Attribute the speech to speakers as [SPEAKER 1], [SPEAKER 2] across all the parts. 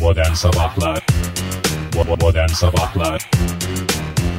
[SPEAKER 1] Modern Sabahlar Bo- Modern Sabahlar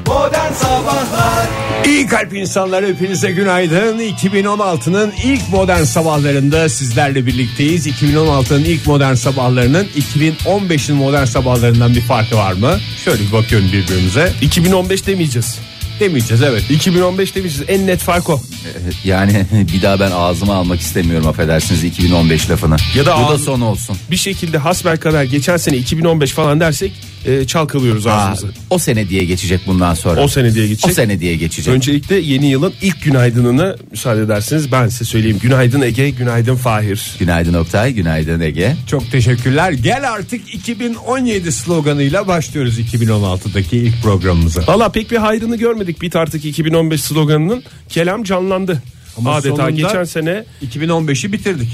[SPEAKER 2] Modern Sabahlar
[SPEAKER 3] İyi kalp insanlar hepinize günaydın. 2016'nın ilk modern sabahlarında sizlerle birlikteyiz. 2016'nın ilk modern sabahlarının 2015'in modern sabahlarından bir farkı var mı? Şöyle bir bakıyorum birbirimize.
[SPEAKER 4] 2015 demeyeceğiz.
[SPEAKER 3] Demeyeceğiz evet.
[SPEAKER 4] 2015 demeyeceğiz. En net fark o.
[SPEAKER 5] Ee, Yani bir daha ben ağzıma almak istemiyorum affedersiniz 2015 lafını.
[SPEAKER 4] Ya da
[SPEAKER 5] Bu da
[SPEAKER 4] ağzı-
[SPEAKER 5] son olsun.
[SPEAKER 4] Bir şekilde hasbel kadar geçen sene 2015 falan dersek e, çalkalıyoruz
[SPEAKER 5] Aa,
[SPEAKER 4] ağzımızı.
[SPEAKER 5] o sene diye geçecek bundan sonra.
[SPEAKER 4] O sene diye
[SPEAKER 5] O
[SPEAKER 4] geçecek.
[SPEAKER 5] sene diye geçecek.
[SPEAKER 4] Öncelikle yeni yılın ilk günaydınını müsaade ederseniz ben size söyleyeyim. Günaydın Ege, günaydın Fahir.
[SPEAKER 5] Günaydın Oktay, günaydın Ege.
[SPEAKER 3] Çok teşekkürler. Gel artık 2017 sloganıyla başlıyoruz 2016'daki ilk programımıza.
[SPEAKER 4] Valla pek bir hayrını görmedik Bit artık 2015 sloganının. Kelam canlandı.
[SPEAKER 3] Ama
[SPEAKER 4] Adeta
[SPEAKER 3] sonunda-
[SPEAKER 4] geçen sene
[SPEAKER 3] 2015'i bitirdik.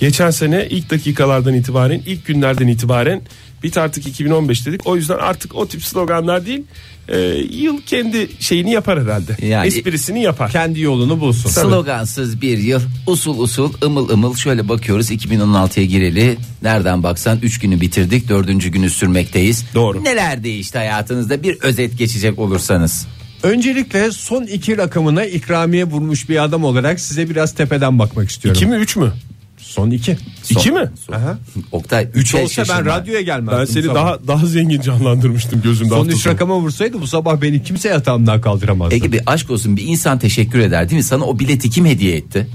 [SPEAKER 4] geçen sene ilk dakikalardan itibaren ilk günlerden itibaren Bit artık 2015 dedik. O yüzden artık o tip sloganlar değil e, yıl kendi şeyini yapar herhalde.
[SPEAKER 5] Yani-
[SPEAKER 4] Esprisini yapar.
[SPEAKER 3] Kendi yolunu bulsun.
[SPEAKER 5] Slogansız bir yıl usul usul ımıl ımıl şöyle bakıyoruz 2016'ya gireli nereden baksan 3 günü bitirdik 4. günü sürmekteyiz.
[SPEAKER 4] Doğru.
[SPEAKER 5] Neler değişti hayatınızda bir özet geçecek olursanız.
[SPEAKER 3] Öncelikle son iki rakamına ikramiye vurmuş bir adam olarak size biraz tepeden bakmak istiyorum.
[SPEAKER 4] İki mi üç mü?
[SPEAKER 3] Son iki.
[SPEAKER 4] İki mi?
[SPEAKER 3] Aha.
[SPEAKER 5] Oktay 3
[SPEAKER 3] Üç olsa ben radyoya gelmezdim.
[SPEAKER 4] Ben
[SPEAKER 3] bu
[SPEAKER 4] seni
[SPEAKER 3] sabah.
[SPEAKER 4] daha daha zengin canlandırmıştım gözümde.
[SPEAKER 3] son
[SPEAKER 4] hafta
[SPEAKER 3] üç
[SPEAKER 4] sonu.
[SPEAKER 3] rakama vursaydı bu sabah beni kimse yatağımdan kaldıramazdı.
[SPEAKER 5] Ege bir aşk olsun bir insan teşekkür eder değil mi? Sana o bileti kim hediye etti?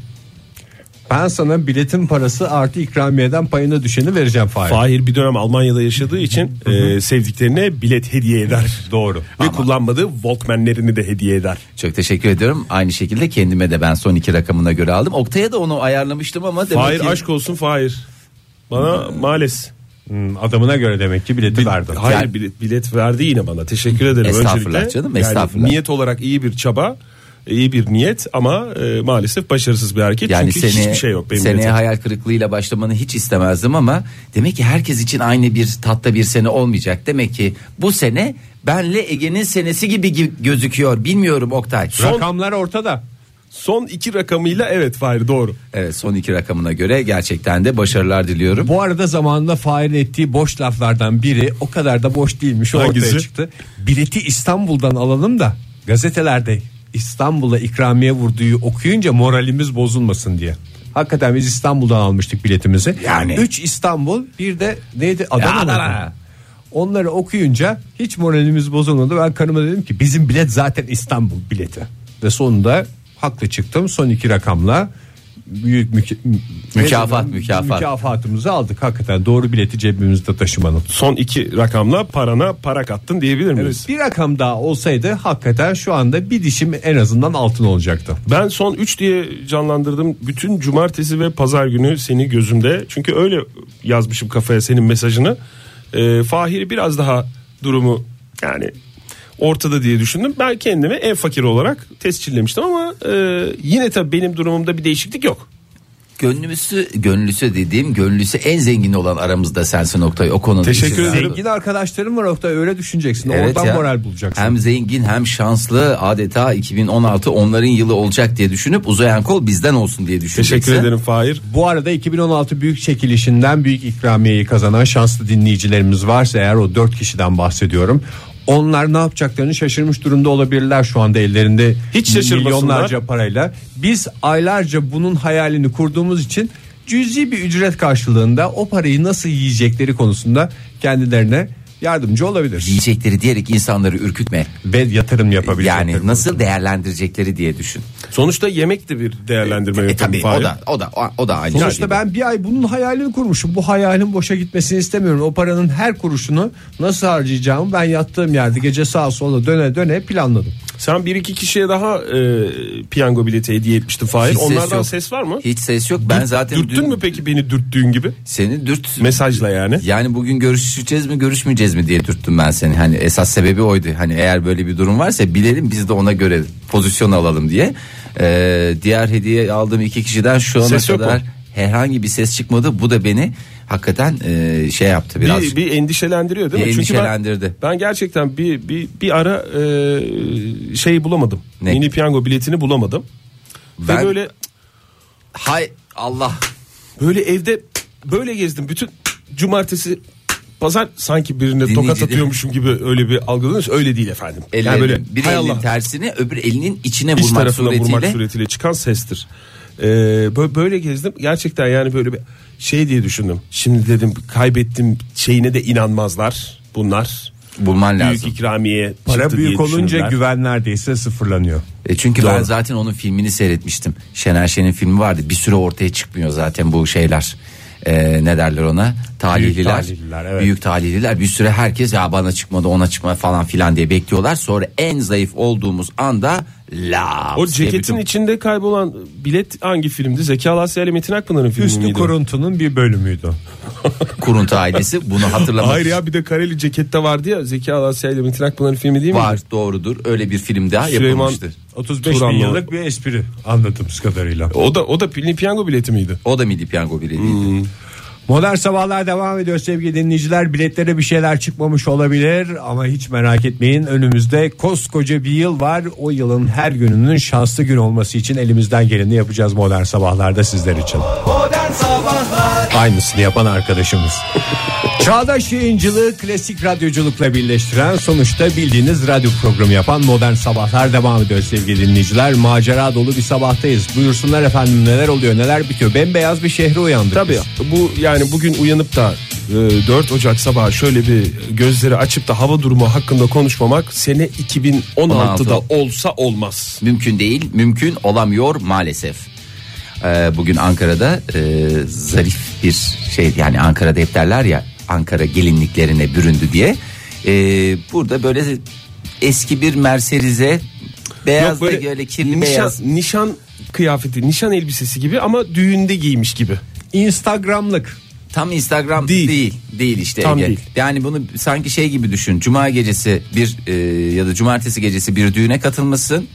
[SPEAKER 3] Ben sana biletin parası artı ikramiyeden payına düşeni vereceğim Fahir.
[SPEAKER 4] Fahir bir dönem Almanya'da yaşadığı için e, sevdiklerine bilet hediye eder. Doğru. Ve kullanmadığı Walkman'lerini de hediye eder.
[SPEAKER 5] Çok teşekkür ediyorum. Aynı şekilde kendime de ben son iki rakamına göre aldım. Oktay'a da onu ayarlamıştım ama demek
[SPEAKER 4] Fahir
[SPEAKER 5] ki
[SPEAKER 4] aşk olsun Fahir. Bana maalesef.
[SPEAKER 3] Hmm, adamına göre demek ki bileti verdim.
[SPEAKER 4] Hayır
[SPEAKER 5] Yani-
[SPEAKER 4] bilet, bilet verdi yine bana. Teşekkür ederim.
[SPEAKER 5] Estağfurullah
[SPEAKER 4] Öncelikle,
[SPEAKER 5] canım,
[SPEAKER 4] yani
[SPEAKER 5] estağfurullah.
[SPEAKER 4] niyet olarak iyi bir çaba iyi bir niyet ama e, maalesef başarısız bir hareket.
[SPEAKER 5] yani
[SPEAKER 4] Çünkü
[SPEAKER 5] seneye,
[SPEAKER 4] hiçbir şey yok benim
[SPEAKER 5] seneye
[SPEAKER 4] biletim.
[SPEAKER 5] hayal kırıklığıyla başlamanı hiç istemezdim ama demek ki herkes için aynı bir tatta bir sene olmayacak. Demek ki bu sene benle Ege'nin senesi gibi gi- gözüküyor. Bilmiyorum Oktay.
[SPEAKER 3] Rakamlar ortada.
[SPEAKER 4] Son iki rakamıyla evet Fahir doğru.
[SPEAKER 5] Evet son iki rakamına göre gerçekten de başarılar diliyorum.
[SPEAKER 3] Bu arada zamanında Fahir ettiği boş laflardan biri o kadar da boş değilmiş o ortaya
[SPEAKER 4] Hangisi?
[SPEAKER 3] çıktı. Bileti İstanbul'dan alalım da gazetelerde İstanbul'a ikramiye vurduğu okuyunca moralimiz bozulmasın diye. Hakikaten biz İstanbul'dan almıştık biletimizi.
[SPEAKER 5] Yani.
[SPEAKER 3] 3 İstanbul bir de neydi Adana. mıydı?
[SPEAKER 5] Adana.
[SPEAKER 3] Onları okuyunca hiç moralimiz bozulmadı. Ben karıma dedim ki bizim bilet zaten İstanbul bileti. Ve sonunda haklı çıktım. Son iki rakamla büyük müke-
[SPEAKER 5] Mükafat,
[SPEAKER 3] ne dedim?
[SPEAKER 5] mükafat.
[SPEAKER 3] mükafatımızı aldık. Hakikaten doğru bileti cebimizde taşımanın.
[SPEAKER 4] Son iki rakamla parana para kattın diyebilir miyiz?
[SPEAKER 3] Evet, bir rakam daha olsaydı E hakikaten şu anda bir dişim en azından altın olacaktı.
[SPEAKER 4] Ben son 3 diye canlandırdım. Bütün cumartesi ve pazar günü seni gözümde. Çünkü öyle yazmışım kafaya senin mesajını. Ee, Fahir'i biraz daha durumu yani ortada diye düşündüm. Ben kendimi en fakir olarak tescillemiştim ama e, yine tabii benim durumumda bir değişiklik yok.
[SPEAKER 5] Gönlümüzü gönlüsü dediğim gönlüsü en zengin olan aramızda sensin Oktay. O konuda
[SPEAKER 4] Teşekkür
[SPEAKER 5] işin-
[SPEAKER 4] ederim.
[SPEAKER 3] Zengin arkadaşlarım var Oktay öyle düşüneceksin.
[SPEAKER 5] Evet
[SPEAKER 3] Oradan
[SPEAKER 5] ya.
[SPEAKER 3] moral bulacaksın.
[SPEAKER 5] Hem zengin hem şanslı adeta 2016 onların yılı olacak diye düşünüp uzayan kol bizden olsun diye düşüneceksin.
[SPEAKER 4] Teşekkür ederim Fahir.
[SPEAKER 3] Bu arada 2016 büyük çekilişinden büyük ikramiyeyi kazanan şanslı dinleyicilerimiz varsa eğer o 4 kişiden bahsediyorum. Onlar ne yapacaklarını şaşırmış durumda olabilirler şu anda ellerinde
[SPEAKER 4] Hiç şaşırmasınlar.
[SPEAKER 3] milyonlarca parayla. Biz aylarca bunun hayalini kurduğumuz için cüzi bir ücret karşılığında o parayı nasıl yiyecekleri konusunda kendilerine yardımcı olabilir.
[SPEAKER 5] Yiyecekleri diyerek insanları ürkütme.
[SPEAKER 3] Ve yatırım yapabilecekleri.
[SPEAKER 5] Yani nasıl değerlendirecekleri diye düşün.
[SPEAKER 4] Sonuçta yemek de bir değerlendirme
[SPEAKER 5] E,
[SPEAKER 4] yöntemi
[SPEAKER 5] tabii
[SPEAKER 4] Fahir.
[SPEAKER 5] o da o da o- o da aynı.
[SPEAKER 3] Sonuçta
[SPEAKER 5] şekilde.
[SPEAKER 3] ben bir ay bunun hayalini kurmuşum. Bu hayalin boşa gitmesini istemiyorum. O paranın her kuruşunu nasıl harcayacağımı ben yattığım yerde gece sağa sola döne döne planladım.
[SPEAKER 4] Sen bir iki kişiye daha e, piyango bileti hediye etmiştin Fahir.
[SPEAKER 5] Hiç ses
[SPEAKER 4] Onlardan
[SPEAKER 5] yok.
[SPEAKER 4] ses, var mı?
[SPEAKER 5] hiç ses yok. Ben zaten
[SPEAKER 4] Dürttün
[SPEAKER 5] dün-
[SPEAKER 4] mü peki beni dürttüğün gibi?
[SPEAKER 5] Seni dürt.
[SPEAKER 4] Mesajla yani.
[SPEAKER 5] Yani bugün görüşeceğiz mi görüşmeyeceğiz mi diye dürttüm ben seni. Hani esas sebebi oydu. Hani eğer böyle bir durum varsa bilelim biz de ona göre pozisyon alalım diye. Ee, diğer hediye aldığım iki kişiden şu ana
[SPEAKER 4] Ses yok
[SPEAKER 5] kadar
[SPEAKER 4] mu?
[SPEAKER 5] herhangi bir ses çıkmadı. Bu da beni hakikaten e, şey yaptı biraz.
[SPEAKER 4] bir, bir endişelendiriyor değil
[SPEAKER 5] Bir
[SPEAKER 4] mi? Çünkü ben-
[SPEAKER 5] endişelendirdi.
[SPEAKER 4] Ben, gerçekten bir bir bir ara e, şey bulamadım.
[SPEAKER 5] Ne?
[SPEAKER 4] Mini piyango biletini bulamadım. Ve
[SPEAKER 5] Ben-
[SPEAKER 4] böyle
[SPEAKER 5] Hay Allah.
[SPEAKER 4] böyle evde böyle gezdim bütün cumartesi pazar sanki birine tokat
[SPEAKER 5] Dinleyicilerin-
[SPEAKER 4] atıyormuşum gibi öyle bir algıladınız. Öyle değil efendim.
[SPEAKER 5] Ellerin,
[SPEAKER 4] yani böyle
[SPEAKER 5] bir
[SPEAKER 4] hay
[SPEAKER 5] elinin
[SPEAKER 4] Allah
[SPEAKER 5] tersine öbür elinin içine
[SPEAKER 4] iç
[SPEAKER 5] vurmak
[SPEAKER 4] tarafına
[SPEAKER 5] suretiyle.
[SPEAKER 4] vurmak suretiyle çıkan sestir. Ee, bö- böyle gezdim. Gerçekten yani böyle bir şey diye düşündüm. Şimdi dedim kaybettim şeyine de inanmazlar bunlar.
[SPEAKER 5] Bulman lazım.
[SPEAKER 4] Büyük ikramiye
[SPEAKER 3] Para
[SPEAKER 4] çıktı diye
[SPEAKER 3] büyük olunca
[SPEAKER 4] düşünürler.
[SPEAKER 3] güven neredeyse sıfırlanıyor.
[SPEAKER 5] E çünkü ben
[SPEAKER 4] Doğru.
[SPEAKER 5] zaten onun filmini seyretmiştim. Şener Şen'in filmi vardı. Bir süre ortaya çıkmıyor zaten bu şeyler. E, ne derler ona? Talihliler.
[SPEAKER 3] talihliler, evet.
[SPEAKER 5] Büyük talihliler. Bir süre herkes ya bana çıkmadı ona çıkma falan filan diye bekliyorlar. Sonra en zayıf olduğumuz anda la.
[SPEAKER 4] O ceketin içinde kaybolan bilet hangi filmdi? Zeki Alasya ile Metin Akpınar'ın filmi
[SPEAKER 3] Üstü
[SPEAKER 4] miydi?
[SPEAKER 3] kuruntunun bir bölümüydü.
[SPEAKER 5] kuruntu ailesi bunu hatırlamak
[SPEAKER 4] Hayır ya bir de kareli cekette vardı ya Zeki Alasya ile Metin Akpınar'ın filmi değil mi?
[SPEAKER 5] var doğrudur. Öyle bir film daha
[SPEAKER 4] Süleyman
[SPEAKER 5] yapılmıştır.
[SPEAKER 3] 35
[SPEAKER 4] Turanlı.
[SPEAKER 3] bin yıllık bir espri anladığımız kadarıyla.
[SPEAKER 4] O da o da Pilli Piyango bileti miydi? Hmm.
[SPEAKER 5] O da Milli Piyango biletiydi.
[SPEAKER 3] Modern Sabahlar devam ediyor sevgili dinleyiciler. Biletlere bir şeyler çıkmamış olabilir ama hiç merak etmeyin. Önümüzde koskoca bir yıl var. O yılın her gününün şanslı gün olması için elimizden geleni yapacağız Modern Sabahlar'da sizler için.
[SPEAKER 2] Modern Sabahlar
[SPEAKER 3] Aynısını yapan arkadaşımız. Çağdaş yayıncılığı klasik radyoculukla birleştiren sonuçta bildiğiniz radyo programı yapan Modern Sabahlar devam ediyor sevgili dinleyiciler. Macera dolu bir sabahtayız. Buyursunlar efendim neler oluyor neler bitiyor. Bembeyaz bir şehre uyandık
[SPEAKER 4] Tabii
[SPEAKER 3] biz.
[SPEAKER 4] bu yani bugün uyanıp da e, 4 Ocak sabahı şöyle bir gözleri açıp da hava durumu hakkında konuşmamak sene 2016'da
[SPEAKER 5] 16.
[SPEAKER 4] olsa olmaz.
[SPEAKER 5] Mümkün değil, mümkün olamıyor maalesef. Ee, bugün Ankara'da e, zarif bir şey yani Ankara'da hep derler ya Ankara gelinliklerine büründü diye. Ee, burada böyle eski bir Mercedes'e beyaz da böyle, kirli
[SPEAKER 4] nişan,
[SPEAKER 5] beyaz.
[SPEAKER 4] nişan kıyafeti, nişan elbisesi gibi ama düğünde giymiş gibi.
[SPEAKER 3] Instagramlık.
[SPEAKER 5] Tam Instagram
[SPEAKER 4] Değil.
[SPEAKER 5] değil. Değil, işte.
[SPEAKER 4] Tam
[SPEAKER 5] Ege.
[SPEAKER 4] değil.
[SPEAKER 5] Yani bunu sanki şey gibi düşün. Cuma gecesi bir e, ya da cumartesi gecesi bir düğüne katılmışsın.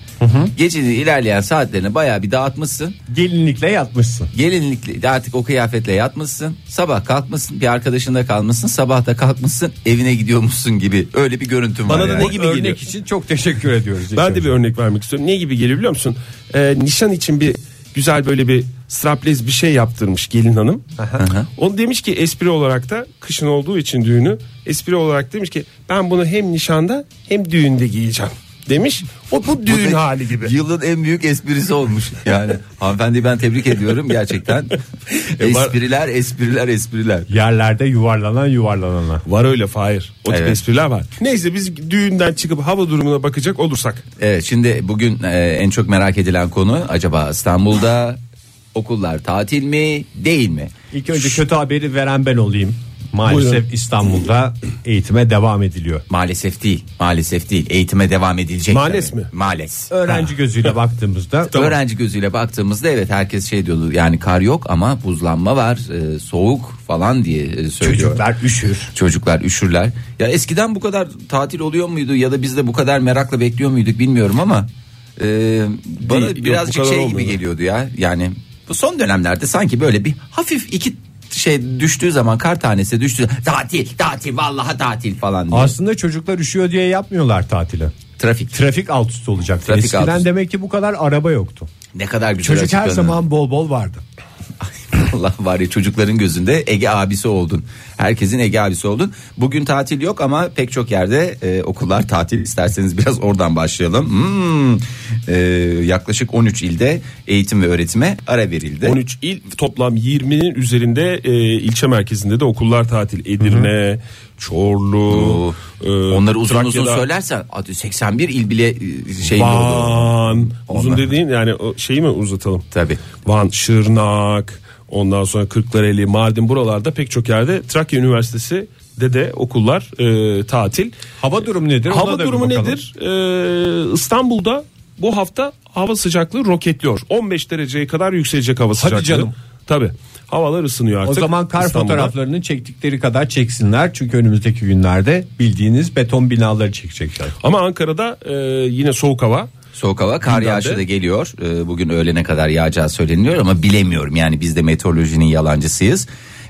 [SPEAKER 5] Gecenin ilerleyen saatlerini bayağı bir dağıtmışsın.
[SPEAKER 3] Gelinlikle yatmışsın.
[SPEAKER 5] Gelinlikle artık o kıyafetle yatmışsın. Sabah kalkmışsın bir arkadaşında kalmışsın. Sabah da kalkmışsın evine gidiyormuşsun gibi. Öyle bir görüntüm
[SPEAKER 4] Bana
[SPEAKER 5] var.
[SPEAKER 4] da
[SPEAKER 5] yani.
[SPEAKER 4] ne gibi
[SPEAKER 3] Örnek
[SPEAKER 4] geliyor?
[SPEAKER 3] için çok teşekkür ediyoruz.
[SPEAKER 4] Ben de bir örnek vermek istiyorum. Ne gibi geliyor biliyor musun? Ee, nişan için bir güzel böyle bir straplez bir şey yaptırmış gelin hanım. Onu demiş ki espri olarak da kışın olduğu için düğünü espri olarak demiş ki ben bunu hem nişanda hem düğünde giyeceğim demiş. O bu
[SPEAKER 5] Bu da
[SPEAKER 4] düğün hali gibi.
[SPEAKER 5] Yılın en büyük esprisi olmuş. Yani hanımefendi ben tebrik ediyorum gerçekten.
[SPEAKER 4] E,
[SPEAKER 5] espriler espriler espriler.
[SPEAKER 3] Yerlerde yuvarlanan yuvarlanana.
[SPEAKER 4] Var öyle Fahir. O tip
[SPEAKER 5] Evet.
[SPEAKER 4] espriler var. Neyse biz düğünden çıkıp hava durumuna bakacak olursak.
[SPEAKER 5] Evet şimdi bugün e, en çok merak edilen konu acaba İstanbul'da okullar tatil mi değil mi?
[SPEAKER 3] İlk önce kötü haberi veren ben olayım. Maalesef
[SPEAKER 4] Buyurun.
[SPEAKER 3] İstanbul'da eğitime devam ediliyor.
[SPEAKER 5] Maalesef değil. Maalesef değil. Eğitime devam edilecek.
[SPEAKER 4] Maalesef mi?
[SPEAKER 5] Maalesef.
[SPEAKER 3] Öğrenci gözüyle baktığımızda
[SPEAKER 5] Öğrenci gözüyle baktığımızda evet herkes şey diyordu yani kar yok ama buzlanma var e, soğuk falan diye e, söylüyor.
[SPEAKER 3] çocuklar üşür.
[SPEAKER 5] Çocuklar üşürler. Ya eskiden bu kadar tatil oluyor muydu ya da biz de bu kadar merakla bekliyor muyduk bilmiyorum ama e, bana
[SPEAKER 4] Değil, yok,
[SPEAKER 5] birazcık
[SPEAKER 4] bu kadar
[SPEAKER 5] şey gibi
[SPEAKER 4] olmuyordu.
[SPEAKER 5] geliyordu ya. Yani bu son dönemlerde sanki böyle bir hafif iki şey düştüğü zaman kar tanesi düştüğü tatil tatil vallahi tatil falan diye.
[SPEAKER 3] Aslında çocuklar üşüyor diye yapmıyorlar tatili.
[SPEAKER 5] Trafik
[SPEAKER 3] Trafik alt üst olacak.
[SPEAKER 5] Trafik
[SPEAKER 3] Eskiden
[SPEAKER 5] alt üst.
[SPEAKER 3] demek ki bu kadar araba yoktu.
[SPEAKER 5] ne kadar güzel
[SPEAKER 3] Çocuk her
[SPEAKER 5] açıklanıyor.
[SPEAKER 3] zaman bol bol vardı.
[SPEAKER 5] Allah var ya çocukların gözünde Ege abisi oldun. Herkesin Ege abisi oldun. Bugün tatil yok ama pek çok yerde e, okullar tatil. İsterseniz biraz oradan başlayalım. Hmm. E, yaklaşık 13 ilde eğitim ve öğretime ara verildi.
[SPEAKER 4] 13 il toplam 20'nin üzerinde e, ilçe merkezinde de okullar tatil. Edirne, Çorlu, e,
[SPEAKER 5] Bu- Onları uzun uzun
[SPEAKER 4] söyler.
[SPEAKER 5] söylersen adı 81 il bile e, şey oldu.
[SPEAKER 4] Van. Uzun
[SPEAKER 5] Onlar.
[SPEAKER 4] dediğin yani o şeyi mi uzatalım?
[SPEAKER 5] Tabii.
[SPEAKER 4] Van, Şırnak, ondan sonra Kırklareli, Mardin buralarda pek çok yerde Trakya Üniversitesi de de okullar e, tatil.
[SPEAKER 3] Hava durumu nedir? Ona da
[SPEAKER 4] Hava
[SPEAKER 3] bir
[SPEAKER 4] durumu
[SPEAKER 3] bakalım.
[SPEAKER 4] nedir? E, İstanbul'da bu hafta hava sıcaklığı roketliyor. 15 dereceye kadar yükselecek hava sıcaklığı.
[SPEAKER 3] canım.
[SPEAKER 4] Tabii. Havalar ısınıyor artık.
[SPEAKER 3] O zaman kar
[SPEAKER 4] İstanbul'da.
[SPEAKER 3] fotoğraflarını çektikleri kadar çeksinler. Çünkü önümüzdeki günlerde bildiğiniz beton binaları çekecekler.
[SPEAKER 4] Ama Ankara'da e, yine soğuk hava.
[SPEAKER 5] Soğuk hava kar
[SPEAKER 4] Gündemde.
[SPEAKER 5] yağışı da geliyor. Ee, Bugün öğlene kadar yağacağı söyleniyor ama bilemiyorum. Yani biz de meteorolojinin yalancısıyız.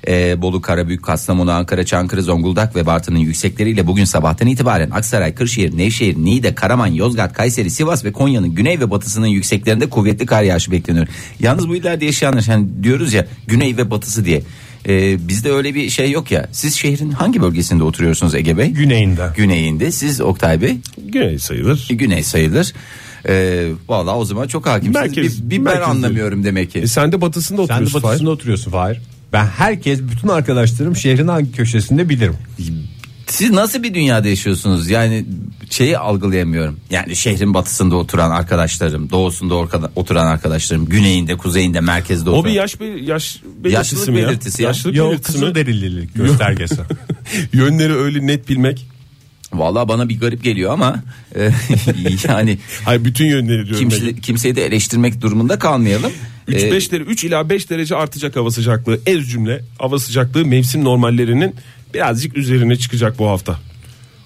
[SPEAKER 5] Ee, Bolu, Karabük, Kastamonu, Ankara, Çankırı, Zonguldak ve Bartın'ın yüksekleriyle bugün sabahtan itibaren Aksaray, Kırşehir, Nevşehir, Niğde, Karaman, Yozgat, Kayseri, Sivas ve Konya'nın güney ve batısının yükseklerinde kuvvetli kar yağışı bekleniyor. Yalnız bu illerde yaşayanlar hani diyoruz ya güney ve batısı diye. e, bizde öyle bir şey yok ya. Siz şehrin hangi bölgesinde oturuyorsunuz Ege Bey?
[SPEAKER 3] Güneyinde.
[SPEAKER 5] Güneyinde. Siz Oktay Bey?
[SPEAKER 4] Güney sayılır.
[SPEAKER 5] Güney sayılır. E, vallahi o zaman çok hakimsiniz.
[SPEAKER 4] Merkez-
[SPEAKER 5] bir, bir ben
[SPEAKER 4] merkez
[SPEAKER 5] anlamıyorum demek ki.
[SPEAKER 4] E sen de batısında
[SPEAKER 3] Sen de
[SPEAKER 4] oturuyorsun. Fahir.
[SPEAKER 3] batısında oturuyorsun Fahir. Ben herkes bütün arkadaşlarım şehrin hangi köşesinde bilirim.
[SPEAKER 5] Siz nasıl bir dünyada yaşıyorsunuz? Yani şeyi algılayamıyorum. Yani şehrin batısında oturan arkadaşlarım, doğusunda orka- oturan arkadaşlarım, güneyinde, kuzeyinde, merkezde
[SPEAKER 4] O bir
[SPEAKER 5] oturan.
[SPEAKER 4] yaş bir yaş belirtisi
[SPEAKER 5] Yaşlılık
[SPEAKER 4] mi ya?
[SPEAKER 5] belirtisi ya.
[SPEAKER 4] Yaşlılık
[SPEAKER 3] Yok
[SPEAKER 4] belirtisi
[SPEAKER 3] kızıl
[SPEAKER 4] mi?
[SPEAKER 3] delililik göstergesi.
[SPEAKER 4] Yönleri öyle net bilmek.
[SPEAKER 5] Vallahi bana bir garip geliyor ama e, yani
[SPEAKER 4] Hayır bütün yönleri diyorum.
[SPEAKER 5] kimse, kimseyi de eleştirmek durumunda kalmayalım.
[SPEAKER 4] 3
[SPEAKER 5] E,
[SPEAKER 4] 5 derece 3 ila 5 derece artacak hava sıcaklığı. Ez cümle hava sıcaklığı mevsim normallerinin birazcık üzerine çıkacak bu hafta.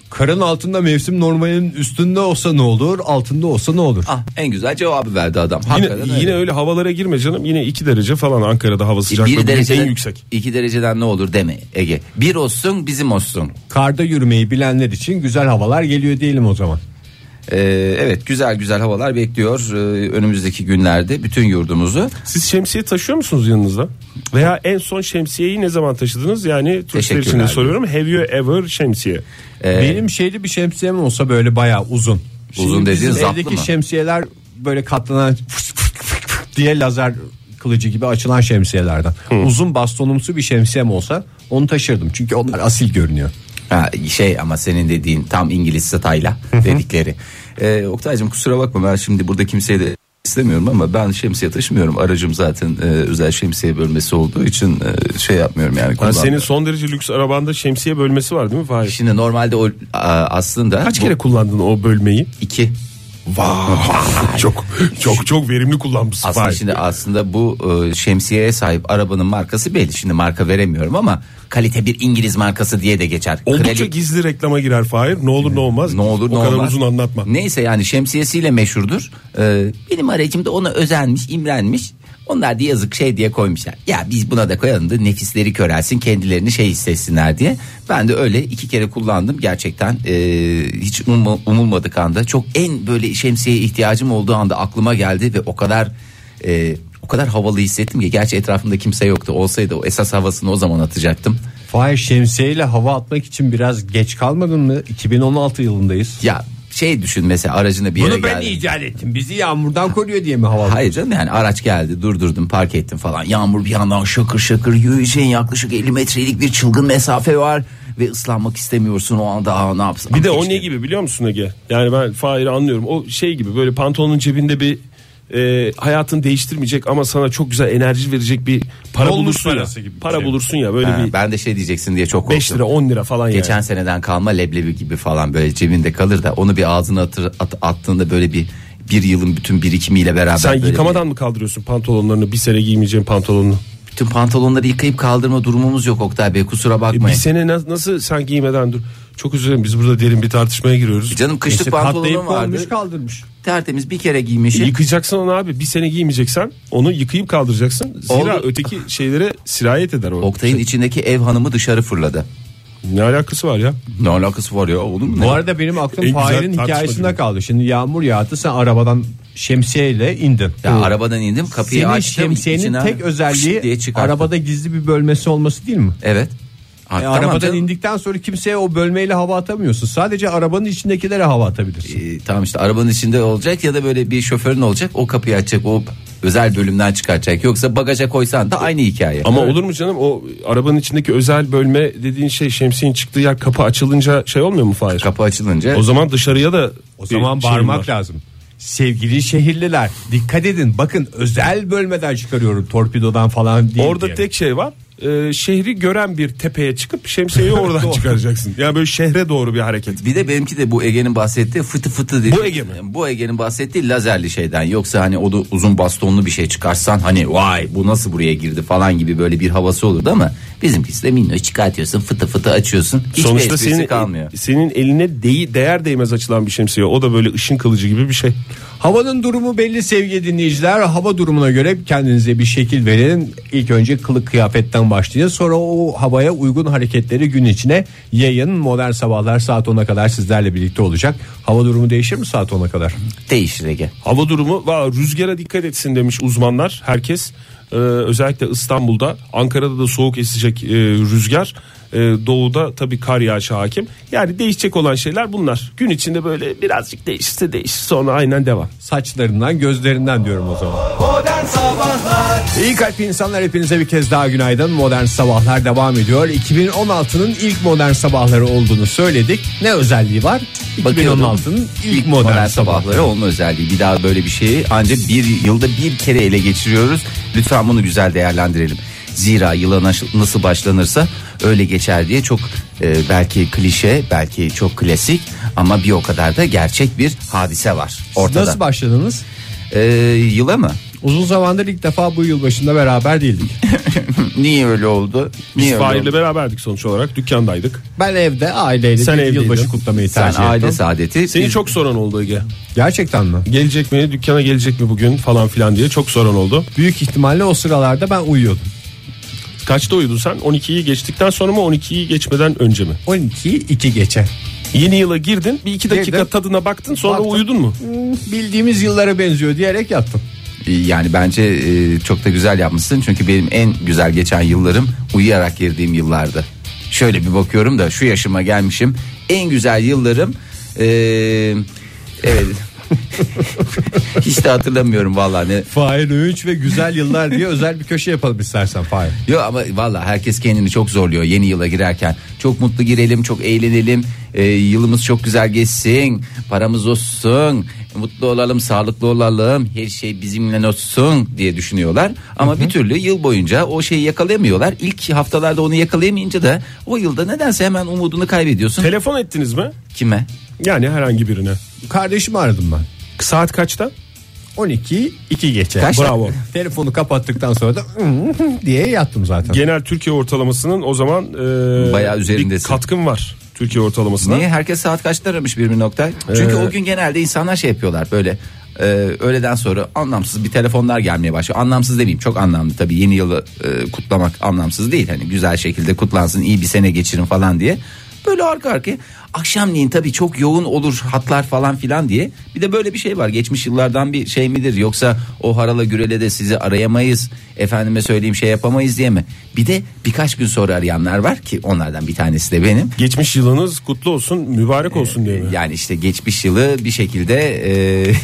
[SPEAKER 3] Karın altında mevsim normalinin üstünde olsa ne olur, altında olsa ne olur?
[SPEAKER 5] ah, en güzel cevabı verdi adam.
[SPEAKER 4] Yine,
[SPEAKER 5] Hakikaten
[SPEAKER 4] yine öyle. havalara girme canım. Yine 2 derece falan Ankara'da hava
[SPEAKER 5] E,
[SPEAKER 4] sıcaklığı
[SPEAKER 5] bir
[SPEAKER 4] bugün
[SPEAKER 5] dereceden,
[SPEAKER 4] en yüksek.
[SPEAKER 5] iki dereceden ne olur deme Ege. Bir olsun bizim olsun.
[SPEAKER 3] Karda yürümeyi bilenler için güzel havalar geliyor diyelim o zaman.
[SPEAKER 5] E, evet güzel güzel havalar bekliyor e, önümüzdeki günlerde bütün yurdumuzu.
[SPEAKER 4] Siz şemsiye taşıyor musunuz yanınızda? Veya en son şemsiyeyi ne zaman taşıdınız? Yani turistler için de
[SPEAKER 5] Teşekkürler.
[SPEAKER 4] soruyorum. Have you ever şemsiye?
[SPEAKER 3] Benim şeyli bir şemsiyem olsa böyle bayağı uzun.
[SPEAKER 5] Ee, Uzun
[SPEAKER 3] Şimdi
[SPEAKER 5] dediğin
[SPEAKER 3] bizim
[SPEAKER 5] zaplı
[SPEAKER 3] evdeki
[SPEAKER 5] mı?
[SPEAKER 3] şemsiyeler böyle katlanan fıs fıs fıs fıs diye lazer kılıcı gibi açılan şemsiyelerden. Uzun bastonumsu bir şemsiyem olsa onu taşırdım. Çünkü onlar asil görünüyor.
[SPEAKER 5] Ha, şey ama senin dediğin tam İngiliz satayla dedikleri. Ee, Oktay'cığım kusura bakma ben şimdi burada kimseye de istemiyorum ama ben şemsiye taşımıyorum. Aracım zaten e, özel şemsiye bölmesi olduğu için e, şey yapmıyorum yani.
[SPEAKER 4] Yani
[SPEAKER 5] kullanmıyorum.
[SPEAKER 4] senin son derece lüks arabanda şemsiye bölmesi var değil mi Fahir?
[SPEAKER 5] Şimdi normalde o a, aslında
[SPEAKER 4] Kaç
[SPEAKER 5] bu-
[SPEAKER 4] kere kullandın o bölmeyi?
[SPEAKER 5] iki
[SPEAKER 4] çok çok çok verimli kullanmışsın
[SPEAKER 5] aslında
[SPEAKER 4] Fahir.
[SPEAKER 5] şimdi aslında bu e, şemsiyeye sahip arabanın markası belli. Şimdi marka veremiyorum ama kalite bir İngiliz markası diye de geçer.
[SPEAKER 4] Oldukça
[SPEAKER 5] Krali-
[SPEAKER 4] gizli reklama girer Fahir. Ne olur ne olmaz.
[SPEAKER 5] Ne olur
[SPEAKER 4] o
[SPEAKER 5] ne
[SPEAKER 4] kadar
[SPEAKER 5] olmaz.
[SPEAKER 4] uzun anlatma.
[SPEAKER 5] Neyse yani şemsiyesiyle meşhurdur. Ee, benim aracım da ona özenmiş, imrenmiş. Onlar da yazık şey diye koymuşlar. Ya biz buna da koyalım da nefisleri körelsin kendilerini şey hissetsinler diye. Ben de öyle iki kere kullandım gerçekten ee, hiç umu- umulmadık anda. Çok en böyle şemsiyeye ihtiyacım olduğu anda aklıma geldi ve o kadar ee, o kadar havalı hissettim ki. Gerçi etrafımda kimse yoktu olsaydı o esas havasını o zaman atacaktım.
[SPEAKER 3] Fahir şemsiyeyle hava atmak için biraz geç kalmadın mı? 2016 yılındayız.
[SPEAKER 5] Ya şey düşün mesela aracını bir yere geldi.
[SPEAKER 3] icat ettim. Bizi yağmurdan koruyor diye mi hava
[SPEAKER 5] Hayır canım yani araç geldi durdurdum park ettim falan. Yağmur bir yandan şakır şakır yürüyeceğin yaklaşık 50 metrelik bir çılgın mesafe var. Ve ıslanmak istemiyorsun o anda aa ne yapsam.
[SPEAKER 4] Bir de o
[SPEAKER 5] keşke.
[SPEAKER 4] ne gibi biliyor musun Ege? Yani ben Fahir'i anlıyorum. O şey gibi böyle pantolonun cebinde bir e, hayatını değiştirmeyecek ama sana çok güzel enerji verecek bir para
[SPEAKER 3] Dolmuş
[SPEAKER 4] bulursun ya.
[SPEAKER 3] parası gibi bir
[SPEAKER 4] Para
[SPEAKER 3] şey.
[SPEAKER 4] bulursun ya böyle
[SPEAKER 5] Ha,
[SPEAKER 4] bir
[SPEAKER 5] ben de şey diyeceksin diye çok korktum.
[SPEAKER 4] 5 lira 10 lira falan
[SPEAKER 5] Geçen
[SPEAKER 4] yani.
[SPEAKER 5] seneden kalma leblebi gibi falan böyle cebinde kalır da onu bir ağzına atır, at- attığında böyle bir bir yılın bütün birikimiyle beraber.
[SPEAKER 4] Sen
[SPEAKER 5] böyle
[SPEAKER 4] yıkamadan mı kaldırıyorsun pantolonlarını bir sene giymeyeceğin pantolonunu?
[SPEAKER 5] bir- bütün pantolonları yıkayıp kaldırma durumumuz yok Oktay Bey kusura
[SPEAKER 4] E, Bir
[SPEAKER 5] bakmayın.
[SPEAKER 4] sene na- nasıl sen giymeden dur. Çok özür dilerim biz burada derin bir tartışmaya giriyoruz.
[SPEAKER 5] E Canım kışlık pantolonum
[SPEAKER 3] Katlayıp
[SPEAKER 5] vardı.
[SPEAKER 3] olmuş kaldırmış.
[SPEAKER 5] Tertemiz bir kere
[SPEAKER 4] E,
[SPEAKER 5] giymişim.
[SPEAKER 4] Yıkayacaksın onu abi. Bir sene giymeyeceksen onu yıkayıp kaldıracaksın. Zira
[SPEAKER 5] Oldu.
[SPEAKER 4] öteki şeylere sirayet eder o. şey.
[SPEAKER 5] Oktay'ın içindeki ev hanımı dışarı fırladı.
[SPEAKER 4] Ne alakası var ya?
[SPEAKER 5] Ne alakası var ya oğlum?
[SPEAKER 3] Bu arada benim aklım
[SPEAKER 4] En güzel
[SPEAKER 3] Fahir'in
[SPEAKER 4] tartışma
[SPEAKER 3] hikayesinde
[SPEAKER 4] günü.
[SPEAKER 3] kaldı. Şimdi yağmur yağdı sen arabadan şemsiyeyle indin.
[SPEAKER 5] Ya arabadan indim kapıyı
[SPEAKER 3] Senin
[SPEAKER 5] açtım.
[SPEAKER 3] şemsiyenin
[SPEAKER 5] içinden
[SPEAKER 3] tek
[SPEAKER 5] fış
[SPEAKER 3] özelliği
[SPEAKER 5] diye çıkarttım.
[SPEAKER 3] arabada gizli bir bölmesi olması değil mi?
[SPEAKER 5] Evet. Ha,
[SPEAKER 3] E,
[SPEAKER 5] tamam
[SPEAKER 3] arabadan
[SPEAKER 5] canım.
[SPEAKER 3] indikten sonra kimseye o bölmeyle hava atamıyorsun. Sadece arabanın içindekilere hava atabilirsin.
[SPEAKER 5] Ee, tamam işte arabanın içinde olacak ya da böyle bir şoförün olacak o kapıyı açacak o özel bölümden çıkartacak yoksa bagaja koysan da aynı hikaye.
[SPEAKER 4] Ama olur mu canım o arabanın içindeki özel bölme dediğin şey şemsiyenin çıktığı yer kapı açılınca şey olmuyor mu Fahir?
[SPEAKER 5] kapı açılınca
[SPEAKER 4] O zaman dışarıya da
[SPEAKER 3] O zaman bağırmak lazım. Sevgili şehirliler dikkat edin bakın özel bölmeden çıkarıyorum torpidodan falan değil
[SPEAKER 4] Orada
[SPEAKER 3] diye.
[SPEAKER 4] tek şey var. e, şehri gören bir tepeye çıkıp şemsiyeyi oradan
[SPEAKER 3] Doğru.
[SPEAKER 4] çıkaracaksın. Yani böyle şehre doğru bir hareket.
[SPEAKER 5] bir de benimki de bu Ege'nin bahsettiği fıtı fıtı dedi.
[SPEAKER 4] Bu Ege mi?
[SPEAKER 5] Bu Ege'nin bahsettiği lazerli şeyden. Yoksa hani o da uzun bastonlu bir şey çıkarsan hani vay bu nasıl buraya girdi falan gibi böyle bir havası olurdu ama bizimkisi de minnoş çıkartıyorsun fıtı fıtı açıyorsun. Hiçbir
[SPEAKER 4] Sonuçta
[SPEAKER 5] esprisi
[SPEAKER 4] senin
[SPEAKER 5] kalmıyor.
[SPEAKER 4] senin eline deği, değer değmez açılan bir şemsiye. O da böyle ışın kılıcı gibi bir şey.
[SPEAKER 3] Havanın durumu belli sevgili dinleyiciler. Hava durumuna göre kendinize bir şekil verin. İlk önce kılık kıyafetten başlayın. Sonra o havaya uygun hareketleri gün içine yayın. Modern sabahlar saat 10'a kadar sizlerle birlikte olacak. Hava durumu değişir mi saat 10'a kadar?
[SPEAKER 5] Değişir Ege.
[SPEAKER 4] Hava durumu valla rüzgara dikkat etsin demiş uzmanlar herkes. Ee, özellikle İstanbul'da, Ankara'da da soğuk esecek e, rüzgar. Ee, doğuda tabii kar yağışı hakim. Yani değişecek olan şeyler bunlar. Gün içinde böyle birazcık değişse değişir sonra aynen devam.
[SPEAKER 3] Saçlarından gözlerinden diyorum o zaman.
[SPEAKER 2] Modern Sabahlar
[SPEAKER 3] İyi kalp insanlar hepinize bir kez daha günaydın. Modern Sabahlar devam ediyor. 2016'nın ilk modern sabahları olduğunu söyledik. Ne özelliği var?
[SPEAKER 5] Bakıyorum,
[SPEAKER 3] 2016'nın ilk modern sabahları.
[SPEAKER 5] sabahları olma özelliği. Bir daha böyle bir şeyi ancak bir yılda bir kere ele geçiriyoruz. Lütfen bunu güzel değerlendirelim. Zira yıla naş- nasıl başlanırsa öyle geçer diye çok e, belki klişe, belki çok klasik ama bir o kadar da gerçek bir hadise var ortada.
[SPEAKER 3] Nasıl başladınız?
[SPEAKER 5] E, yıla mı?
[SPEAKER 3] Uzun zamandır ilk defa bu yıl başında beraber değildik.
[SPEAKER 5] Niye öyle oldu?
[SPEAKER 4] Biz
[SPEAKER 5] Niye öyle
[SPEAKER 4] Fahir'le
[SPEAKER 5] oldu?
[SPEAKER 4] beraber sonuç olarak dükkandaydık.
[SPEAKER 3] Ben evde aileyle
[SPEAKER 4] Sen
[SPEAKER 3] bir
[SPEAKER 4] evdeydin.
[SPEAKER 3] yılbaşı kutlamayı
[SPEAKER 5] Sen
[SPEAKER 3] tercih
[SPEAKER 5] aile
[SPEAKER 3] ettim.
[SPEAKER 5] saadeti.
[SPEAKER 4] Seni
[SPEAKER 5] biz-
[SPEAKER 4] çok soran oldu Ege.
[SPEAKER 3] Gerçekten mi?
[SPEAKER 4] Gelecek mi, dükkana gelecek mi bugün falan filan diye çok soran oldu.
[SPEAKER 3] Büyük ihtimalle o sıralarda ben uyuyordum.
[SPEAKER 4] Kaçta uyudun sen? 12'yi geçtikten sonra mı 12'yi geçmeden önce mi?
[SPEAKER 3] 12'yi 2 geçe.
[SPEAKER 4] Yeni yıla girdin bir iki dakika
[SPEAKER 3] Girdim.
[SPEAKER 4] tadına baktın sonra
[SPEAKER 3] Baktım.
[SPEAKER 4] uyudun mu?
[SPEAKER 3] Bildiğimiz yıllara benziyor diyerek yattım.
[SPEAKER 5] Ee, Yani bence e, çok da güzel yapmışsın çünkü benim en güzel geçen yıllarım uyuyarak girdiğim yıllardı. Şöyle bir bakıyorum da şu yaşıma gelmişim en güzel yıllarım e, evet hiç de hatırlamıyorum vallahi ne.
[SPEAKER 3] Fahir 3 ve güzel yıllar diye özel bir köşe yapalım istersen Fahir.
[SPEAKER 5] Yok ama vallahi herkes kendini çok zorluyor yeni yıla girerken. Çok mutlu girelim, çok eğlenelim. e, yılımız çok güzel geçsin. Paramız olsun. Mutlu olalım, sağlıklı olalım. Her şey bizimle olsun diye düşünüyorlar. Ama bir türlü yıl boyunca o şeyi yakalayamıyorlar. İlk haftalarda onu yakalayamayınca da o yılda nedense hemen umudunu kaybediyorsun.
[SPEAKER 4] Telefon ettiniz mi?
[SPEAKER 5] Kime?
[SPEAKER 4] Yani herhangi birine.
[SPEAKER 3] Kardeşimi aradım ben.
[SPEAKER 4] Saat kaçta?
[SPEAKER 3] 12 2 geçe.
[SPEAKER 5] Kaç
[SPEAKER 4] Bravo.
[SPEAKER 3] Telefonu kapattıktan sonra da "Hmm, diye yattım zaten.
[SPEAKER 4] Genel Türkiye ortalamasının o zaman e,
[SPEAKER 5] Bayağı
[SPEAKER 4] bir
[SPEAKER 5] üzerindesin.
[SPEAKER 4] katkın var Türkiye ortalamasına.
[SPEAKER 5] Niye herkes saat kaçta aramış birbirini Oktay? Çünkü
[SPEAKER 4] Ee,
[SPEAKER 5] o gün genelde insanlar şey yapıyorlar böyle e, öğleden sonra anlamsız bir telefonlar gelmeye başlıyor. Anlamsız demeyeyim çok anlamlı tabii yeni yılı e, kutlamak anlamsız değil. Hani güzel şekilde kutlansın iyi bir sene geçirin falan diye. Böyle arka arkaya akşamleyin tabii çok yoğun olur hatlar falan filan diye. Bir de böyle bir şey var geçmiş yıllardan bir şey midir yoksa o harala gürele de sizi arayamayız efendime söyleyeyim şey yapamayız diye mi? Bir de birkaç gün sonra arayanlar var ki onlardan bir tanesi de benim. Ee,
[SPEAKER 4] Geçmiş yılınız kutlu olsun, mübarek olsun diye mi?
[SPEAKER 5] Yani işte geçmiş yılı bir şekilde e,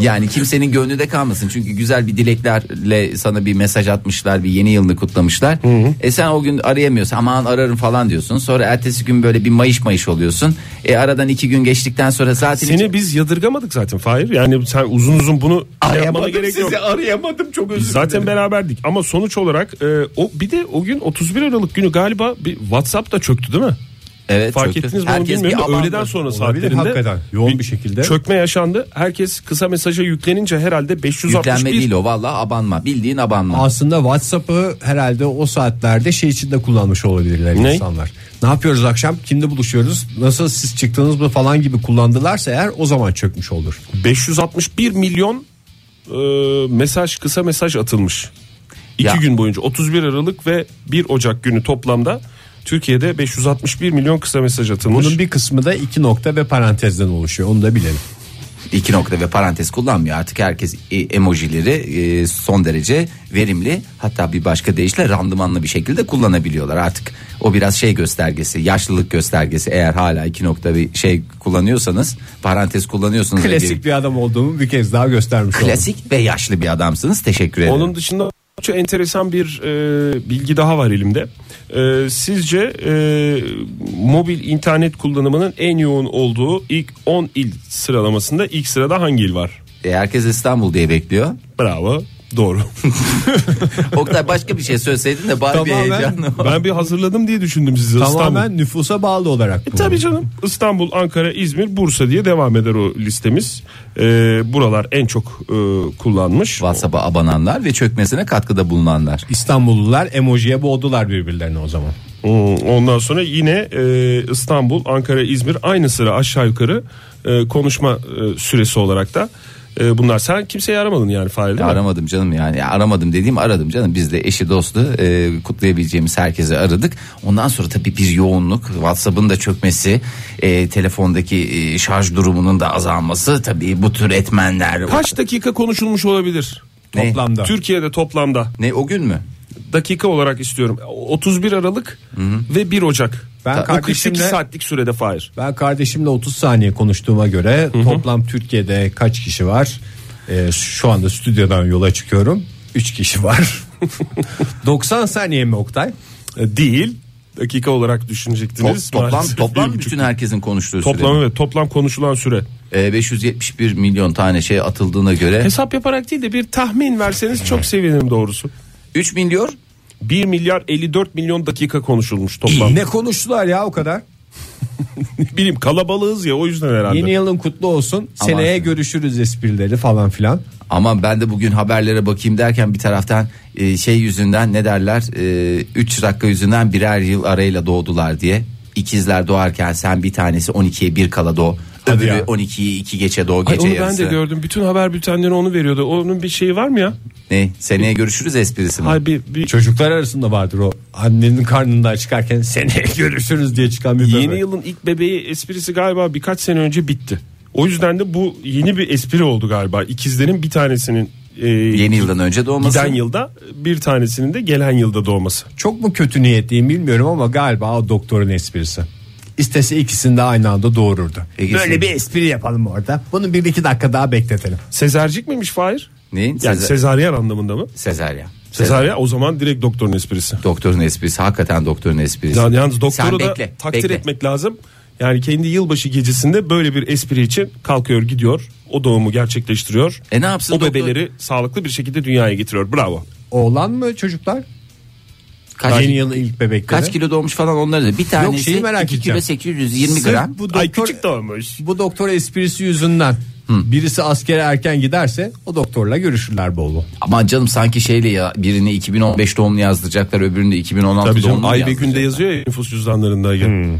[SPEAKER 5] yani kimsenin gönlünde kalmasın. Çünkü güzel bir dileklerle sana bir mesaj atmışlar, bir yeni yılını kutlamışlar. E sen o gün arayamıyorsun. Aman ararım falan diyorsun. Sonra ertesi gün böyle bir mayış mayış oluyorsun. E aradan iki gün geçtikten sonra zaten hiç-
[SPEAKER 4] Seni biz yadırgamadık zaten Fahir. Yani sen uzun uzun bunu şey yapmana gerek yok.
[SPEAKER 5] arayamadım çok
[SPEAKER 4] Biz zaten beraberdik ama sonuç olarak e, o bir de o gün 31 Aralık günü galiba bir WhatsApp da çöktü değil mi?
[SPEAKER 5] Evet,
[SPEAKER 4] Fark
[SPEAKER 5] çöktü.
[SPEAKER 4] ettiniz mi onu
[SPEAKER 5] Herkes bir
[SPEAKER 4] bilmiyorum da
[SPEAKER 5] abandı.
[SPEAKER 4] öğleden sonra
[SPEAKER 3] Olabilir,
[SPEAKER 4] saatlerinde
[SPEAKER 3] hakikaten. Yoğun bir şekilde.
[SPEAKER 4] çökme yaşandı. Herkes kısa mesaja yüklenince herhalde 561
[SPEAKER 5] Yüklenme değil o valla abanma bildiğin abanma.
[SPEAKER 3] Aslında WhatsApp'ı herhalde o saatlerde şey için de kullanmış olabilirler
[SPEAKER 4] Ne?
[SPEAKER 3] insanlar. Ne yapıyoruz akşam? Kimde buluşuyoruz? Nasıl siz çıktınız mı falan gibi kullandılarsa eğer o zaman çökmüş olur.
[SPEAKER 4] 561 milyon e, mesaj kısa mesaj atılmış. 2
[SPEAKER 5] Ya.
[SPEAKER 4] gün boyunca 31 Aralık ve 1 Ocak günü toplamda Türkiye'de 561 milyon kısa mesaj atılmış.
[SPEAKER 3] Bunun bir kısmı da iki nokta ve parantezden oluşuyor. Onu da bilelim.
[SPEAKER 5] İki nokta ve parantez kullanmıyor artık herkes e, emojileri e, son derece verimli hatta bir başka deyişle randımanlı bir şekilde kullanabiliyorlar artık o biraz şey göstergesi yaşlılık göstergesi eğer hala iki nokta bir şey kullanıyorsanız parantez kullanıyorsunuz
[SPEAKER 3] Klasik bir adam olduğumu bir kez daha göstermiş oldum.
[SPEAKER 5] klasik ve yaşlı bir adamsınız teşekkür ederim
[SPEAKER 4] Onun dışında çok enteresan bir e, bilgi daha var elimde. E, sizce e, mobil internet kullanımının en yoğun olduğu ilk 10 il sıralamasında ilk sırada hangi il var?
[SPEAKER 5] E, herkes İstanbul diye bekliyor
[SPEAKER 4] Bravo. Doğru.
[SPEAKER 5] Oktay başka bir şey söyleseydin de bari bir
[SPEAKER 3] Tamamen
[SPEAKER 5] heyecanla
[SPEAKER 4] ben bir hazırladım diye düşündüm sizi.
[SPEAKER 3] Tamamen
[SPEAKER 4] İstanbul. E,
[SPEAKER 3] nüfusa bağlı olarak. bu.
[SPEAKER 4] Tabii canım. İstanbul, Ankara, İzmir, Bursa diye devam eder o listemiz. E, buralar en çok e, kullanmış.
[SPEAKER 5] WhatsApp'a abananlar ve çökmesine katkıda bulunanlar
[SPEAKER 3] İstanbullular emojiye boğdular birbirlerini o zaman.
[SPEAKER 4] Hmm, Ondan sonra yine e, İstanbul, Ankara, İzmir aynı sıra aşağı yukarı e, konuşma e, süresi olarak da e, bunlar. Sen kimseyi aramadın yani Fahir değil mi?
[SPEAKER 5] Aramadım canım yani Ya aramadım dediğim aradım canım biz de eşi dostu e, kutlayabileceğimiz herkese aradık. Ondan sonra tabii bir yoğunluk WhatsApp'ın da çökmesi e, telefondaki e, şarj durumunun da azalması tabii bu tür etmenler.
[SPEAKER 4] Kaç dakika konuşulmuş olabilir?
[SPEAKER 5] Ne?
[SPEAKER 3] Toplamda.
[SPEAKER 4] Türkiye'de toplamda
[SPEAKER 5] Ne o gün mü?
[SPEAKER 4] dakika olarak istiyorum. 31 Aralık ve 1 Ocak.
[SPEAKER 3] Ben
[SPEAKER 4] Ben o 42
[SPEAKER 3] kardeşimle-
[SPEAKER 4] saatlik sürede Fahir.
[SPEAKER 3] Ben kardeşimle 30 saniye konuştuğuma göre toplam Türkiye'de kaç kişi var? Ee, şu anda stüdyodan yola çıkıyorum. 3 kişi var. 90 saniye mi Oktay?
[SPEAKER 4] E, Değil. Dakika olarak düşünecektiniz.
[SPEAKER 5] Top- toplam
[SPEAKER 4] Maalesef
[SPEAKER 5] toplam
[SPEAKER 4] bir buçuk.
[SPEAKER 5] bütün herkesin konuştuğu
[SPEAKER 4] Toplam
[SPEAKER 5] süre.
[SPEAKER 4] evet toplam konuşulan süre.
[SPEAKER 5] Ee, 571 milyon tane şey atıldığına göre
[SPEAKER 4] Hesap yaparak değil de bir tahmin verseniz çok sevinirim doğrusu.
[SPEAKER 5] 3 milyon
[SPEAKER 4] 1 milyar 54 milyon dakika konuşulmuş toplam.
[SPEAKER 3] Ne konuştular ya o kadar?
[SPEAKER 4] Bileyim kalabalığız ya o yüzden herhalde.
[SPEAKER 3] Yeni yılın kutlu olsun.
[SPEAKER 5] Aman
[SPEAKER 3] Seneye
[SPEAKER 5] efendim.
[SPEAKER 3] görüşürüz esprileri falan filan.
[SPEAKER 5] Aman ben de bugün haberlere bakayım derken bir taraftan e, şey yüzünden ne derler 3 dakika yüzünden birer yıl arayla doğdular diye. İkizler doğarken sen bir tanesi 12'ye 1 kala doğ. Öbürü
[SPEAKER 3] ya.
[SPEAKER 5] 12'yi 2 geçe doğ
[SPEAKER 4] Ay,
[SPEAKER 5] gece
[SPEAKER 4] onu ben
[SPEAKER 5] yarısı.
[SPEAKER 4] de gördüm. Bütün haber bültenleri onu veriyordu. Onun bir şeyi var mı ya?
[SPEAKER 5] Ne? Seneye görüşürüz esprisi mi?
[SPEAKER 4] Hay bir, bir
[SPEAKER 3] Çocuklar arasında vardır o. Annenin karnından çıkarken seneye görüşürüz diye çıkan bir
[SPEAKER 4] yeni
[SPEAKER 3] bebek.
[SPEAKER 4] yılın ilk bebeği esprisi galiba birkaç sene önce bitti. O yüzden de bu yeni bir espri oldu galiba. İkizlerin bir tanesinin e,
[SPEAKER 5] Yeni yıldan önce doğması.
[SPEAKER 4] giden yılda bir tanesinin de gelen yılda doğması.
[SPEAKER 3] Çok mu kötü niyetliyim bilmiyorum ama galiba o doktorun esprisi. İstese ikisini de aynı anda doğururdu.
[SPEAKER 5] İkisini.
[SPEAKER 3] Böyle bir espri yapalım orada. Bunu bir iki dakika daha bekletelim.
[SPEAKER 4] Sezercik miymiş Fahir?
[SPEAKER 5] Neyin?
[SPEAKER 4] Yani
[SPEAKER 5] Seze-
[SPEAKER 4] sezaryen anlamında mı?
[SPEAKER 5] Sezaryen.
[SPEAKER 4] Sezaryen o zaman direkt doktorun esprisi.
[SPEAKER 5] Doktorun esprisi hakikaten doktorun esprisi.
[SPEAKER 4] Yani yalnız
[SPEAKER 5] Sen
[SPEAKER 4] doktoru da
[SPEAKER 5] bekle,
[SPEAKER 4] takdir
[SPEAKER 5] bekle.
[SPEAKER 4] etmek lazım. Yani kendi yılbaşı gecesinde böyle bir espri için kalkıyor gidiyor. O doğumu gerçekleştiriyor.
[SPEAKER 5] E ne yapsın
[SPEAKER 4] O
[SPEAKER 5] doktor?
[SPEAKER 4] bebeleri sağlıklı bir şekilde dünyaya getiriyor. Bravo.
[SPEAKER 3] Oğlan mı çocuklar?
[SPEAKER 5] Kaç,
[SPEAKER 3] Yeni yılın ilk bebekleri.
[SPEAKER 5] kaç kilo doğmuş falan onları da. Bir tanesi
[SPEAKER 3] şeyi merak
[SPEAKER 5] 2 kilo
[SPEAKER 3] edeceğim.
[SPEAKER 5] 820
[SPEAKER 3] Sırf
[SPEAKER 5] gram.
[SPEAKER 3] Bu
[SPEAKER 4] Ay
[SPEAKER 3] doktor,
[SPEAKER 4] küçük doğmuş.
[SPEAKER 3] bu doktor esprisi yüzünden birisi askere erken giderse o doktorla görüşürler bol bol.
[SPEAKER 5] Aman canım sanki şeyle ya birini 2015 doğumlu yazdıracaklar öbürünü de 2016
[SPEAKER 4] Tabii canım
[SPEAKER 5] doğumlu
[SPEAKER 4] ay ve
[SPEAKER 5] yazdıracaklar.
[SPEAKER 4] günde yazıyor ya nüfus cüzdanlarında.
[SPEAKER 3] Hmm.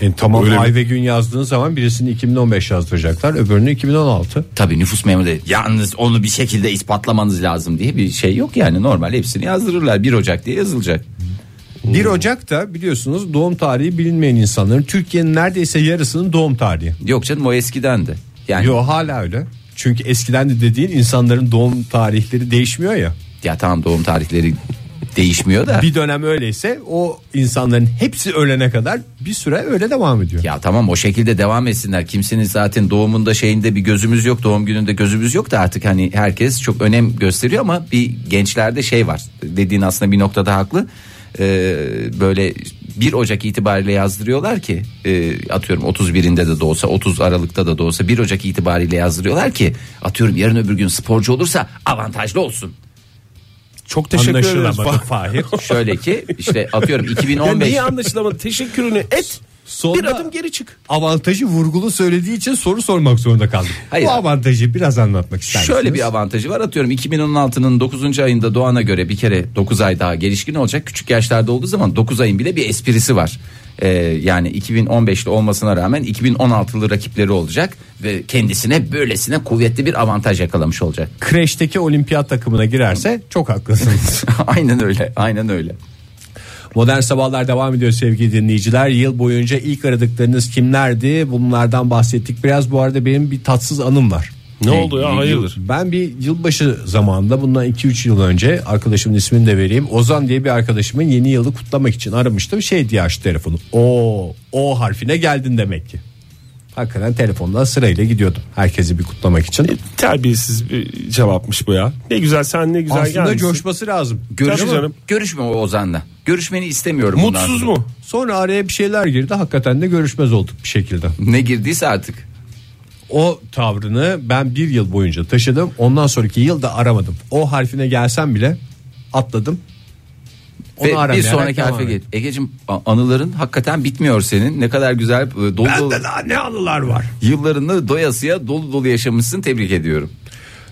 [SPEAKER 3] E, tamam
[SPEAKER 4] Öyle
[SPEAKER 3] ay ve gün yazdığın zaman birisini 2015 yazdıracaklar öbürünü 2016.
[SPEAKER 5] Tabii nüfus memuru yalnız onu bir şekilde ispatlamanız lazım diye bir şey yok yani normal hepsini yazdırırlar 1 Ocak diye yazılacak.
[SPEAKER 3] 1 Ocak'ta biliyorsunuz doğum tarihi bilinmeyen insanların Türkiye'nin neredeyse yarısının doğum tarihi.
[SPEAKER 5] Yok canım o eskidendi. Yani
[SPEAKER 3] Yo hala öyle. Çünkü eskiden de dediğin insanların doğum tarihleri değişmiyor ya.
[SPEAKER 5] ya tamam doğum tarihleri değişmiyor da.
[SPEAKER 3] Bir dönem öyleyse o insanların hepsi ölene kadar bir süre öyle devam ediyor.
[SPEAKER 5] Ya tamam o şekilde devam etsinler. Kimsenin zaten doğumunda şeyinde bir gözümüz yok. Doğum gününde gözümüz yok da artık hani herkes çok önem gösteriyor ama bir gençlerde şey var. Dediğin aslında bir noktada haklı. Ee, böyle 1 Ocak itibariyle yazdırıyorlar ki e, atıyorum 31'inde de doğsa 30 Aralık'ta da doğsa 1 Ocak itibariyle yazdırıyorlar ki atıyorum yarın öbür gün sporcu olursa avantajlı olsun.
[SPEAKER 4] Çok teşekkür ederiz.
[SPEAKER 3] Anlaşılamadı Fahir.
[SPEAKER 5] Şöyle ki işte atıyorum
[SPEAKER 4] Ya
[SPEAKER 5] 2015
[SPEAKER 4] niye anlaşılamadı? Teşekkürünü et.
[SPEAKER 3] Sonra-
[SPEAKER 4] Bir adım geri çık.
[SPEAKER 3] Avantajı vurgulu söylediği için soru sormak zorunda kaldım.
[SPEAKER 5] Hayır.
[SPEAKER 3] Bu avantajı biraz anlatmak ister misiniz?
[SPEAKER 5] Şöyle bir avantajı var atıyorum 2016'nın 9. ayında doğana göre bir kere 9 ay daha gelişkin olacak. Küçük yaşlarda olduğu zaman 9 ayın bile bir esprisi var. Ee, yani 2015'li olmasına rağmen 2016'lı rakipleri olacak ve kendisine böylesine kuvvetli bir avantaj yakalamış olacak.
[SPEAKER 3] Kreşteki olimpiyat takımına girerse çok haklısınız.
[SPEAKER 5] aynen öyle. Aynen öyle.
[SPEAKER 3] Modern Sabahlar devam ediyor sevgili dinleyiciler. Yıl boyunca ilk aradıklarınız kimlerdi? Bunlardan bahsettik. Biraz bu arada benim bir tatsız anım var.
[SPEAKER 4] Ne
[SPEAKER 5] Ne
[SPEAKER 4] oldu ya
[SPEAKER 5] iyi
[SPEAKER 4] hayırdır?
[SPEAKER 3] Ben bir yılbaşı zamanında bundan 2-3 yıl önce arkadaşımın ismini de vereyim. Ozan diye bir arkadaşımın yeni yılı kutlamak için aramıştım. Şey diye açtı telefonu. O O harfine geldin demek ki. Hakikaten telefonda sırayla gidiyordum. Herkesi bir kutlamak için.
[SPEAKER 4] Terbiyesiz bir cevapmış bu ya. Ne güzel sen ne güzel
[SPEAKER 3] Aslında
[SPEAKER 4] gelmişsin.
[SPEAKER 3] coşması lazım.
[SPEAKER 5] Görüş,
[SPEAKER 4] Tabii canım.
[SPEAKER 5] Görüşme o Ozan'la. Görüşmeni istemiyorum. bundan
[SPEAKER 4] Mutsuz
[SPEAKER 5] sonra.
[SPEAKER 4] mu?
[SPEAKER 3] Sonra araya bir şeyler girdi. Hakikaten de görüşmez olduk bir şekilde.
[SPEAKER 5] Ne girdiyse artık.
[SPEAKER 3] O tavrını ben bir yıl boyunca taşıdım. Ondan sonraki yıl da aramadım. O harfine gelsem bile atladım. Onu
[SPEAKER 5] Ve bir
[SPEAKER 3] aramayarak
[SPEAKER 5] sonraki
[SPEAKER 3] devam
[SPEAKER 5] harfe
[SPEAKER 3] ettim.
[SPEAKER 5] geç. Egecim a- anıların hakikaten bitmiyor senin. Ne kadar güzel e, dolu dolu
[SPEAKER 3] Bende daha ne anılar var.
[SPEAKER 5] yıllarını doyasıya dolu dolu yaşamışsın. Tebrik ediyorum.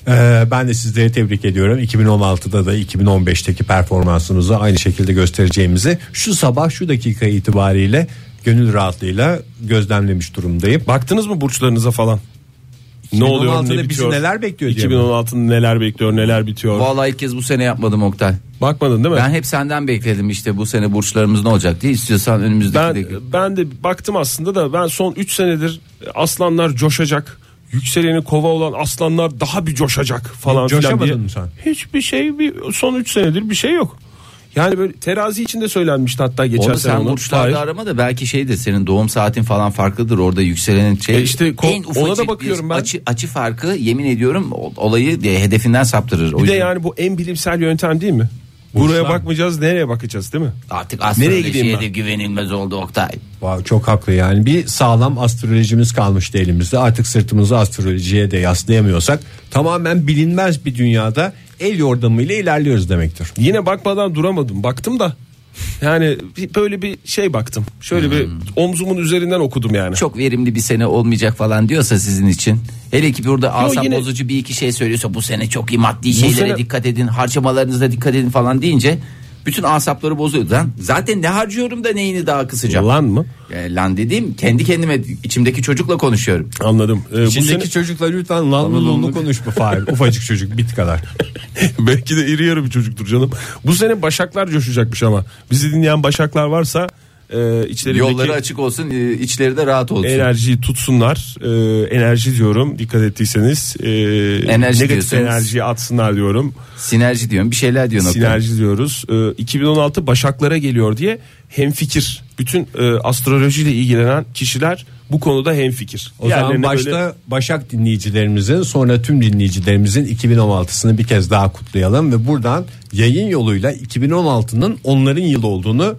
[SPEAKER 3] Ee, ben de sizleri tebrik ediyorum. 2016'da da 2015'teki performansınızı aynı şekilde göstereceğimizi şu sabah şu dakika itibariyle gönül rahatlığıyla gözlemlemiş durumdayım.
[SPEAKER 4] Baktınız mı burçlarınıza falan? Ne oluyor
[SPEAKER 3] 2016'da
[SPEAKER 4] ne
[SPEAKER 3] bizi
[SPEAKER 4] bitiyor?
[SPEAKER 3] neler bekliyor diye mi?
[SPEAKER 4] 2016'da neler bekliyor neler bitiyor?
[SPEAKER 5] Vallahi ilk kez bu sene yapmadım Oktay.
[SPEAKER 4] Bakmadın değil mi?
[SPEAKER 5] Ben hep senden bekledim işte bu sene burçlarımız ne olacak diye istiyorsan önümüzdeki
[SPEAKER 4] Ben
[SPEAKER 5] de-
[SPEAKER 4] ben de baktım aslında da ben son 3 senedir aslanlar coşacak. yükseleni kova olan aslanlar daha bir coşacak falan filan
[SPEAKER 3] Coşamadın
[SPEAKER 4] diye.
[SPEAKER 3] mı sen?
[SPEAKER 4] Hiçbir şey bir son 3 senedir bir şey yok. Yani böyle terazi içinde söylenmişti hatta geçen
[SPEAKER 5] Onu
[SPEAKER 4] sene.
[SPEAKER 5] sen
[SPEAKER 4] onun. Hayır.
[SPEAKER 5] burçlarda arama da belki şeydir senin doğum saatin falan farklıdır orada yükselenin şey.
[SPEAKER 4] E işte ko- ona da
[SPEAKER 5] ufacık bir
[SPEAKER 4] bakıyorum ben.
[SPEAKER 5] Açı, açı farkı yemin ediyorum ol- olayı diye hedefinden saptırır. O
[SPEAKER 4] Bir de
[SPEAKER 5] yüzden
[SPEAKER 4] yani bu en bilimsel yöntem değil mi? Buraya bakmayacağız nereye bakacağız değil mi?
[SPEAKER 5] artık astrolojiye
[SPEAKER 3] gideyim
[SPEAKER 5] de güvenilmez oldu Oktay.
[SPEAKER 3] Vay, çok haklı yani bir sağlam astrolojimiz kalmıştı elimizde artık sırtımızı astrolojiye de yaslayamıyorsak tamamen bilinmez bir dünyada el yordamıyla ilerliyoruz demektir.
[SPEAKER 4] Yine bakmadan duramadım. Baktım da yani bir- böyle bir şey baktım. Şöyle bir omzumun üzerinden okudum yani.
[SPEAKER 5] Hmm. Çok verimli bir sene olmayacak falan diyorsa sizin için. Hele ki burada asap
[SPEAKER 4] yine-
[SPEAKER 5] bozucu bir iki şey söylüyorsa bu sene çok iyi maddi şeylere
[SPEAKER 4] sene-
[SPEAKER 5] dikkat edin harcamalarınıza dikkat edin falan deyince bütün asapları bozuyor. Lan zaten ne harcıyorum da neyini daha kısacağım.
[SPEAKER 4] Lan mı?
[SPEAKER 5] E, lan dediğim kendi kendime içimdeki çocukla konuşuyorum.
[SPEAKER 4] Anladım. Ee, bu
[SPEAKER 3] İçindeki
[SPEAKER 4] sene
[SPEAKER 3] çocuklar lütfen lanlılığını konuşma Fahir. Ufacık çocuk bit kadar.
[SPEAKER 4] belki de iri yarı bir çocuktur canım. Bu sene başaklar coşacakmış ama. Bizi dinleyen başaklar varsa e, içlerindeki
[SPEAKER 5] Yolları açık olsun, e, içleri de rahat olsun.
[SPEAKER 4] enerjiyi tutsunlar. E, enerji diyorum dikkat ettiyseniz. E, negatif
[SPEAKER 5] diyorsunuz.
[SPEAKER 4] enerjiyi atsınlar diyorum.
[SPEAKER 5] Sinerji diyorum, bir şeyler diyor nokta.
[SPEAKER 4] Sinerji diyoruz. Ee, 2016 Başaklara geliyor diye hemfikir. Bütün e, astrolojiyle ilgilenen kişiler bu konuda hemfikir.
[SPEAKER 3] O zaman
[SPEAKER 4] Diğerlerine
[SPEAKER 3] başta
[SPEAKER 4] böyle-
[SPEAKER 3] Başak dinleyicilerimizin sonra tüm dinleyicilerimizin 2016'sını bir kez daha kutlayalım ve buradan yayın yoluyla 2016'nın onların yılı olduğunu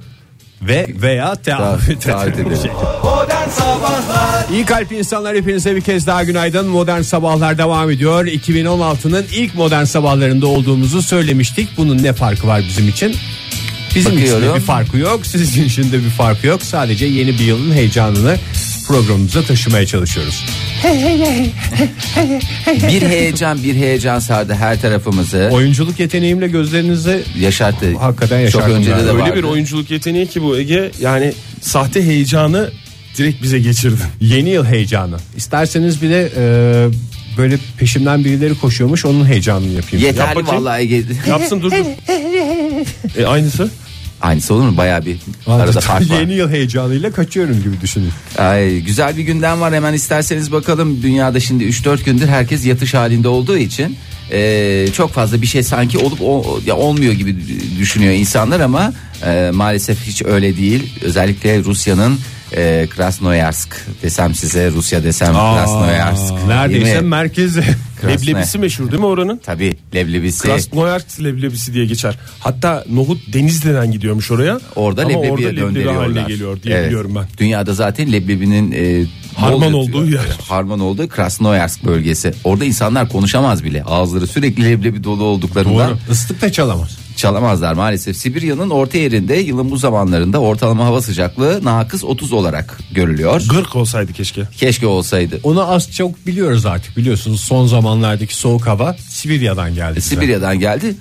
[SPEAKER 3] ve veya
[SPEAKER 5] Taahhüt
[SPEAKER 3] teahhüt edelim.
[SPEAKER 5] edelim.
[SPEAKER 2] Modern Sabahlar
[SPEAKER 3] İyi kalp insanlar hepinize bir kez daha günaydın. Modern Sabahlar devam ediyor. 2016'nın ilk modern sabahlarında olduğumuzu söylemiştik. Bunun ne farkı var bizim için? Bizim için de
[SPEAKER 5] Bakıyorum.
[SPEAKER 3] bir farkı yok. Sizin için de bir farkı yok. Sadece yeni bir yılın heyecanını programımıza taşımaya çalışıyoruz.
[SPEAKER 5] bir heyecan, bir heyecan sardı her tarafımızı.
[SPEAKER 3] Oyunculuk yeteneğimle gözlerinizi
[SPEAKER 5] Yaşarttı.
[SPEAKER 3] Hakikaten yaşarttı
[SPEAKER 5] Çok önce de,
[SPEAKER 3] galiba.
[SPEAKER 5] de
[SPEAKER 4] öyle
[SPEAKER 5] vardı.
[SPEAKER 4] bir oyunculuk yeteneği ki bu Ege yani sahte heyecanı direkt bize geçirdin.
[SPEAKER 3] yeni yıl heyecanı. İsterseniz bir de e, böyle peşimden birileri koşuyormuş onun heyecanını yapayım.
[SPEAKER 5] Yeterli
[SPEAKER 4] Yap bakayım.
[SPEAKER 5] vallahi. Ege-
[SPEAKER 4] Yapsın dur dur. E, aynısı.
[SPEAKER 5] Aynısı olur mu? Bayağı bir arada
[SPEAKER 3] Arada
[SPEAKER 5] fark var.
[SPEAKER 3] yeni yıl heyecanıyla kaçıyorum gibi düşünün.
[SPEAKER 5] Ay, güzel bir gündem var hemen isterseniz bakalım. Dünyada şimdi 3-4 gündür herkes yatış halinde olduğu için e, çok fazla bir şey sanki olup o- ya olmuyor gibi düşünüyor insanlar ama e, maalesef hiç öyle değil. Özellikle Rusya'nın e, Krasnoyarsk desem size Rusya desem Krasnoyarsk.
[SPEAKER 3] Neredeyse
[SPEAKER 5] Değil mi?
[SPEAKER 3] merkezi.
[SPEAKER 5] Krasnoy-
[SPEAKER 4] Leblebisi meşhur değil mi oranın?
[SPEAKER 5] Tabii leblebisi.
[SPEAKER 4] Krasnoyarsk leblebisi diye geçer. Hatta Nohut Denizli'den gidiyormuş oraya.
[SPEAKER 5] Orada
[SPEAKER 4] Ama
[SPEAKER 5] leblebiye
[SPEAKER 4] orada leblebi haline
[SPEAKER 5] döndürüyorlar.
[SPEAKER 4] geliyor diye
[SPEAKER 5] Evet.
[SPEAKER 4] biliyorum ben.
[SPEAKER 5] Dünyada zaten leblebinin e,
[SPEAKER 4] Harman
[SPEAKER 5] bol-
[SPEAKER 4] olduğu yer.
[SPEAKER 5] Harman olduğu Krasnoyarsk bölgesi. Orada insanlar konuşamaz bile. Ağızları sürekli leblebi dolu olduklarından
[SPEAKER 3] Islık da çalamaz.
[SPEAKER 5] çalamazlar maalesef. Sibirya'nın orta yerinde yılın bu zamanlarında ortalama hava sıcaklığı nakıs 30 olarak görülüyor.
[SPEAKER 4] Gırk olsaydı keşke.
[SPEAKER 5] Keşke olsaydı.
[SPEAKER 3] Onu az çok biliyoruz artık biliyorsunuz son zamanlardaki soğuk hava Sibirya'dan geldi. bize.
[SPEAKER 5] Sibirya'dan geldi.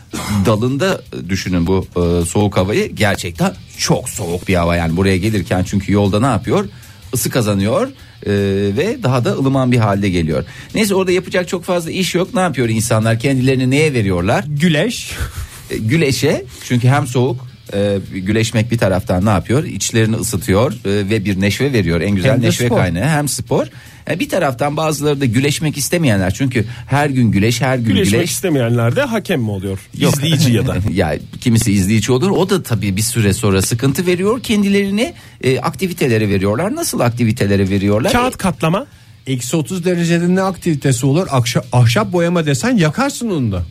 [SPEAKER 5] Dalında düşünün bu e, soğuk havayı. Gerçekten çok soğuk bir hava yani buraya gelirken çünkü yolda ne yapıyor? Isı kazanıyor e, ve daha da ılıman bir halde geliyor. Neyse orada yapacak çok fazla iş yok. Ne yapıyor insanlar? Kendilerini neye veriyorlar?
[SPEAKER 3] Güleş.
[SPEAKER 5] E, güleşe çünkü hem soğuk e, güleşmek bir taraftan ne yapıyor? İçlerini ısıtıyor e, ve bir neşve veriyor. En güzel
[SPEAKER 3] Hem de
[SPEAKER 5] neşve
[SPEAKER 3] spor.
[SPEAKER 5] kaynağı hem spor. E, bir taraftan bazıları da güleşmek istemeyenler çünkü her gün güleş her gün
[SPEAKER 4] Güleşmek
[SPEAKER 5] güleş
[SPEAKER 4] istemeyenler de hakem mi oluyor? İzleyici ya da.
[SPEAKER 5] ya kimisi izleyici olur. O da tabii bir süre sonra sıkıntı veriyor. Kendilerini e, aktivitelere veriyorlar. Nasıl aktivitelere veriyorlar?
[SPEAKER 4] Kağıt katlama.
[SPEAKER 3] Eksi 30 derecede ne aktivitesi olur? Akşa, ahşap boyama desen yakarsın onu da.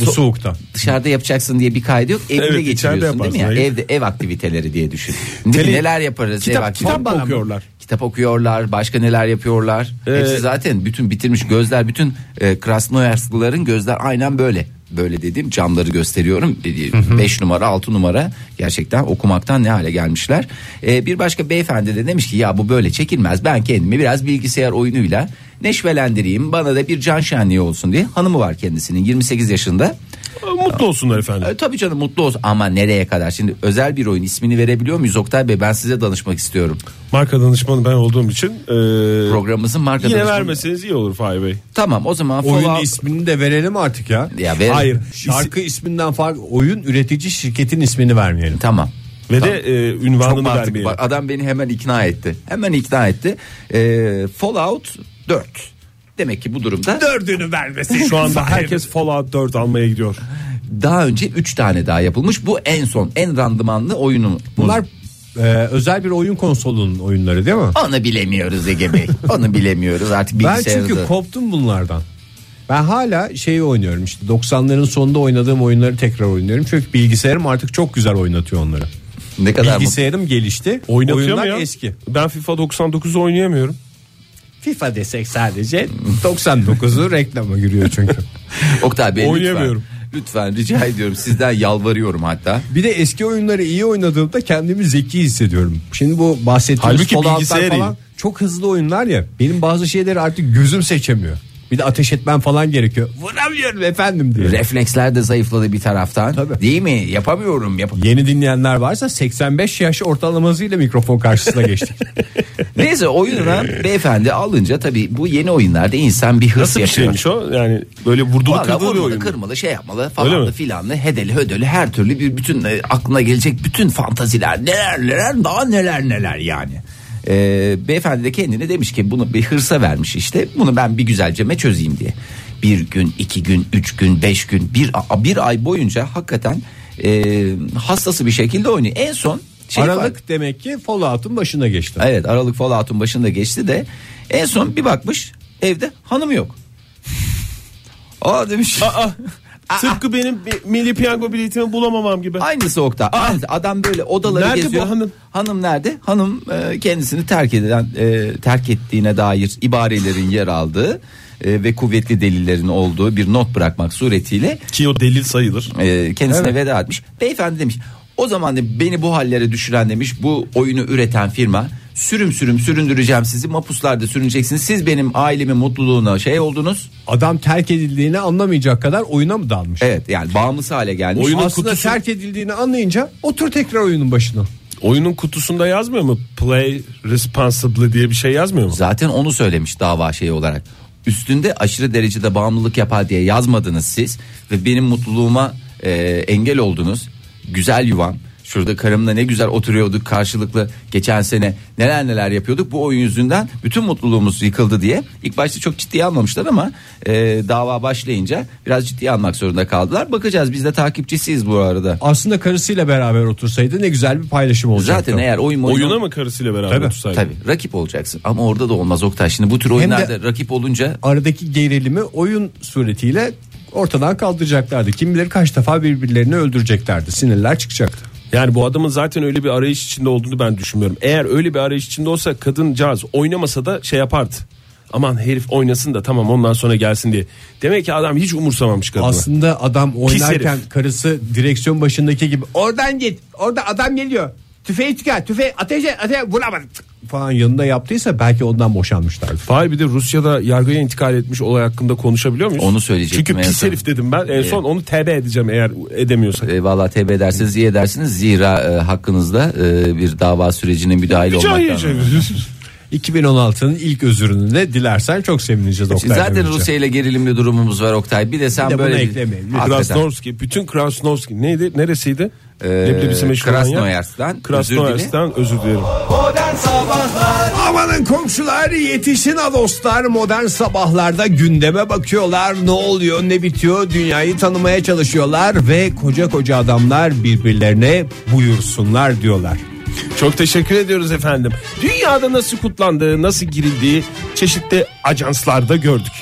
[SPEAKER 3] Bu
[SPEAKER 5] So-
[SPEAKER 3] soğukta.
[SPEAKER 5] Dışarıda yapacaksın diye bir kaydı yok. Evde
[SPEAKER 4] Evet, içeride
[SPEAKER 5] geçiriyorsun değil mi ya?
[SPEAKER 4] yaparsın, hayır.
[SPEAKER 5] Evde ev aktiviteleri diye düşün. Ne-
[SPEAKER 4] Tele-
[SPEAKER 5] neler yaparız ev
[SPEAKER 4] Kitap,
[SPEAKER 5] aktiviteleri?
[SPEAKER 4] kitap mı okuyorlar? Ee,
[SPEAKER 5] Kitap okuyorlar, başka neler yapıyorlar. Hepsi zaten bütün bitirmiş gözler, bütün e, Krasnoyarsklıların gözler aynen böyle. Böyle dediğim camları gösteriyorum. 5 numara, 6 numara gerçekten okumaktan ne hale gelmişler. E, bir başka beyefendi de demiş ki ya bu böyle çekilmez. Ben kendimi biraz bilgisayar oyunuyla neşvelendireyim. Bana da bir can şenliği olsun diye. Hanımı var kendisinin 28 yaşında.
[SPEAKER 4] Mutlu olsunlar efendim.
[SPEAKER 5] E, tabii canım mutlu olsun ama nereye kadar? Şimdi özel bir oyun ismini verebiliyor muyuz Oktay Bey? Ben size danışmak istiyorum.
[SPEAKER 4] Marka danışmanı ben olduğum için e,
[SPEAKER 5] Programımızın marka
[SPEAKER 4] yine
[SPEAKER 5] danışmanı-
[SPEAKER 4] vermeseniz iyi olur Fahri Bey.
[SPEAKER 5] Tamam o zaman
[SPEAKER 3] Oyun
[SPEAKER 5] Fallout-
[SPEAKER 3] ismini de verelim artık ya.
[SPEAKER 5] Ya verelim.
[SPEAKER 3] Hayır. Şarkı isminden fark oyun üretici şirketin ismini vermeyelim.
[SPEAKER 5] Tamam.
[SPEAKER 4] Ve de e, ünvanını
[SPEAKER 5] Çok mantıklı.
[SPEAKER 4] vermeyelim.
[SPEAKER 5] Bak, adam beni hemen ikna etti. Hemen ikna etti. Ee, Fallout 4 E, Demek ki bu durumda
[SPEAKER 3] Dördünü vermesin.
[SPEAKER 4] Şu anda herkes Fallout 4 almaya gidiyor.
[SPEAKER 5] daha önce 3 tane daha yapılmış. Bu en son en randımanlı oyunu.
[SPEAKER 3] Bunlar e, özel bir oyun konsolunun oyunları değil mi?
[SPEAKER 5] onu bilemiyoruz Ege Bey. Onu bilemiyoruz artık
[SPEAKER 3] Ben
[SPEAKER 5] bilgisayarda.
[SPEAKER 3] çünkü koptum bunlardan. Ben hala şeyi oynuyorum işte 90'ların sonunda oynadığım oyunları tekrar oynuyorum. Çünkü bilgisayarım artık çok güzel oynatıyor onları.
[SPEAKER 5] ne kadar mutlu-
[SPEAKER 3] Bilgisayarım gelişti.
[SPEAKER 4] Oynatıyor
[SPEAKER 3] oyunlar
[SPEAKER 4] mu ya?
[SPEAKER 3] eski.
[SPEAKER 4] Ben FIFA 99'u oynayamıyorum.
[SPEAKER 3] FIFA desek sadece 99'u reklama giriyor çünkü.
[SPEAKER 5] Oktay Bey lütfen.
[SPEAKER 4] Oynayamıyorum.
[SPEAKER 5] Lütfen rica ediyorum sizden yalvarıyorum hatta.
[SPEAKER 3] Bir de eski oyunları iyi oynadığımda kendimi zeki hissediyorum. Şimdi bu bahsettiğimiz
[SPEAKER 4] Halbuki
[SPEAKER 3] Fallout'lar
[SPEAKER 4] bilgisayar
[SPEAKER 3] falan çok hızlı oyunlar ya. Benim bazı şeyleri artık gözüm seçemiyor. Bir de ateş etmem falan gerekiyor. Vuramıyorum efendim diye.
[SPEAKER 5] Refleksler de zayıfladı bir taraftan.
[SPEAKER 3] Tabii.
[SPEAKER 5] Değil mi? Yapamıyorum. Yap
[SPEAKER 3] Yeni dinleyenler varsa 85 yaş ortalamasıyla mikrofon karşısına geçtik.
[SPEAKER 5] Neyse oyuna beyefendi alınca tabii bu yeni oyunlarda insan bir hırs
[SPEAKER 4] Nasıl bir
[SPEAKER 5] yaşıyor.
[SPEAKER 4] şeymiş o? Yani böyle vurdulu
[SPEAKER 5] Valla
[SPEAKER 4] kırdılı bir
[SPEAKER 5] vurmalı
[SPEAKER 4] oyun. mu?
[SPEAKER 5] kırmalı şey yapmalı
[SPEAKER 4] Öyle
[SPEAKER 5] falanlı
[SPEAKER 4] mi?
[SPEAKER 5] filanlı hedeli hödeli her türlü bir bütün e, aklına gelecek bütün fantaziler neler neler daha neler neler yani. Ee, beyefendi de kendine demiş ki bunu bir hırsa vermiş işte bunu ben bir güzelceme çözeyim diye. Bir gün iki gün üç gün beş gün bir, a- bir ay boyunca hakikaten e, hastası bir şekilde oynuyor. En son şey
[SPEAKER 3] Aralık demek ki Fallout'un başına geçti.
[SPEAKER 5] Evet Aralık Fallout'un başında geçti de en son bir bakmış evde hanım yok. Aa demiş.
[SPEAKER 4] Tıpkı benim bir milli piyango biletimi bulamamam gibi. Ah!
[SPEAKER 5] Aynısı Oktay. Aynısı. Adam böyle odaları
[SPEAKER 4] Nerede bu
[SPEAKER 5] geziyor.
[SPEAKER 4] hanım?
[SPEAKER 5] nerede? Hanım e, kendisini terk eden e, terk ettiğine dair ibarelerin yer aldığı e, ve kuvvetli delillerin olduğu bir not bırakmak suretiyle
[SPEAKER 4] Ki o delil sayılır.
[SPEAKER 5] e, kendisine veda etmiş. Beyefendi demiş. O zaman de beni bu hallere düşüren demiş bu oyunu üreten firma sürüm sürüm süründüreceğim sizi mapuslarda sürüneceksiniz. Siz benim ailemin mutluluğuna şey oldunuz.
[SPEAKER 3] Adam terk edildiğini anlamayacak kadar oyuna mı dalmış?
[SPEAKER 5] Evet yani bağımlısı hale gelmiş.
[SPEAKER 4] Oyunun
[SPEAKER 3] Aslında
[SPEAKER 4] kutusu-
[SPEAKER 3] terk edildiğini anlayınca otur tekrar oyunun başına.
[SPEAKER 4] Oyunun kutusunda yazmıyor mu? Play responsibly diye bir şey yazmıyor mu?
[SPEAKER 5] Zaten onu söylemiş dava şeyi olarak. Üstünde aşırı derecede bağımlılık yapar diye yazmadınız siz ve benim mutluluğuma e, engel oldunuz. Güzel yuvam. Şurada karımla ne güzel oturuyorduk karşılıklı geçen sene neler neler yapıyorduk bu oyun yüzünden bütün mutluluğumuz yıkıldı diye ilk başta çok ciddiye almamışlar ama e, dava başlayınca biraz ciddiye almak zorunda kaldılar bakacağız biz de takipçisiyiz bu arada
[SPEAKER 3] Aslında karısıyla beraber otursaydı ne güzel bir paylaşım olacaktı.
[SPEAKER 5] zaten eğer oyun oyun-
[SPEAKER 4] Oyuna mı karısıyla beraber
[SPEAKER 3] Tabii,
[SPEAKER 4] otursaydı?
[SPEAKER 5] tabii rakip olacaksın ama orada da olmaz Oktay şimdi bu tür
[SPEAKER 3] de-
[SPEAKER 5] oyunlarda rakip olunca
[SPEAKER 3] aradaki gerilimi oyun suretiyle ortadan kaldıracaklardı. Kim bilir kaç defa birbirlerini öldüreceklerdi. Sinirler çıkacaktı.
[SPEAKER 4] Yani bu adamın zaten öyle bir arayış içinde olduğunu ben düşünmüyorum. Eğer öyle bir arayış içinde olsa kadıncağız oynamasa da şey yapardı. Aman herif oynasın da tamam ondan sonra gelsin diye. Demek ki adam hiç umursamamış kadını.
[SPEAKER 3] Aslında adam oynarken
[SPEAKER 4] herif.
[SPEAKER 3] karısı direksiyon başındaki gibi oradan git. Orada adam geliyor. Tüfeği tüker. Tüfeği ateşe ateşe vuramadık. Falan yanında yaptıysa belki ondan boşanmışlardı.
[SPEAKER 4] Fahir bir de Rusya'da yargıya intikal etmiş olay hakkında konuşabiliyor muyuz?
[SPEAKER 5] Onu söyleyecektim
[SPEAKER 4] Çünkü
[SPEAKER 5] en
[SPEAKER 4] pis
[SPEAKER 5] son. Ee,
[SPEAKER 4] herif dedim ben. En son onu TB edeceğim eğer edemiyorsak.
[SPEAKER 5] E, Valla tevbe ederseniz iyi edersiniz. Zira e, hakkınızda e, bir dava sürecine müdahil
[SPEAKER 4] Rica
[SPEAKER 5] olmaktan.
[SPEAKER 4] edeceğim.
[SPEAKER 3] 2016'nın ilk özürünü de dilersen çok sevineceğiz Oktay
[SPEAKER 5] Zaten
[SPEAKER 3] Demirci.
[SPEAKER 5] Rusya ile gerilimli durumumuz var Oktay. Bir de sen
[SPEAKER 3] Bir de bunu
[SPEAKER 5] böyle
[SPEAKER 3] eklemeyelim.
[SPEAKER 5] Hakikaten.
[SPEAKER 4] Krasnovski. Bütün Krasnovski. Neydi? Neresiydi? Ee,
[SPEAKER 5] Krasnoyarsk'tan
[SPEAKER 4] Krasnoyarsk'tan özür dilerim.
[SPEAKER 2] Modern Sabahlar
[SPEAKER 3] Amanın komşular yetişin ha dostlar modern sabahlarda gündeme bakıyorlar ne oluyor ne bitiyor dünyayı tanımaya çalışıyorlar ve koca koca adamlar birbirlerine buyursunlar diyorlar.
[SPEAKER 4] Çok teşekkür ediyoruz efendim. Dünyada nasıl kutlandığı, nasıl girildiği çeşitli ajanslarda gördük.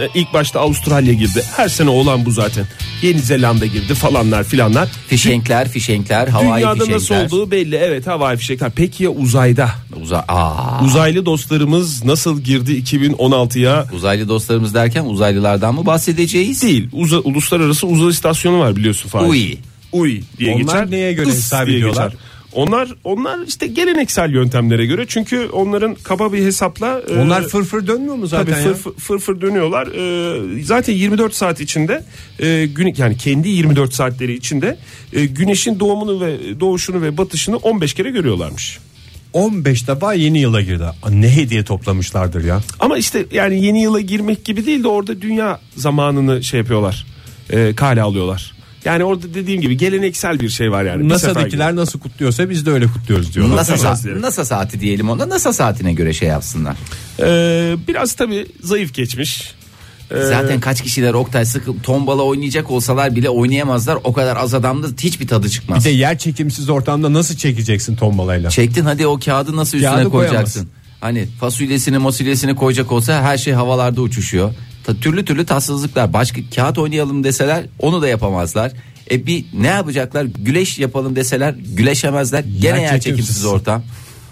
[SPEAKER 4] Ee, İlk başta Avustralya girdi. Her sene olan bu zaten. Yeni Zelanda girdi falanlar filanlar.
[SPEAKER 5] Fişenkler, fişenkler, havai
[SPEAKER 4] Dünyada
[SPEAKER 5] fişenkler.
[SPEAKER 4] nasıl olduğu belli. Evet havai fişekler. Peki ya uzayda?
[SPEAKER 5] Uza- Aa,
[SPEAKER 4] Uzaylı dostlarımız nasıl girdi 2016'ya?
[SPEAKER 5] uzaylı dostlarımız derken uzaylılardan mı bahsedeceğiz?
[SPEAKER 4] Değil. Uza- Uluslararası Uzay İstasyonu var biliyorsun Fahir.
[SPEAKER 5] Uy.
[SPEAKER 4] Uy diye
[SPEAKER 3] Onlar
[SPEAKER 4] geçer.
[SPEAKER 3] neye göre
[SPEAKER 4] Is
[SPEAKER 3] hesap
[SPEAKER 4] diye
[SPEAKER 3] ediyorlar?
[SPEAKER 4] geçer. Onlar onlar işte geleneksel yöntemlere göre çünkü onların kaba bir hesapla e,
[SPEAKER 3] Onlar fırfır dönmüyor mu zaten
[SPEAKER 4] Tabii
[SPEAKER 3] ya?
[SPEAKER 4] fırfır, fırfır dönüyorlar. Ee, zaten 24 saat içinde e, gün yani kendi 24 saatleri içinde e, güneşin doğumunu ve doğuşunu ve batışını 15 kere görüyorlarmış.
[SPEAKER 3] 15 defa yeni yıla girdi. Aa, Ne hediye toplamışlardır ya.
[SPEAKER 4] Ama işte yani yeni yıla girmek gibi değil de orada dünya zamanını şey yapıyorlar. E, kale alıyorlar. Yani orada dediğim gibi geleneksel bir şey var yani. Bir sefer gidiyor.
[SPEAKER 3] NASA'dakiler nasıl kutluyorsa biz de öyle kutluyoruz diyorlar.
[SPEAKER 5] NASA,
[SPEAKER 4] Nasıl
[SPEAKER 5] saat,
[SPEAKER 4] saatleri?
[SPEAKER 5] NASA saati diyelim ona. NASA saatine göre şey yapsınlar.
[SPEAKER 4] Ee, biraz tabii zayıf geçmiş. Ee,
[SPEAKER 5] Zaten kaç kişiler Oktay sıkı tombala oynayacak olsalar bile oynayamazlar. O kadar az adamda hiçbir tadı
[SPEAKER 3] Bir
[SPEAKER 5] çıkmaz.
[SPEAKER 3] de yer çekimsiz ortamda nasıl çekeceksin tombalayla?
[SPEAKER 5] Çektin hadi o kağıdı nasıl üstüne
[SPEAKER 3] Kağıdı
[SPEAKER 5] koyacaksın? Hani fasulyesini masulyesini koyacak olsa her şey havalarda uçuşuyor. Ta- türlü türlü tatsızlıklar. Başka kağıt oynayalım deseler onu da yapamazlar. E bir ne yapacaklar? Güleş yapalım deseler güleşemezler. Gene yer
[SPEAKER 3] çekimsiz.
[SPEAKER 5] çekimsiz ortam.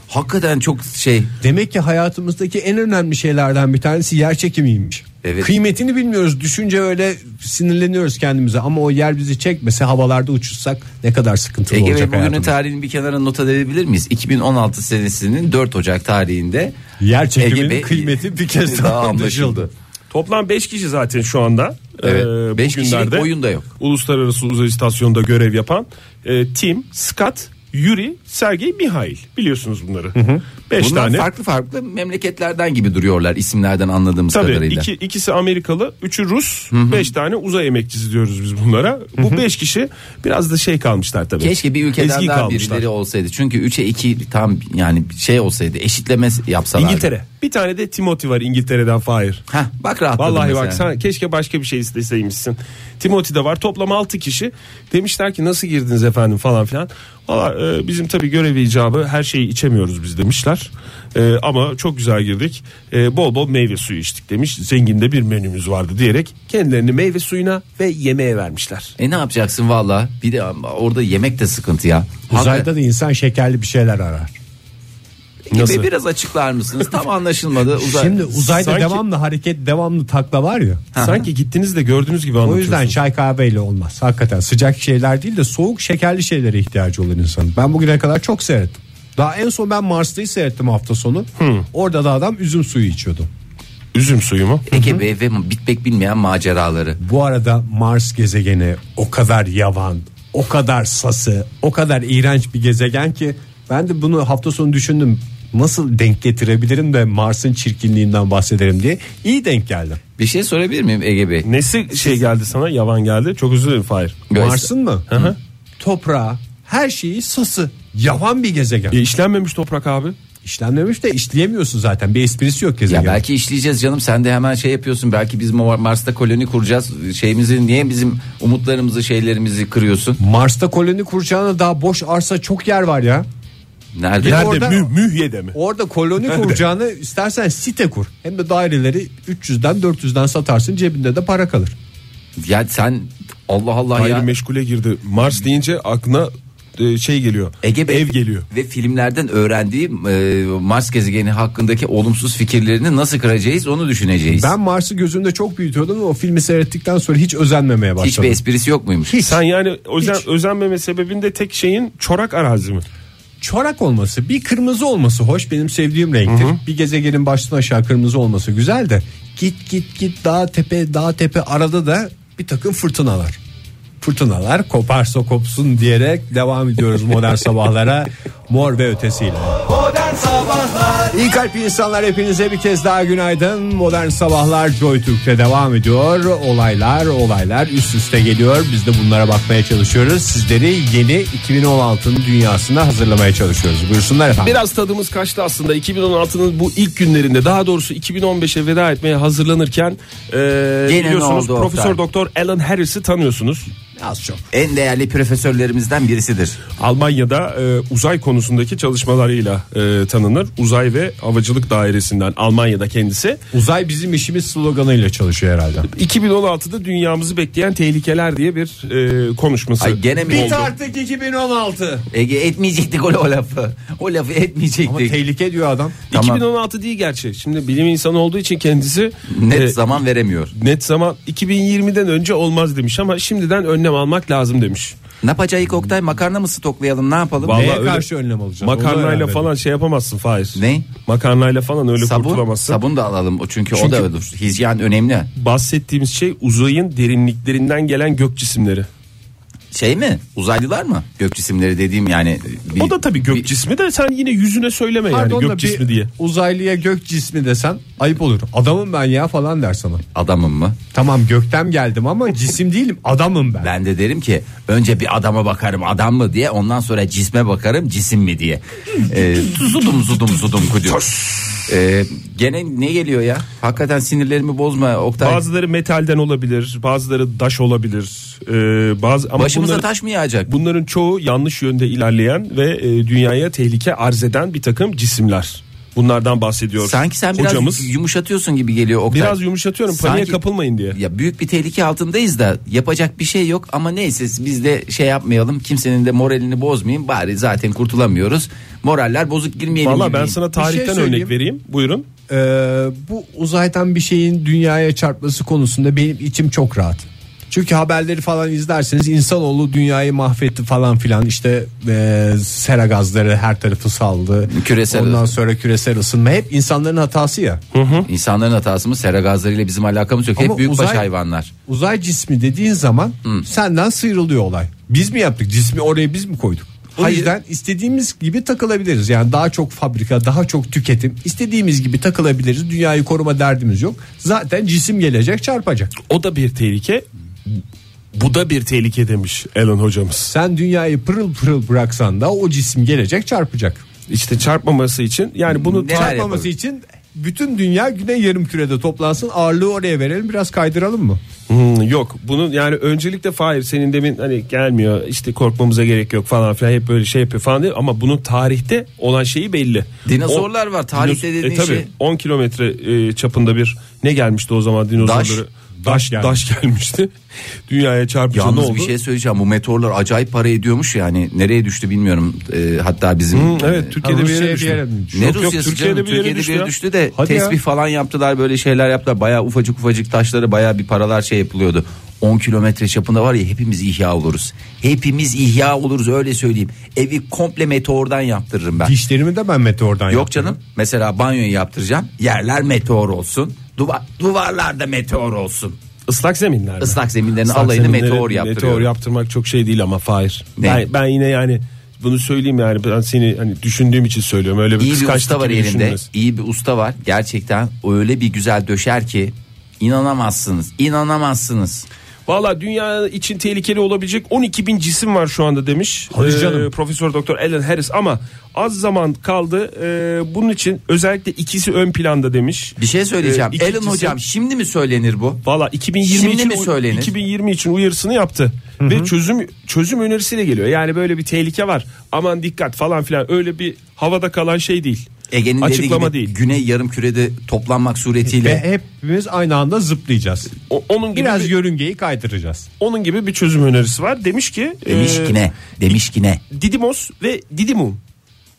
[SPEAKER 5] Hakikaten çok şey
[SPEAKER 3] Demek ki hayatımızdaki en önemli şeylerden bir tanesi yer çekimiymiş.
[SPEAKER 5] Evet.
[SPEAKER 3] Kıymetini bilmiyoruz. Düşünce öyle sinirleniyoruz kendimize ama o yer bizi çekmese havalarda uçuşsak ne kadar sıkıntılı
[SPEAKER 5] Ege Bey
[SPEAKER 3] olacak
[SPEAKER 5] bugünün
[SPEAKER 3] hayatımız.
[SPEAKER 5] tarihini bir kenara not edebilir miyiz? 2016 senesinin 4 Ocak tarihinde
[SPEAKER 3] Yer çekiminin
[SPEAKER 5] Ege Bey-
[SPEAKER 3] kıymeti bir kez daha anlaşıldı.
[SPEAKER 4] Toplam 5 kişi zaten şu anda.
[SPEAKER 5] Evet,
[SPEAKER 4] Ee,
[SPEAKER 5] beş kişilik
[SPEAKER 4] bugünlerde
[SPEAKER 5] oyun da yok.
[SPEAKER 4] Uluslararası Uzay İstasyonu'nda görev yapan e, Tim, Scott, Yuri, Sergey, Mihail. Biliyorsunuz bunları. 5
[SPEAKER 5] Bunlar
[SPEAKER 4] tane.
[SPEAKER 5] farklı farklı memleketlerden gibi duruyorlar isimlerden anladığımız
[SPEAKER 4] Tabii
[SPEAKER 5] kadarıyla.
[SPEAKER 4] iki, ikisi Amerikalı, üçü Rus, 5 tane uzay emekçisi diyoruz biz bunlara. Bu 5 kişi biraz da şey kalmışlar tabii.
[SPEAKER 5] Keşke bir ülkeden
[SPEAKER 4] Ezgi
[SPEAKER 5] daha
[SPEAKER 4] kalmışlar.
[SPEAKER 5] birileri olsaydı. Çünkü 3'e 2 tam yani şey olsaydı eşitleme yapsalardı.
[SPEAKER 4] İngiltere. Bir tane de Timothy var İngiltere'den Fahir.
[SPEAKER 5] Heh, bak rahatladım
[SPEAKER 4] Vallahi
[SPEAKER 5] mesela.
[SPEAKER 4] bak sen keşke başka bir şey isteseymişsin. Timothy de var toplam 6 kişi. Demişler ki nasıl girdiniz efendim falan filan. Valla e, bizim tabii görev icabı her şeyi içemiyoruz biz demişler. E, ama çok güzel girdik. E, bol bol meyve suyu içtik demiş. Zengin de bir menümüz vardı diyerek kendilerini meyve suyuna ve E, yemeğe vermişler.
[SPEAKER 5] E ne yapacaksın valla? Bir de ama orada yemek de sıkıntı ya. Hakikaten-
[SPEAKER 3] Uzayda da insan şekerli bir şeyler arar.
[SPEAKER 5] Ege Bey,
[SPEAKER 4] Nasıl?
[SPEAKER 5] E, biraz açıklar mısınız? Tam anlaşılmadı. Uzay...
[SPEAKER 3] Şimdi uzayda
[SPEAKER 4] Sanki-
[SPEAKER 3] devamlı hareket, devamlı takla var ya.
[SPEAKER 4] Sanki gittiniz de gördüğünüz gibi
[SPEAKER 3] O
[SPEAKER 4] anlatıyorsunuz.
[SPEAKER 3] yüzden çay kahveyle olmaz. Hakikaten sıcak şeyler değil de soğuk şekerli şeylere ihtiyacı olan insanın. Ben bugüne kadar çok seyrettim. Daha en son ben Mars'tayı seyrettim hafta sonu. Orada da adam üzüm suyu içiyordu.
[SPEAKER 4] Üzüm suyu mu?
[SPEAKER 5] Ege Bey ve bitmek bilmeyen maceraları.
[SPEAKER 3] Bu arada Mars gezegeni o kadar yavan, o kadar sası, o kadar iğrenç bir gezegen ki ben de bunu hafta sonu düşündüm. Nasıl denk getirebilirim de Mars'ın çirkinliğinden bahsederim diye. İyi denk geldi.
[SPEAKER 5] Bir şey sorabilir miyim Ege Bey?
[SPEAKER 4] Nesi şey geldi sana yavan geldi. Çok özür dilerim Fahir.
[SPEAKER 5] Göz-
[SPEAKER 3] Mars'ın mı? Toprağı, her şeyi sası. Yavan bir gezegen.
[SPEAKER 4] E, işlenmemiş toprak abi.
[SPEAKER 3] İşlenmemiş de işleyemiyorsun zaten. Bir esprisi yok
[SPEAKER 5] Ya
[SPEAKER 3] gezegen.
[SPEAKER 5] belki işleyeceğiz canım sen de hemen şey yapıyorsun belki biz Mar- Mars'ta koloni kuracağız şeyimizi niye bizim umutlarımızı şeylerimizi kırıyorsun
[SPEAKER 3] Mars'ta koloni kuracağına daha boş arsa çok yer var ya.
[SPEAKER 5] nerede
[SPEAKER 3] Ya-
[SPEAKER 4] Nerede?
[SPEAKER 3] orada-
[SPEAKER 4] Mü- mühyede mi?
[SPEAKER 3] Orada koloni kuracağını istersen site kur. Hem de daireleri 300'den 400'den satarsın cebinde de para kalır.
[SPEAKER 5] ya sen Allah Allah
[SPEAKER 4] Hayri
[SPEAKER 5] ya
[SPEAKER 4] meşgule girdi. Mars deyince aklına e, şey geliyor.
[SPEAKER 5] Ege Bey
[SPEAKER 4] ev geliyor.
[SPEAKER 5] ve filmlerden öğrendiği e, Mars gezegeni hakkındaki olumsuz fikirlerini nasıl kıracağız onu düşüneceğiz
[SPEAKER 3] Ben Mars'ı gözümde çok büyütüyordum ve o filmi seyrettikten sonra hiç özenmemeye başladım.
[SPEAKER 5] hiçbir esprisi yok muymuş
[SPEAKER 4] Sen yani özen, özenmeme sebebinde tek şeyin çorak arazi mi?
[SPEAKER 3] Çorak olması bir kırmızı olması hoş benim sevdiğim renktir. Bir gezegenin baştan aşağı kırmızı olması güzel de git git git dağ tepe dağ tepe arada da bir takım fırtınalar. Fırtınalar koparsa kopsun diyerek devam ediyoruz modern sabahlara mor ve ötesiyle.
[SPEAKER 2] Modern Sabahlar
[SPEAKER 3] İyi kalp insanlar hepinize bir kez daha günaydın. Modern Sabahlar Joy Türk'te devam ediyor. Olaylar olaylar üst üste geliyor. Biz de bunlara bakmaya çalışıyoruz. Sizleri yeni 2016'nın dünyasına hazırlamaya çalışıyoruz. Buyursunlar efendim.
[SPEAKER 4] Biraz tadımız kaçtı aslında 2016'nın bu ilk günlerinde daha doğrusu 2015'e veda etmeye hazırlanırken e,
[SPEAKER 5] Gene
[SPEAKER 4] biliyorsunuz
[SPEAKER 5] ne oldu
[SPEAKER 4] Profesör
[SPEAKER 5] Oktay?
[SPEAKER 4] Doktor Alan Harris'i tanıyorsunuz.
[SPEAKER 3] az çok.
[SPEAKER 5] en değerli profesörlerimizden birisidir
[SPEAKER 4] Almanya'da e, uzay konusundaki çalışmalarıyla e, tanınır. Uzay ve Havacılık Dairesi'nden Almanya'da kendisi.
[SPEAKER 3] Uzay bizim işimiz sloganıyla çalışıyor herhalde.
[SPEAKER 4] 2016'da dünyamızı bekleyen tehlikeler diye bir e, konuşması.
[SPEAKER 5] Ay gene mi oldu?
[SPEAKER 3] artık 2016.
[SPEAKER 5] Ege etmeyecektik o, o lafı o lafı
[SPEAKER 3] Ama
[SPEAKER 5] etmeyecektik
[SPEAKER 3] tehlike diyor adam.
[SPEAKER 5] Tamam.
[SPEAKER 4] 2016 değil gerçi. Şimdi bilim insanı olduğu için kendisi
[SPEAKER 5] net
[SPEAKER 4] e,
[SPEAKER 5] zaman veremiyor
[SPEAKER 4] net zaman 2020'den önce olmaz demiş ama şimdiden önlem almak lazım demiş.
[SPEAKER 5] ne yapacağız Oktay makarna mı stoklayalım ne yapalım
[SPEAKER 4] Vallahi
[SPEAKER 3] Neye
[SPEAKER 4] öyle-
[SPEAKER 3] karşı önlem alacağız? Onu
[SPEAKER 4] Makarnayla
[SPEAKER 3] öğrenelim.
[SPEAKER 4] falan şey yapamazsın Fahir.
[SPEAKER 5] Ne?
[SPEAKER 4] Makarnayla falan öyle
[SPEAKER 5] Sabun,
[SPEAKER 4] kurtulamazsın.
[SPEAKER 5] sabun da alalım o çünkü, o
[SPEAKER 4] Çünkü-
[SPEAKER 5] da olur. Hijyen önemli.
[SPEAKER 4] Bahsettiğimiz şey uzayın derinliklerinden gelen gök cisimleri.
[SPEAKER 5] Şey mi? Uzaylılar mı? Gök cisimleri dediğim yani. bir-
[SPEAKER 4] O da tabii gök
[SPEAKER 5] bir-
[SPEAKER 4] cismi de sen yine yüzüne söyleme
[SPEAKER 3] Pardon
[SPEAKER 4] yani
[SPEAKER 3] da
[SPEAKER 4] gök cismi
[SPEAKER 3] bir
[SPEAKER 4] diye.
[SPEAKER 3] uzaylıya gök cismi desen ayıp olur. Adamım ben ya falan der sana.
[SPEAKER 5] Adamım mı?
[SPEAKER 3] Tamam gökten geldim ama cisim değilim adamım ben.
[SPEAKER 5] Ben de derim ki önce bir adama bakarım adam mı diye ondan sonra cisme bakarım cisim mi diye. Ee, zudum zudum zudum kudu. Ee, gene ne geliyor ya? Hakikaten sinirlerimi bozma Oktay.
[SPEAKER 4] Bazıları metalden olabilir, bazıları daş olabilir. Ee, bazı ama
[SPEAKER 5] Başımıza
[SPEAKER 4] bunların,
[SPEAKER 5] taş mı yağacak?
[SPEAKER 4] bunların çoğu yanlış yönde ilerleyen ve e, dünyaya tehlike arz eden bir takım cisimler. Bunlardan bahsediyor.
[SPEAKER 5] Sanki sen biraz
[SPEAKER 4] hocamız. Biraz,
[SPEAKER 5] yumuşatıyorsun gibi geliyor Oktay.
[SPEAKER 4] yumuşatıyorum paniğe
[SPEAKER 5] Sanki-
[SPEAKER 4] kapılmayın diye.
[SPEAKER 5] Ya büyük bir tehlike altındayız da yapacak bir şey yok ama neyse biz de şey yapmayalım kimsenin de moralini bozmayayım bari zaten kurtulamıyoruz. Moraller bozuk girmeyelim.
[SPEAKER 4] Valla ben
[SPEAKER 5] girmeyelim.
[SPEAKER 4] sana tarihten
[SPEAKER 3] söyleyeyim.
[SPEAKER 4] örnek vereyim. Buyurun.
[SPEAKER 3] Ee, bu uzaydan bir şeyin dünyaya çarpması konusunda benim içim çok rahat. Çünkü haberleri falan izlerseniz insanoğlu dünyayı mahvetti falan filan işte ee, sera gazları her tarafı saldı.
[SPEAKER 5] Küresel
[SPEAKER 3] Ondan
[SPEAKER 5] ısınma.
[SPEAKER 3] sonra küresel ısınma hep insanların hatası ya.
[SPEAKER 5] İnsanların hatası mı? Sera gazlarıyla bizim alakamız yok.
[SPEAKER 3] Ama
[SPEAKER 5] Hep büyükbaş
[SPEAKER 3] uzay-
[SPEAKER 5] hayvanlar.
[SPEAKER 3] Uzay cismi dediğin zaman senden sıyrılıyor olay. Biz mi yaptık cismi oraya biz mi koyduk? O
[SPEAKER 5] Hayır.
[SPEAKER 3] yüzden istediğimiz gibi takılabiliriz. Yani daha çok fabrika, daha çok tüketim. istediğimiz gibi takılabiliriz. Dünyayı koruma derdimiz yok. Zaten cisim gelecek çarpacak.
[SPEAKER 4] O da bir tehlike. Bu da bir tehlike demiş Elon hocamız.
[SPEAKER 3] Sen dünyayı pırıl pırıl bıraksan da o cisim gelecek çarpacak.
[SPEAKER 4] İşte çarpmaması için yani bunu
[SPEAKER 5] Ne- Neler
[SPEAKER 3] Çarpmaması
[SPEAKER 5] yapalım?
[SPEAKER 3] için bütün dünya güney yarım kürede toplansın. Ağırlığı oraya verelim biraz kaydıralım mı?
[SPEAKER 4] Hmm, yok bunun yani öncelikle Fahir senin demin hani gelmiyor işte korkmamıza gerek yok falan filan hep böyle şey yapıyor falan diyor ama bunun tarihte olan şeyi belli.
[SPEAKER 5] Dinozorlar
[SPEAKER 4] On-
[SPEAKER 5] var, tarihte dediğin
[SPEAKER 4] tabii,
[SPEAKER 5] şey.
[SPEAKER 4] 10 kilometre e, çapında bir ne gelmişti o zaman dinozorları?
[SPEAKER 3] Daş.
[SPEAKER 4] Daş,
[SPEAKER 3] Daş
[SPEAKER 4] daş gelmişti. Dünyaya çarpınca ne
[SPEAKER 5] Yalnız
[SPEAKER 4] oldu?
[SPEAKER 5] bir şey söyleyeceğim. Bu meteorlar acayip para ediyormuş yani. Nereye düştü bilmiyorum. Ee, hatta bizim e,
[SPEAKER 4] Evet Türkiye'de bir
[SPEAKER 3] Rusya'ya
[SPEAKER 4] yere düştü.
[SPEAKER 3] bir yere mi düştü?
[SPEAKER 5] Ne
[SPEAKER 4] Yok, yok,
[SPEAKER 5] Rusya'sı
[SPEAKER 4] Türkiye'de
[SPEAKER 5] canım?
[SPEAKER 4] bir yere
[SPEAKER 5] Türkiye'de
[SPEAKER 4] düştü
[SPEAKER 5] bir yere
[SPEAKER 4] ya.
[SPEAKER 5] düştü de
[SPEAKER 3] Hadi
[SPEAKER 5] tesbih
[SPEAKER 3] ya.
[SPEAKER 5] falan yaptılar böyle şeyler yaptılar. Bayağı ufacık ufacık taşları bayağı bir paralar şey yapılıyordu. 10 kilometre çapında var ya hepimiz ihya oluruz. Hepimiz ihya oluruz öyle söyleyeyim. Evi komple meteordan yaptırırım ben.
[SPEAKER 3] Dişlerimi de ben meteordan
[SPEAKER 5] Yok canım mesela banyoyu yaptıracağım. Yerler meteor olsun. Duva- duvarlar da meteor olsun.
[SPEAKER 4] Islak zeminler. mi?
[SPEAKER 5] Islak zeminlerin
[SPEAKER 4] Islak
[SPEAKER 5] alayını
[SPEAKER 4] zeminleri
[SPEAKER 5] meteor yaptırıyorum.
[SPEAKER 4] Meteor yaptırmak çok şey değil ama Fahir.
[SPEAKER 5] Ne?
[SPEAKER 4] Ben, ben yine yani bunu söyleyeyim yani ben seni hani düşündüğüm için söylüyorum. Öyle bir
[SPEAKER 5] İyi bir
[SPEAKER 4] kıskançlık
[SPEAKER 5] usta var
[SPEAKER 4] gibi
[SPEAKER 5] elinde.
[SPEAKER 4] düşünmesin.
[SPEAKER 5] İyi bir usta var. Gerçekten öyle bir güzel döşer ki inanamazsınız. İnanamazsınız.
[SPEAKER 4] Valla dünya için tehlikeli olabilecek 12 bin cisim var şu anda demiş. e,
[SPEAKER 3] Hadi canım.
[SPEAKER 4] Profesör Doktor Alan Harris ama az zaman kaldı. Ee, bunun için özellikle ikisi ön planda demiş.
[SPEAKER 5] Bir şey söyleyeceğim.
[SPEAKER 4] Ee, ikincisi-
[SPEAKER 5] Elin hocam şimdi mi söylenir bu?
[SPEAKER 4] Valla 2020
[SPEAKER 5] Şimdi
[SPEAKER 4] için
[SPEAKER 5] mi söylenir?
[SPEAKER 4] 2020 için uyarısını yaptı ve çözüm çözüm önerisiyle geliyor. Yani böyle bir tehlike var. Aman dikkat falan filan öyle bir havada kalan şey değil.
[SPEAKER 5] Ege'nin
[SPEAKER 4] Açıklama
[SPEAKER 5] dediği gibi
[SPEAKER 4] değil.
[SPEAKER 5] Güney yarım kürede toplanmak suretiyle
[SPEAKER 3] Ve hepimiz aynı anda zıplayacağız.
[SPEAKER 4] O- onun gibi
[SPEAKER 3] Biraz
[SPEAKER 4] bir,
[SPEAKER 3] yörüngeyi kaydıracağız.
[SPEAKER 4] onun gibi bir çözüm önerisi var. Demiş ki
[SPEAKER 5] demiş
[SPEAKER 4] e,
[SPEAKER 5] ki ne? Demiş ki ne?
[SPEAKER 4] Didimos ve Didimum.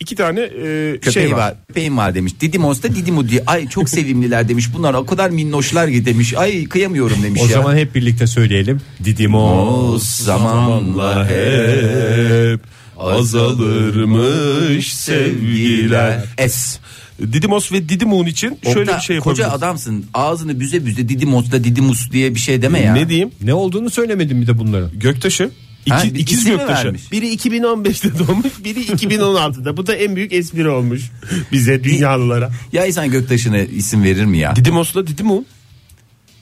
[SPEAKER 4] İki tane e,
[SPEAKER 5] Köpeği
[SPEAKER 4] şey var.
[SPEAKER 5] var. Köpeğim var demiş. Didimos da Didimu diye. Ay çok sevimliler demiş. Bunlar o kadar minnoşlar ki demiş. Ay kıyamıyorum demiş
[SPEAKER 3] O
[SPEAKER 5] ya.
[SPEAKER 3] zaman hep birlikte söyleyelim.
[SPEAKER 5] O
[SPEAKER 3] Didimos.
[SPEAKER 5] zamanla hep azalırmış sevgiler. Es.
[SPEAKER 4] Didimos ve Didimon için şöyle bir şey yapabiliriz.
[SPEAKER 5] Koca adamsın ağzını büze büze Didimos da Didimus diye bir şey deme ya.
[SPEAKER 4] Ne diyeyim?
[SPEAKER 3] Ne olduğunu söylemedim bir de bunların.
[SPEAKER 4] Göktaşı. İki,
[SPEAKER 5] Ha, bir
[SPEAKER 4] ikiz
[SPEAKER 5] isim mi
[SPEAKER 4] göktaşı.
[SPEAKER 5] vermiş?
[SPEAKER 4] Biri 2015'te doğmuş, biri 2016'da. Bu da en büyük espri olmuş bize dünyalılara.
[SPEAKER 5] Ya insan Göktaş'ına isim verir mi ya?
[SPEAKER 4] Didimos'la Didimon.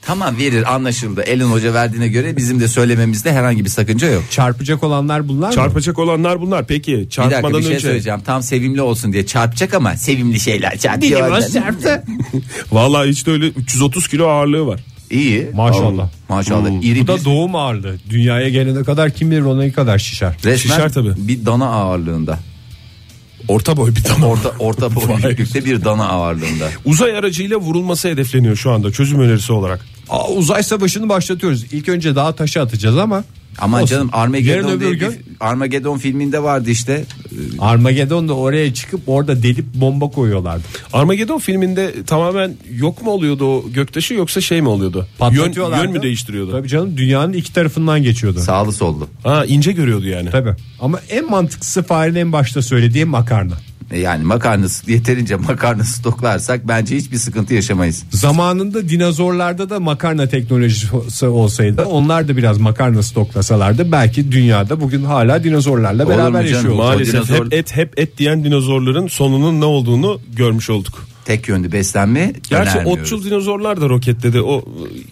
[SPEAKER 5] Tamam verir anlaşıldı. Elin Hoca verdiğine göre bizim de söylememizde herhangi bir sakınca yok.
[SPEAKER 3] Çarpacak olanlar bunlar mı?
[SPEAKER 4] Çarpacak olanlar bunlar.
[SPEAKER 3] E,
[SPEAKER 4] Peki
[SPEAKER 5] Bir dakika
[SPEAKER 4] çarpmadan
[SPEAKER 5] bir şey
[SPEAKER 4] önce.
[SPEAKER 5] söyleyeceğim. Tam sevimli olsun diye çarpacak ama sevimli şeyler çarpıyor.
[SPEAKER 4] Didimos çarptı. Vallahi işte öyle 330 kilo ağırlığı var.
[SPEAKER 5] İyi.
[SPEAKER 3] Maşallah.
[SPEAKER 5] Oo, Maşallah.
[SPEAKER 4] Oo.
[SPEAKER 5] İri
[SPEAKER 3] Bu
[SPEAKER 5] bir-
[SPEAKER 3] da doğum ağırlığı. Dünyaya gelene kadar kim bilir ona ne kadar şişer.
[SPEAKER 5] resmen
[SPEAKER 4] şişer tabii.
[SPEAKER 5] bir dana ağırlığında.
[SPEAKER 4] Orta boy bir tam
[SPEAKER 5] Orta orta boy büyüklükte bir dana ağırlığında.
[SPEAKER 4] Uzay aracıyla vurulması hedefleniyor şu anda çözüm önerisi olarak.
[SPEAKER 3] Aa, uzay savaşını başlatıyoruz. İlk önce daha taşı atacağız ama.
[SPEAKER 5] Aman
[SPEAKER 3] Olsun.
[SPEAKER 5] canım
[SPEAKER 3] Yarın
[SPEAKER 5] Armageddon,
[SPEAKER 3] öbür
[SPEAKER 5] diye
[SPEAKER 3] gün
[SPEAKER 5] bir- Armageddon filminde vardı işte. Ee,
[SPEAKER 3] Armageddon da oraya çıkıp orada delip bomba koyuyorlardı.
[SPEAKER 4] Armageddon filminde tamamen yok mu oluyordu o göktaşı yoksa şey mi oluyordu? Yön,
[SPEAKER 3] Patlatıyorlardı.
[SPEAKER 4] yön mü değiştiriyordu?
[SPEAKER 3] Tabii canım dünyanın iki tarafından geçiyordu.
[SPEAKER 5] Sağlı sollu.
[SPEAKER 4] Ha ince görüyordu yani.
[SPEAKER 3] Tabii. Ama en mantıklısı Fahir'in en başta söylediği makarna.
[SPEAKER 5] E Yani makarnası yeterince makarna stoklarsak bence hiçbir sıkıntı yaşamayız.
[SPEAKER 3] Zamanında dinozorlarda da makarna teknolojisi olsaydı onlar da biraz makarna stoklasalardı belki dünyada bugün hala dinozorlarla
[SPEAKER 5] mu
[SPEAKER 3] beraber
[SPEAKER 5] canım?
[SPEAKER 3] yaşıyor.
[SPEAKER 5] Ma-
[SPEAKER 4] Maalesef
[SPEAKER 5] dinozor-
[SPEAKER 4] hep et hep et diyen dinozorların sonunun ne olduğunu görmüş olduk.
[SPEAKER 5] Tek yönlü beslenme
[SPEAKER 4] Gerçi
[SPEAKER 5] önermiyoruz.
[SPEAKER 4] otçul dinozorlar da roketledi o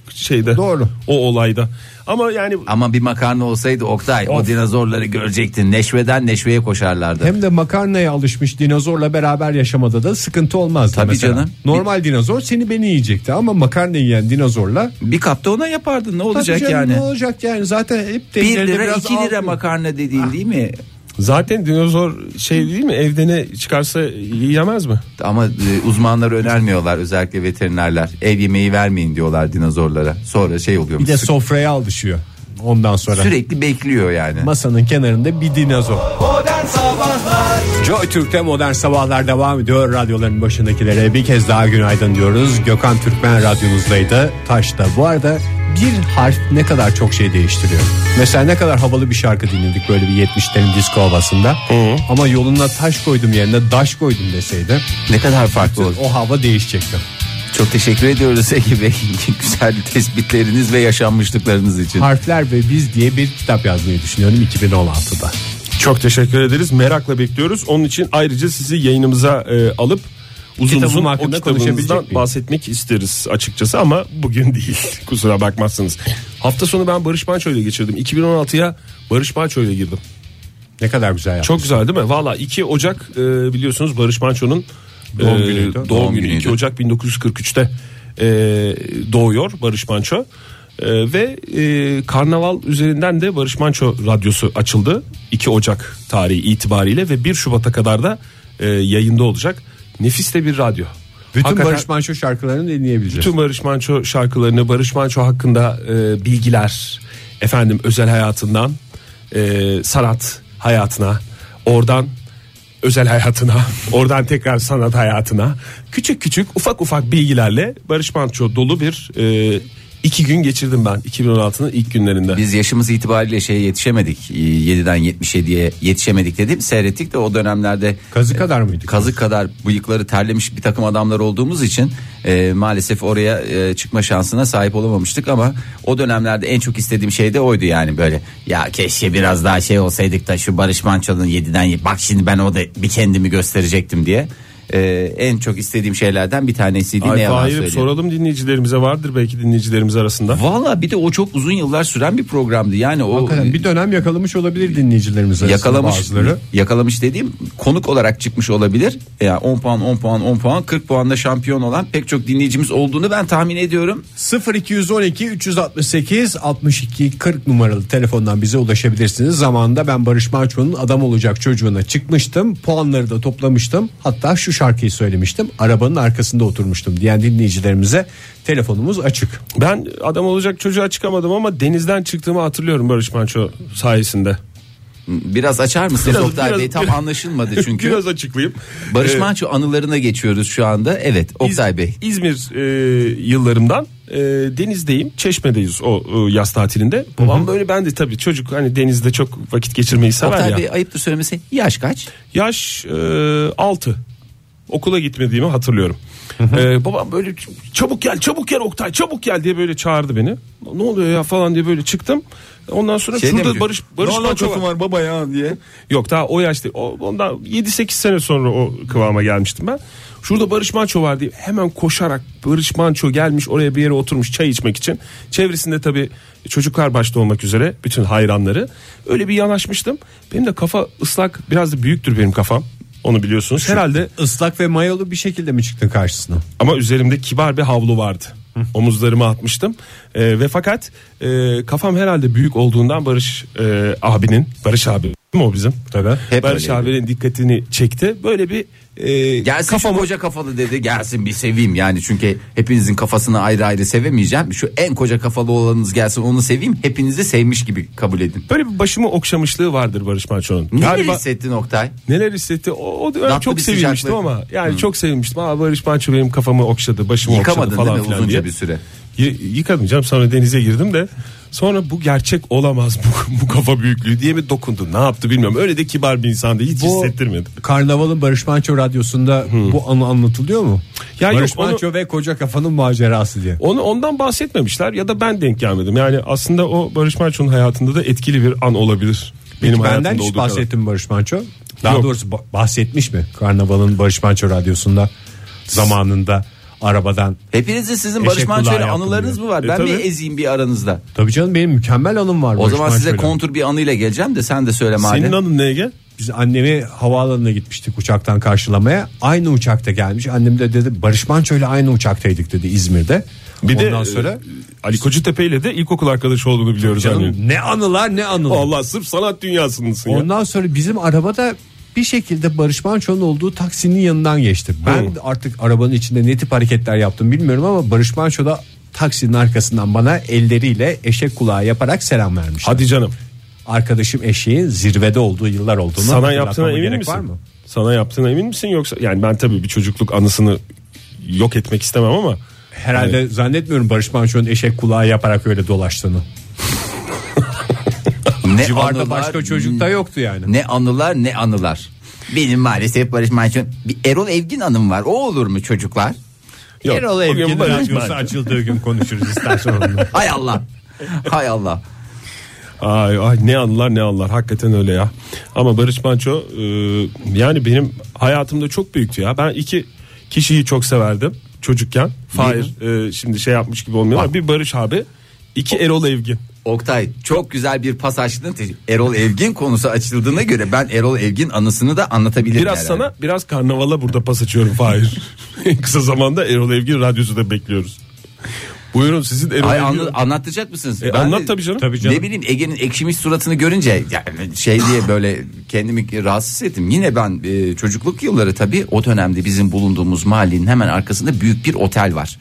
[SPEAKER 4] şeyde.
[SPEAKER 3] Doğru.
[SPEAKER 4] O olayda. Ama yani
[SPEAKER 5] Ama bir makarna olsaydı Oktay o dinozorları görecektin. Neşveden neşveye koşarlardı.
[SPEAKER 3] Hem de makarnaya alışmış dinozorla beraber yaşamada da sıkıntı olmazdı
[SPEAKER 5] Tabii
[SPEAKER 3] mesela.
[SPEAKER 5] canım.
[SPEAKER 3] Normal dinozor seni beni yiyecekti ama makarna yiyen dinozorla
[SPEAKER 5] Bir kapta ona yapardın ne olacak
[SPEAKER 3] Tabii canım,
[SPEAKER 5] yani?
[SPEAKER 3] Ne olacak yani zaten hep
[SPEAKER 5] 1
[SPEAKER 3] dengeleri
[SPEAKER 5] lira
[SPEAKER 3] biraz
[SPEAKER 5] 2 lira
[SPEAKER 3] almıyor.
[SPEAKER 5] makarna dediğin değil mi?
[SPEAKER 4] zaten dinozor şey değil mi evde ne çıkarsa yiyemez mi?
[SPEAKER 5] Ama e, uzmanlar önermiyorlar özellikle veterinerler. Ev yemeği vermeyin diyorlar dinozorlara. Sonra şey oluyor.
[SPEAKER 3] Bir de sofraya alışıyor ondan sonra.
[SPEAKER 5] sürekli bekliyor yani.
[SPEAKER 3] Masanın kenarında bir dinozor.
[SPEAKER 2] Modern Sabahlar
[SPEAKER 3] Joy Türk'te modern sabahlar devam ediyor. Radyoların başındakilere bir kez daha günaydın diyoruz. Gökhan Türkmen radyonuzdaydı. Taş'ta. Bu arada bir harf ne kadar çok şey değiştiriyor. Mesela ne kadar havalı bir şarkı dinledik böyle bir 70'lerin disco havasında. Ama yoluna taş koydum yerine daş koydum deseydi
[SPEAKER 5] Ne kadar farklı olur.
[SPEAKER 3] o hava değişecekti.
[SPEAKER 5] Çok teşekkür ediyoruz Ege Bey. Güzel tespitleriniz ve yaşanmışlıklarınız için.
[SPEAKER 3] Harfler ve Biz diye bir kitap yazmayı düşünüyorum 2016'da.
[SPEAKER 4] Çok teşekkür ederiz. Merakla bekliyoruz. Onun için ayrıca sizi yayınımıza e, alıp uzun
[SPEAKER 3] Kitabım
[SPEAKER 4] uzun o
[SPEAKER 3] hakkında
[SPEAKER 4] kitabınızdan
[SPEAKER 3] konuşabilecek miyim?
[SPEAKER 4] bahsetmek isteriz açıkçası ama bugün değil. Kusura bakmazsınız. Hafta sonu ben Barış Manço ile geçirdim. 2016'ya Barış Manço ile girdim.
[SPEAKER 3] Ne kadar güzel yaptı.
[SPEAKER 4] Çok güzel değil mi? Valla 2 Ocak e, biliyorsunuz Barış Manço'nun
[SPEAKER 3] Doğum
[SPEAKER 4] e,
[SPEAKER 3] günüydü.
[SPEAKER 4] doğum
[SPEAKER 5] Doğum
[SPEAKER 4] günü
[SPEAKER 5] günüydü.
[SPEAKER 4] 2 Ocak 1943'te e, doğuyor Barış Manço. E, ve e, karnaval üzerinden de Barış Manço radyosu açıldı 2 Ocak tarihi itibariyle ve 1 Şubat'a kadar da e, yayında olacak. Nefis de bir radyo.
[SPEAKER 3] Bütün
[SPEAKER 4] Hakikaten-
[SPEAKER 3] Barış Manço şarkılarını dinleyebileceğiz.
[SPEAKER 4] Tüm Barış Manço şarkılarını Barış Manço hakkında e, bilgiler efendim özel hayatından e, sanat hayatına oradan özel hayatına oradan tekrar sanat hayatına küçük küçük ufak ufak bilgilerle Barış Manço dolu bir e, iki gün geçirdim ben 2016'nın ilk günlerinde.
[SPEAKER 5] Biz yaşımız itibariyle şeye yetişemedik. Ee, 7'den 77'ye yetişemedik dedim. Seyrettik de o dönemlerde
[SPEAKER 3] Kazı kadar mıydı?
[SPEAKER 5] kazık kadar bıyıkları terlemiş bir takım adamlar olduğumuz için e, maalesef oraya e, çıkma şansına sahip olamamıştık ama o dönemlerde en çok istediğim şey de oydu yani böyle ya keşke biraz daha şey olsaydık da şu Barış Manço'nun 7'den ye- bak şimdi ben o da bir kendimi gösterecektim diye E, en çok istediğim şeylerden bir tanesiydi ne
[SPEAKER 4] Ay,
[SPEAKER 5] yalan
[SPEAKER 4] Fahir'im,
[SPEAKER 5] söyleyeyim.
[SPEAKER 4] soralım dinleyicilerimize vardır belki dinleyicilerimiz arasında.
[SPEAKER 5] Valla bir de o çok uzun yıllar süren bir programdı yani o
[SPEAKER 3] Hakikaten bir dönem yakalamış olabilir dinleyicilerimiz arasında
[SPEAKER 5] hani yakalamış
[SPEAKER 3] bazıları.
[SPEAKER 5] yakalamış dediğim konuk olarak çıkmış olabilir. Yani 10 puan 10 puan 10 puan 40 puanda şampiyon olan pek çok dinleyicimiz olduğunu ben tahmin ediyorum.
[SPEAKER 3] 0212 368 62 40 numaralı telefondan bize ulaşabilirsiniz. Zamanında ben Barış Manço'nun adam olacak çocuğuna çıkmıştım. Puanları da toplamıştım. Hatta şu şarkıyı söylemiştim. Arabanın arkasında oturmuştum diyen dinleyicilerimize telefonumuz açık.
[SPEAKER 4] Ben adam olacak çocuğa çıkamadım ama denizden çıktığımı hatırlıyorum Barış Manço sayesinde.
[SPEAKER 5] Biraz açar mısınız
[SPEAKER 4] Biraz-
[SPEAKER 5] Oktay
[SPEAKER 4] biraz-
[SPEAKER 5] Bey? Tam
[SPEAKER 4] biraz-
[SPEAKER 5] anlaşılmadı çünkü.
[SPEAKER 4] Biraz açıklayayım.
[SPEAKER 5] Barış
[SPEAKER 4] Ee,
[SPEAKER 5] Manço anılarına geçiyoruz şu anda. Evet Oktay Bey.
[SPEAKER 4] İzmir e, yıllarımdan e, denizdeyim. Çeşmedeyiz o e, yaz tatilinde. Babam böyle ben de tabii çocuk hani denizde çok vakit geçirmeyi sever
[SPEAKER 5] Oktay
[SPEAKER 4] ya.
[SPEAKER 5] Bey ayıptır söylemesi yaş kaç?
[SPEAKER 4] Yaş e, 6. Okula gitmediğimi hatırlıyorum. E, babam böyle ç- çabuk gel çabuk gel Oktay çabuk gel diye böyle çağırdı beni. Ne oluyor ya falan diye böyle çıktım. Ondan sonra
[SPEAKER 5] Şey
[SPEAKER 4] şurada
[SPEAKER 5] demiş,
[SPEAKER 4] Barış Barış Manço var.
[SPEAKER 5] baba ya diye.
[SPEAKER 4] Yok daha o yaşta o- ondan 7-8 sene sonra o kıvama gelmiştim ben. Şurada Barış Manço var diye hemen koşarak Barış Manço gelmiş oraya bir yere oturmuş çay içmek için. Çevresinde tabii çocuklar başta olmak üzere bütün hayranları. Öyle bir yanaşmıştım. Benim de kafa ıslak biraz da büyüktür benim kafam. Onu biliyorsunuz. Herhalde
[SPEAKER 3] Islak ve mayolu bir şekilde mi çıktın karşısına?
[SPEAKER 4] ama üzerimde kibar bir havlu vardı. Omuzlarıma atmıştım Ee, ve fakat e, kafam herhalde büyük olduğundan Barış e, abinin Barış abi değil mi o bizim? Tabii.
[SPEAKER 5] Hep
[SPEAKER 4] Barış
[SPEAKER 5] öyleydi.
[SPEAKER 4] abinin dikkatini çekti. Böyle bir e,
[SPEAKER 5] Gelsin şu koca kafalı dedi gelsin bir seveyim yani çünkü hepinizin kafasını ayrı ayrı sevemeyeceğim. Şu en koca kafalı olanınız gelsin onu seveyim hepinizi sevmiş gibi kabul edin.
[SPEAKER 4] böyle bir başımı okşamışlığı vardır Barış Manço'nun.
[SPEAKER 5] Neler
[SPEAKER 4] Galiba-
[SPEAKER 5] hissettin Oktay?
[SPEAKER 4] Neler hissetti? O, o dönem
[SPEAKER 5] Tatlı
[SPEAKER 4] çok
[SPEAKER 5] bir
[SPEAKER 4] sevinmiştim
[SPEAKER 5] sıcaklık.
[SPEAKER 4] ama yani çok sevinmiştim. Aa Barış Manço benim kafamı okşadı, başımı
[SPEAKER 5] Yıkamadın
[SPEAKER 4] okşadı falan
[SPEAKER 5] değil mi
[SPEAKER 4] filan
[SPEAKER 5] uzunca
[SPEAKER 4] diye.
[SPEAKER 5] bir süre?
[SPEAKER 4] Y- yıkadım canım sonra denize girdim de Sonra bu gerçek olamaz bu, bu kafa büyüklüğü diye mi dokundu? Ne yaptı bilmiyorum. Öyle de kibar bir insandı. Hiç
[SPEAKER 3] Bu-
[SPEAKER 4] hissettirmedi.
[SPEAKER 3] Karnaval'ın Barış Manço radyosunda bu anı anlatılıyor mu?
[SPEAKER 4] Ya yok,
[SPEAKER 3] Barış
[SPEAKER 4] onu-
[SPEAKER 3] Manço ve koca kafanın macerası diye.
[SPEAKER 4] Onu ondan bahsetmemişler ya da ben denk gelmedim. Yani aslında o Barış Manço'nun hayatında da etkili bir an olabilir.
[SPEAKER 3] Benim
[SPEAKER 4] hayatımda
[SPEAKER 3] benden
[SPEAKER 4] olduğu
[SPEAKER 3] hiç
[SPEAKER 4] kadar.
[SPEAKER 3] bahsettim mi Barış Manço. Daha
[SPEAKER 4] Yok.
[SPEAKER 3] doğrusu ba- bahsetmiş mi Karnaval'ın Barış Manço radyosunda zamanında arabadan?
[SPEAKER 5] Hepinizin sizin
[SPEAKER 3] Eşek
[SPEAKER 5] Barış Manço'yla
[SPEAKER 3] kulağı yaptım
[SPEAKER 5] anılarınız
[SPEAKER 3] diyor.
[SPEAKER 5] mı var?
[SPEAKER 4] E,
[SPEAKER 5] ben
[SPEAKER 4] tabii.
[SPEAKER 5] bir ezeyim bir aranızda.
[SPEAKER 3] Tabii canım benim mükemmel anım var.
[SPEAKER 5] O zaman size kontur bir anıyla geleceğim de sen de söyle madem.
[SPEAKER 4] Senin adın ne Ege?
[SPEAKER 3] Biz annemi havaalanına gitmiştik uçaktan karşılamaya. Aynı uçakta gelmiş. Annem de dedi Barış Manço ile aynı uçaktaydık dedi İzmir'de.
[SPEAKER 4] Bir
[SPEAKER 3] Ondan
[SPEAKER 4] de e,
[SPEAKER 3] sonra
[SPEAKER 4] sonra... Ali Kocatepe ile de ilkokul arkadaşı olduğunu biliyoruz. annenin.
[SPEAKER 3] canım, ne anılar ne anılar.
[SPEAKER 4] Allah sırf sanat dünyasındasın ya.
[SPEAKER 3] Ondan sonra bizim arabada bir şekilde Barış Manço'nun olduğu taksinin yanından geçti. Ben
[SPEAKER 4] Hı.
[SPEAKER 3] artık arabanın içinde ne tip hareketler yaptım bilmiyorum ama Barış Manço da taksinin arkasından bana elleriyle eşek kulağı yaparak selam vermiş.
[SPEAKER 4] Hadi canım.
[SPEAKER 3] Arkadaşım eşeğin zirvede olduğu yıllar olduğunu
[SPEAKER 4] Sana
[SPEAKER 3] hatırlatmama
[SPEAKER 4] yaptığına emin
[SPEAKER 3] gerek
[SPEAKER 4] misin?
[SPEAKER 3] Var mı?
[SPEAKER 4] Sana yaptığına emin misin yoksa yani ben tabii bir çocukluk anısını yok etmek istemem ama
[SPEAKER 3] Herhalde zannetmiyorum Barış Manço'nun eşek kulağı yaparak öyle dolaştığını.
[SPEAKER 5] ne
[SPEAKER 3] Civarda
[SPEAKER 5] anılar,
[SPEAKER 3] başka çocuk da yoktu yani.
[SPEAKER 5] Ne anılar ne anılar. Benim maalesef Barış Manço bir Erol Evgin anım var. O olur mu çocuklar?
[SPEAKER 4] yok.
[SPEAKER 3] Erol
[SPEAKER 4] Bugün
[SPEAKER 3] Evgin'in
[SPEAKER 4] Barış
[SPEAKER 3] radyosu
[SPEAKER 4] Manço.
[SPEAKER 3] açıldığı gün konuşuruz istersen onunla.
[SPEAKER 5] Hay Allah. Hay Allah.
[SPEAKER 4] Ay, ay ne anılar ne anılar hakikaten öyle ya. Ama Barış Manço e, yani benim hayatımda çok büyüktü ya. Ben iki kişiyi çok severdim çocukken. Fahir e, şimdi şey yapmış gibi olmuyor ama bir Barış abi iki Erol Evgin.
[SPEAKER 5] Oktay çok güzel bir pas açtın. Te- Erol Evgin konusu açıldığına göre ben Erol Evgin anısını da anlatabilirim.
[SPEAKER 4] Biraz
[SPEAKER 5] herhalde.
[SPEAKER 4] sana biraz karnavala burada pas açıyorum Fahir. En Kısa zamanda Erol Evgin radyosu da bekliyoruz. Buyurun sizin Erol
[SPEAKER 5] Ay,
[SPEAKER 4] Evgin.
[SPEAKER 5] anla- anlatacak mısınız?
[SPEAKER 4] E,
[SPEAKER 5] Ben
[SPEAKER 4] anlat
[SPEAKER 5] de-
[SPEAKER 4] tabii canım.
[SPEAKER 5] Ne bileyim Ege'nin ekşimiş suratını görünce yani şey diye böyle kendimi rahatsız ettim. Yine ben e, çocukluk yılları tabii o dönemde bizim bulunduğumuz mahallenin hemen arkasında büyük bir otel var.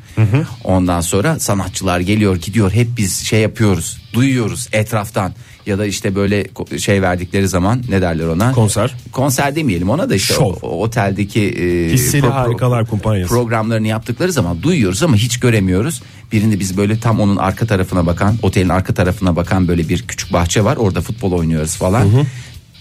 [SPEAKER 5] Ondan sonra sanatçılar geliyor gidiyor hep biz şey yapıyoruz duyuyoruz etraftan ya da işte böyle ko- şey verdikleri zaman ne derler ona?
[SPEAKER 4] Konser.
[SPEAKER 5] Konser demeyelim ona da işte o, o oteldeki e,
[SPEAKER 4] Hisseli Harikalar Kumpanyası.
[SPEAKER 5] programlarını yaptıkları zaman duyuyoruz ama hiç göremiyoruz. Birinde biz böyle tam onun arka tarafına bakan, otelin arka tarafına bakan böyle bir küçük bahçe var. Orada futbol oynuyoruz falan.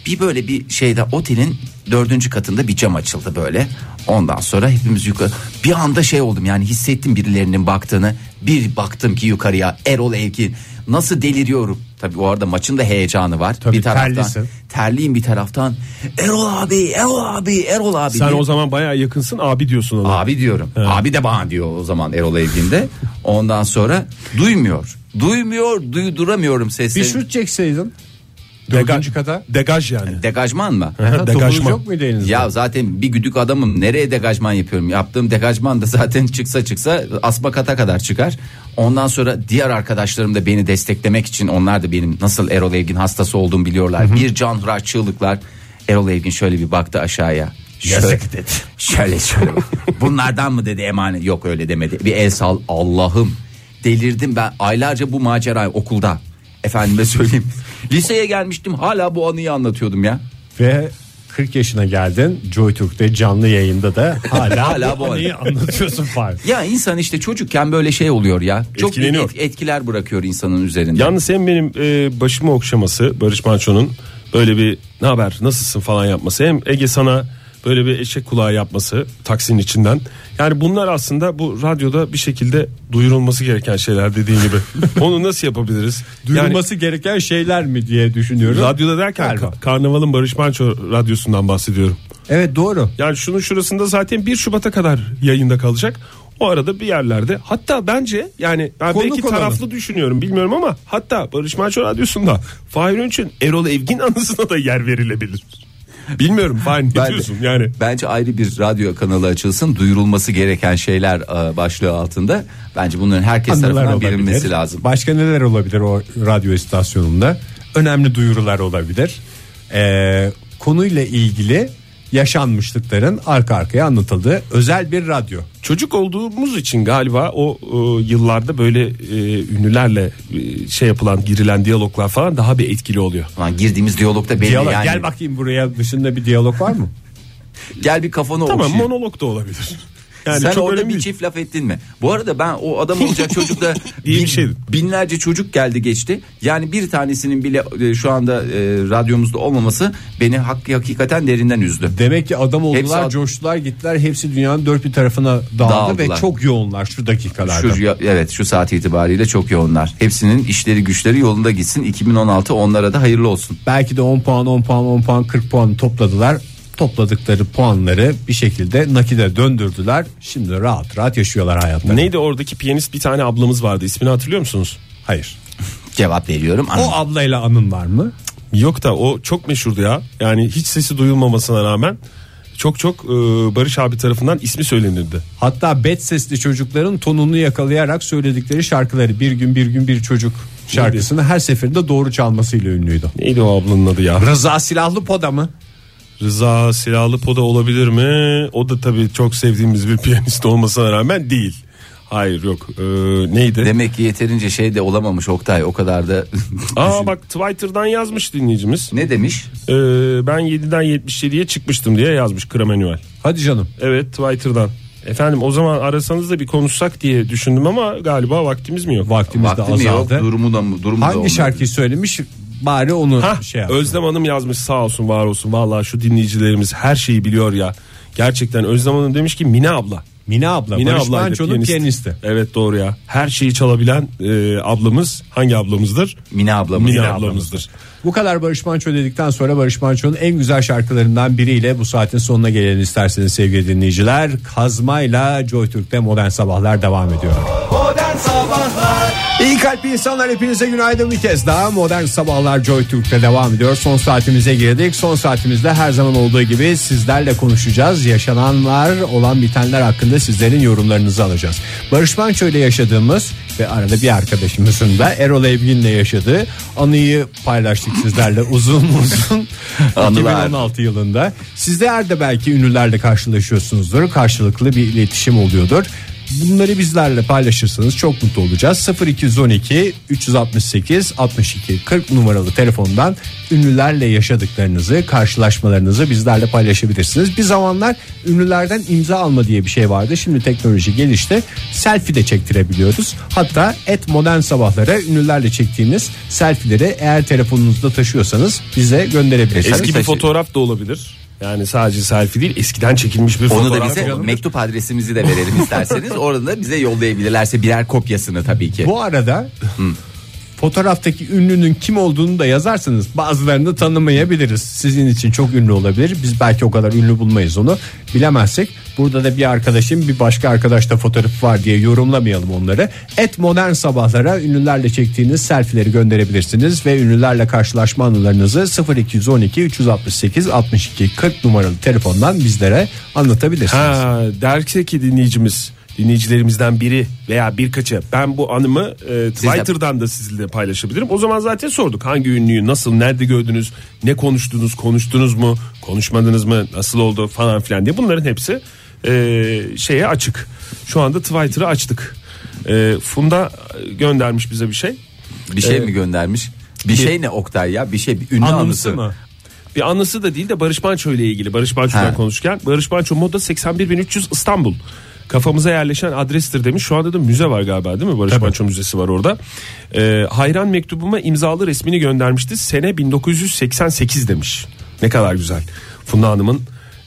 [SPEAKER 5] Bir böyle bir şeyde otelin dördüncü katında bir cam açıldı böyle. Ondan sonra hepimiz yukarı bir anda şey oldum yani hissettim birilerinin baktığını. Bir baktım ki yukarıya Erol Evgin nasıl deliriyorum. Tabii o arada maçın da heyecanı var.
[SPEAKER 3] Tabii,
[SPEAKER 5] bir taraftan
[SPEAKER 3] terlisin.
[SPEAKER 5] terliyim bir taraftan. Erol abi, Erol abi, Erol abi.
[SPEAKER 4] Sen
[SPEAKER 5] diye-
[SPEAKER 4] o zaman bayağı yakınsın abi diyorsun ona.
[SPEAKER 5] Abi diyorum. Abi de bana diyor o zaman Erol Evgin'de. Ondan sonra duymuyor. Duymuyor, duyduramıyorum
[SPEAKER 3] bir
[SPEAKER 5] sesini.
[SPEAKER 3] şut çekseydin.
[SPEAKER 4] Dega-
[SPEAKER 3] Dördüncü kata.
[SPEAKER 4] Degaj yani.
[SPEAKER 5] Degajman mı?
[SPEAKER 3] Ha,
[SPEAKER 4] Degajman.
[SPEAKER 3] topunuz yok muydu elinizde?
[SPEAKER 5] ya zaten bir güdük adamım. Nereye degajman yapıyorum? Yaptığım degajman da zaten çıksa çıksa asma kata kadar çıkar. Ondan sonra diğer arkadaşlarım da beni desteklemek için onlar da benim nasıl Erol Evgin hastası olduğumu biliyorlar. Bir can hıra çığlıklar. Erol Evgin şöyle bir baktı aşağıya. Şöyle-
[SPEAKER 3] Yazık dedi.
[SPEAKER 5] Şöyle şöyle. bak. Bunlardan mı dedi emanet? Yok öyle demedi. Bir el sal Allah'ım. Delirdim ben aylarca bu macerayı okulda. Efendime söyleyeyim. Liseye gelmiştim hala bu anıyı anlatıyordum ya.
[SPEAKER 3] Ve 40 yaşına geldin Joy Türk'te canlı yayında da hala,
[SPEAKER 5] Hala bu
[SPEAKER 3] bu anıyı anlatıyorsun Fahir.
[SPEAKER 5] Ya insan işte çocukken böyle şey oluyor ya. Çok
[SPEAKER 4] Etkileniyor.
[SPEAKER 5] büyük et- etkiler bırakıyor insanın üzerinde.
[SPEAKER 4] Yalnız hem benim e, başımı okşaması Barış Manço'nun böyle bir ne haber nasılsın falan yapması hem Ege sana böyle bir eşek kulağı yapması taksinin içinden. Yani bunlar aslında bu radyoda bir şekilde duyurulması gereken şeyler dediğin gibi. Onu nasıl yapabiliriz? Yani
[SPEAKER 3] Duyulması gereken şeyler mi diye düşünüyorum.
[SPEAKER 4] radyoda derken
[SPEAKER 3] Galiba.
[SPEAKER 4] Ka- Karnaval'ın Barış Manço radyosundan bahsediyorum.
[SPEAKER 3] Evet doğru.
[SPEAKER 4] Yani şunun şurasında zaten 1 Şubat'a kadar yayında kalacak. O arada bir yerlerde hatta bence yani ben
[SPEAKER 3] Konuk
[SPEAKER 4] belki
[SPEAKER 3] olalım.
[SPEAKER 4] taraflı düşünüyorum bilmiyorum ama hatta Barış Manço Radyosu'nda Fahir Önç'ün Erol Evgin anısına da yer verilebilir. Bilmiyorum Fahir ne
[SPEAKER 5] Ben de-
[SPEAKER 4] diyorsun yani.
[SPEAKER 5] Bence ayrı bir radyo kanalı açılsın. Duyurulması gereken şeyler e, başlığı altında. Bence bunların herkes tarafından
[SPEAKER 3] olabilir.
[SPEAKER 5] bilinmesi lazım.
[SPEAKER 3] Başka neler olabilir o radyo istasyonunda? Önemli duyurular olabilir. Ee, konuyla ilgili yaşanmışlıkların arka arkaya anlatıldığı özel bir radyo.
[SPEAKER 4] Çocuk olduğumuz için galiba o e, yıllarda böyle e, ünlülerle e, şey yapılan girilen diyaloglar falan daha bir etkili oluyor.
[SPEAKER 5] Lan girdiğimiz diyalogda belli
[SPEAKER 3] Diyalog.
[SPEAKER 5] yani.
[SPEAKER 3] Gel bakayım buraya dışında bir diyalog var mı?
[SPEAKER 5] Gel bir kafanı
[SPEAKER 4] Tamam
[SPEAKER 5] okşayayım.
[SPEAKER 4] monolog da olabilir. Yani
[SPEAKER 5] Sen
[SPEAKER 4] çok
[SPEAKER 5] orada
[SPEAKER 4] önemli
[SPEAKER 5] bir
[SPEAKER 4] değil.
[SPEAKER 5] çift laf ettin mi? Bu arada ben o adam olacak çocukla
[SPEAKER 4] İyi bir
[SPEAKER 5] bin-
[SPEAKER 4] şey.
[SPEAKER 5] binlerce çocuk geldi geçti. Yani bir tanesinin bile e, şu anda e, radyomuzda olmaması beni hak, hakikaten derinden üzdü.
[SPEAKER 3] Demek ki adam
[SPEAKER 5] Hepsi
[SPEAKER 3] oldular,
[SPEAKER 5] ad-
[SPEAKER 3] coştular, gittiler. Hepsi dünyanın dört bir tarafına dağıldı ve
[SPEAKER 5] Dağıldılar.
[SPEAKER 3] çok yoğunlar şu dakikalarda.
[SPEAKER 5] Şu, ya- evet şu saat itibariyle çok yoğunlar. Hepsinin işleri güçleri yolunda gitsin. 2016 onlara da hayırlı olsun.
[SPEAKER 3] Belki de 10 puan, 10 puan, 10 puan, 40 puan topladılar. Topladıkları puanları bir şekilde nakide döndürdüler. Şimdi rahat rahat yaşıyorlar hayatlarını.
[SPEAKER 4] Neydi oradaki piyanist bir tane ablamız vardı ismini hatırlıyor musunuz?
[SPEAKER 3] Hayır.
[SPEAKER 5] Cevap veriyorum.
[SPEAKER 3] O ablayla anın var mı?
[SPEAKER 4] Yok da o çok meşhurdu ya. Yani hiç sesi duyulmamasına rağmen çok çok e, Barış abi tarafından ismi söylenirdi.
[SPEAKER 3] Hatta bet sesli çocukların tonunu yakalayarak söyledikleri şarkıları bir gün bir gün bir çocuk şarkısını her seferinde doğru çalmasıyla ünlüydü.
[SPEAKER 4] Neydi o ablanın adı ya?
[SPEAKER 3] Rıza Silahlı Poda mı?
[SPEAKER 4] Rıza Silahlı Poda olabilir mi? O da tabii çok sevdiğimiz bir piyanist olmasına rağmen değil. Hayır yok. E, neydi?
[SPEAKER 5] Demek ki yeterince şey de olamamış Oktay. O kadar da
[SPEAKER 4] Aa bak Twitter'dan yazmış dinleyicimiz.
[SPEAKER 5] ne demiş?
[SPEAKER 4] E, ben 7'den 77'ye çıkmıştım diye yazmış Kramenüel.
[SPEAKER 3] Hadi canım.
[SPEAKER 4] Evet Twitter'dan. Efendim o zaman arasanız da bir konuşsak diye düşündüm ama galiba vaktimiz mi yok?
[SPEAKER 3] Vaktimiz de
[SPEAKER 5] Vaktim yok.
[SPEAKER 3] azaldı.
[SPEAKER 5] Durumu da mı? Durumu da
[SPEAKER 3] Hangi
[SPEAKER 5] olmadı.
[SPEAKER 3] şarkıyı söylemiş? Bari onu
[SPEAKER 4] Hah,
[SPEAKER 3] şey yap.
[SPEAKER 4] Özlem Hanım yazmış sağ olsun var olsun. Vallahi şu dinleyicilerimiz her şeyi biliyor ya. Gerçekten Özlem Hanım demiş ki Mine abla.
[SPEAKER 3] Mine abla.
[SPEAKER 4] Mine
[SPEAKER 3] Barış
[SPEAKER 4] ablaydı,
[SPEAKER 3] Manço'nun
[SPEAKER 4] piyanist.
[SPEAKER 3] piyanisti.
[SPEAKER 4] Evet doğru ya. Her şeyi çalabilen e, ablamız hangi ablamızdır?
[SPEAKER 5] Mine ablamız.
[SPEAKER 4] Mine ablamızdır.
[SPEAKER 3] Bu kadar Barış Manço dedikten sonra Barış Manço'nun en güzel şarkılarından biriyle bu saatin sonuna gelelim isterseniz sevgili dinleyiciler. Kazmayla Joy Türk'te Modern Sabahlar devam ediyor.
[SPEAKER 2] Modern Sabahlar
[SPEAKER 3] İyi kalpli insanlar hepinize günaydın bir kez daha. Modern Sabahlar Joy Türk'te devam ediyor. Son saatimize girdik. Son saatimizde her zaman olduğu gibi sizlerle konuşacağız. Yaşananlar olan bitenler hakkında sizlerin yorumlarınızı alacağız. Barış Manço ile yaşadığımız ve arada bir arkadaşımızın da Erol Evgin ile yaşadığı anıyı paylaştık sizlerle uzun uzun.
[SPEAKER 5] Anılar.
[SPEAKER 3] 2016 yılında. Sizler de belki ünlülerle karşılaşıyorsunuzdur. Karşılıklı bir iletişim oluyordur. Bunları bizlerle paylaşırsanız çok mutlu olacağız. 0212 368 62 40 numaralı telefondan ünlülerle yaşadıklarınızı, karşılaşmalarınızı bizlerle paylaşabilirsiniz. Bir zamanlar ünlülerden imza alma diye bir şey vardı. Şimdi teknoloji gelişti. Selfie de çektirebiliyoruz. Hatta et modern sabahlara ünlülerle çektiğiniz selfie'leri eğer telefonunuzda taşıyorsanız bize gönderebilirsiniz.
[SPEAKER 4] Eski bir
[SPEAKER 5] saçı-
[SPEAKER 4] fotoğraf da olabilir. Yani sadece selfie değil eskiden çekilmiş
[SPEAKER 5] Onu
[SPEAKER 4] bir
[SPEAKER 5] da
[SPEAKER 4] fotoğraf.
[SPEAKER 5] bize
[SPEAKER 4] olabilir.
[SPEAKER 5] mektup adresimizi de verelim isterseniz. Orada da bize yollayabilirlerse birer kopyasını tabii ki.
[SPEAKER 3] Bu arada fotoğraftaki ünlünün kim olduğunu da yazarsanız bazılarını tanımayabiliriz. Sizin için çok ünlü olabilir. Biz belki o kadar ünlü bulmayız onu. Bilemezsek burada da bir arkadaşın bir başka arkadaşta fotoğrafı var diye yorumlamayalım onları. Et modern sabahlara ünlülerle çektiğiniz selfileri gönderebilirsiniz ve ünlülerle karşılaşma anılarınızı 0212 368 62 40 numaralı telefondan bizlere anlatabilirsiniz.
[SPEAKER 4] Ha, derse ki dinleyicimiz dinleyicilerimizden biri veya birkaçı ben bu anımı e, Twitter'dan da sizinle paylaşabilirim. O zaman zaten sorduk hangi ünlüyü nasıl nerede gördünüz ne konuştunuz konuştunuz mu konuşmadınız mı nasıl oldu falan filan diye bunların hepsi e, şeye açık. Şu anda Twitter'ı açtık. E, Funda göndermiş bize bir şey.
[SPEAKER 5] Bir şey mi göndermiş? Bir şey ne Oktay ya? Bir şey bir ünlü anısı.
[SPEAKER 4] mı? Bir anısı da değil de Barış Manço ile ilgili. Barış Manço'dan
[SPEAKER 5] Ha.
[SPEAKER 4] konuşurken. Barış Manço moda 81300 İstanbul. Kafamıza yerleşen adrestir demiş. Şu anda da müze var galiba değil mi? Barış Manço Müzesi var orada. Ee, hayran mektubuma imzalı resmini göndermişti. Sene 1988 demiş. Ne kadar güzel. Funda Hanım'ın